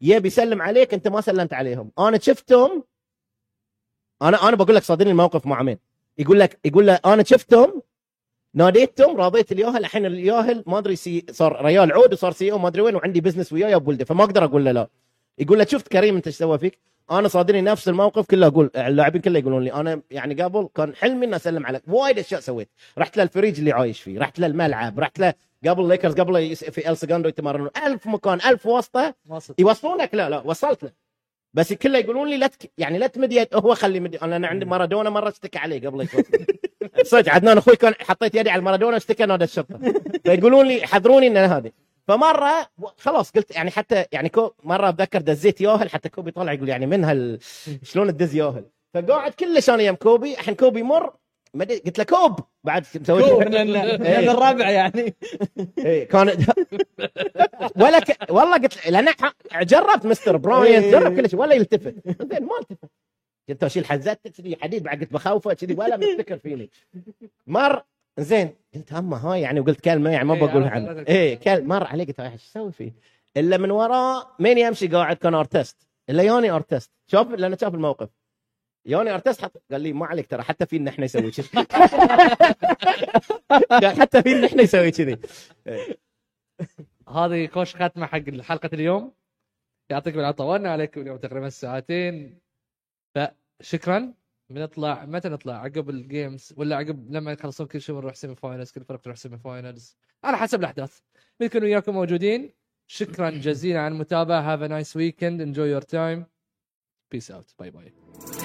Speaker 2: يبي يسلم عليك انت ما سلمت عليهم انا شفتهم انا انا بقول لك صادني الموقف مع مين يقول لك يقول له انا شفتهم ناديتهم راضيت الياهل الحين الياهل ما ادري سي صار ريال عود وصار سي او ما ادري وين وعندي بزنس وياه يا بولده فما اقدر اقول له لا يقول له شفت كريم انت ايش سوى فيك انا صادني نفس الموقف كله اقول اللاعبين كله يقولون لي انا يعني قبل كان حلمي اني اسلم على وايد اشياء سويت رحت للفريج اللي عايش فيه رحت للملعب رحت له قبل ليكرز قبل يس- في ال سيجاندو يتمرنون ألف مكان ألف واسطه
Speaker 1: واصل
Speaker 2: يوصلونك لا لا وصلت له بس كله يقولون لي لا تك... يعني لا تمد يد هو خلي مد انا أنا عندي مارادونا مره اشتكى عليه قبل يتوصل. *laughs* صدق عدنان اخوي كان حطيت يدي على مارادونا اشتكى نادى الشرطه فيقولون لي حذروني ان أنا هذه فمره و- خلاص قلت يعني حتى يعني كو مره اتذكر دزيت ياهل حتى كوبي طلع يقول يعني من هال شلون تدز ياهل فقاعد كلش انا يم كوبي الحين كوبي مر ما أدري- قلت له كوب بعد مسوي
Speaker 4: كوب *laughs* لان لأن الرابع يعني
Speaker 2: ايه كان *laughs* ولا ك... والله قلت لان ح- جربت مستر براين
Speaker 4: إيه.
Speaker 2: جرب كل شيء ولا يلتفت زين ما التفت كنت اشيل حزتك كذي حديد بعد قلت بخوفه كذي ولا مفتكر فيني مر زين قلت اما هاي يعني وقلت كلمه يعني ما
Speaker 1: إيه،
Speaker 2: بقولها
Speaker 1: عرفت-
Speaker 2: عنه
Speaker 1: عرفت.
Speaker 2: ايه كلمه مر علي قلت هاي ايش اسوي فيه الا من وراه مين يمشي قاعد كان ارتست الا يوني ارتست شوف لان شاف الموقف يوني ارتست حط قال لي ما عليك ترى حتى في ان احنا نسوي كذي *laughs* قال حتى في ان احنا نسوي كذي
Speaker 1: هذه كوش ختمه حق حلقه اليوم يعطيكم العافيه طولنا عليكم اليوم تقريبا ساعتين فشكرا بنطلع متى نطلع عقب الجيمز ولا عقب لما يخلصون كل شيء بنروح سيمي فاينلز كل فرق تروح سيمي فاينلز على حسب الاحداث بنكون وياكم موجودين شكرا جزيلا على المتابعه هاف ا نايس ويكند انجوي يور تايم بيس اوت باي باي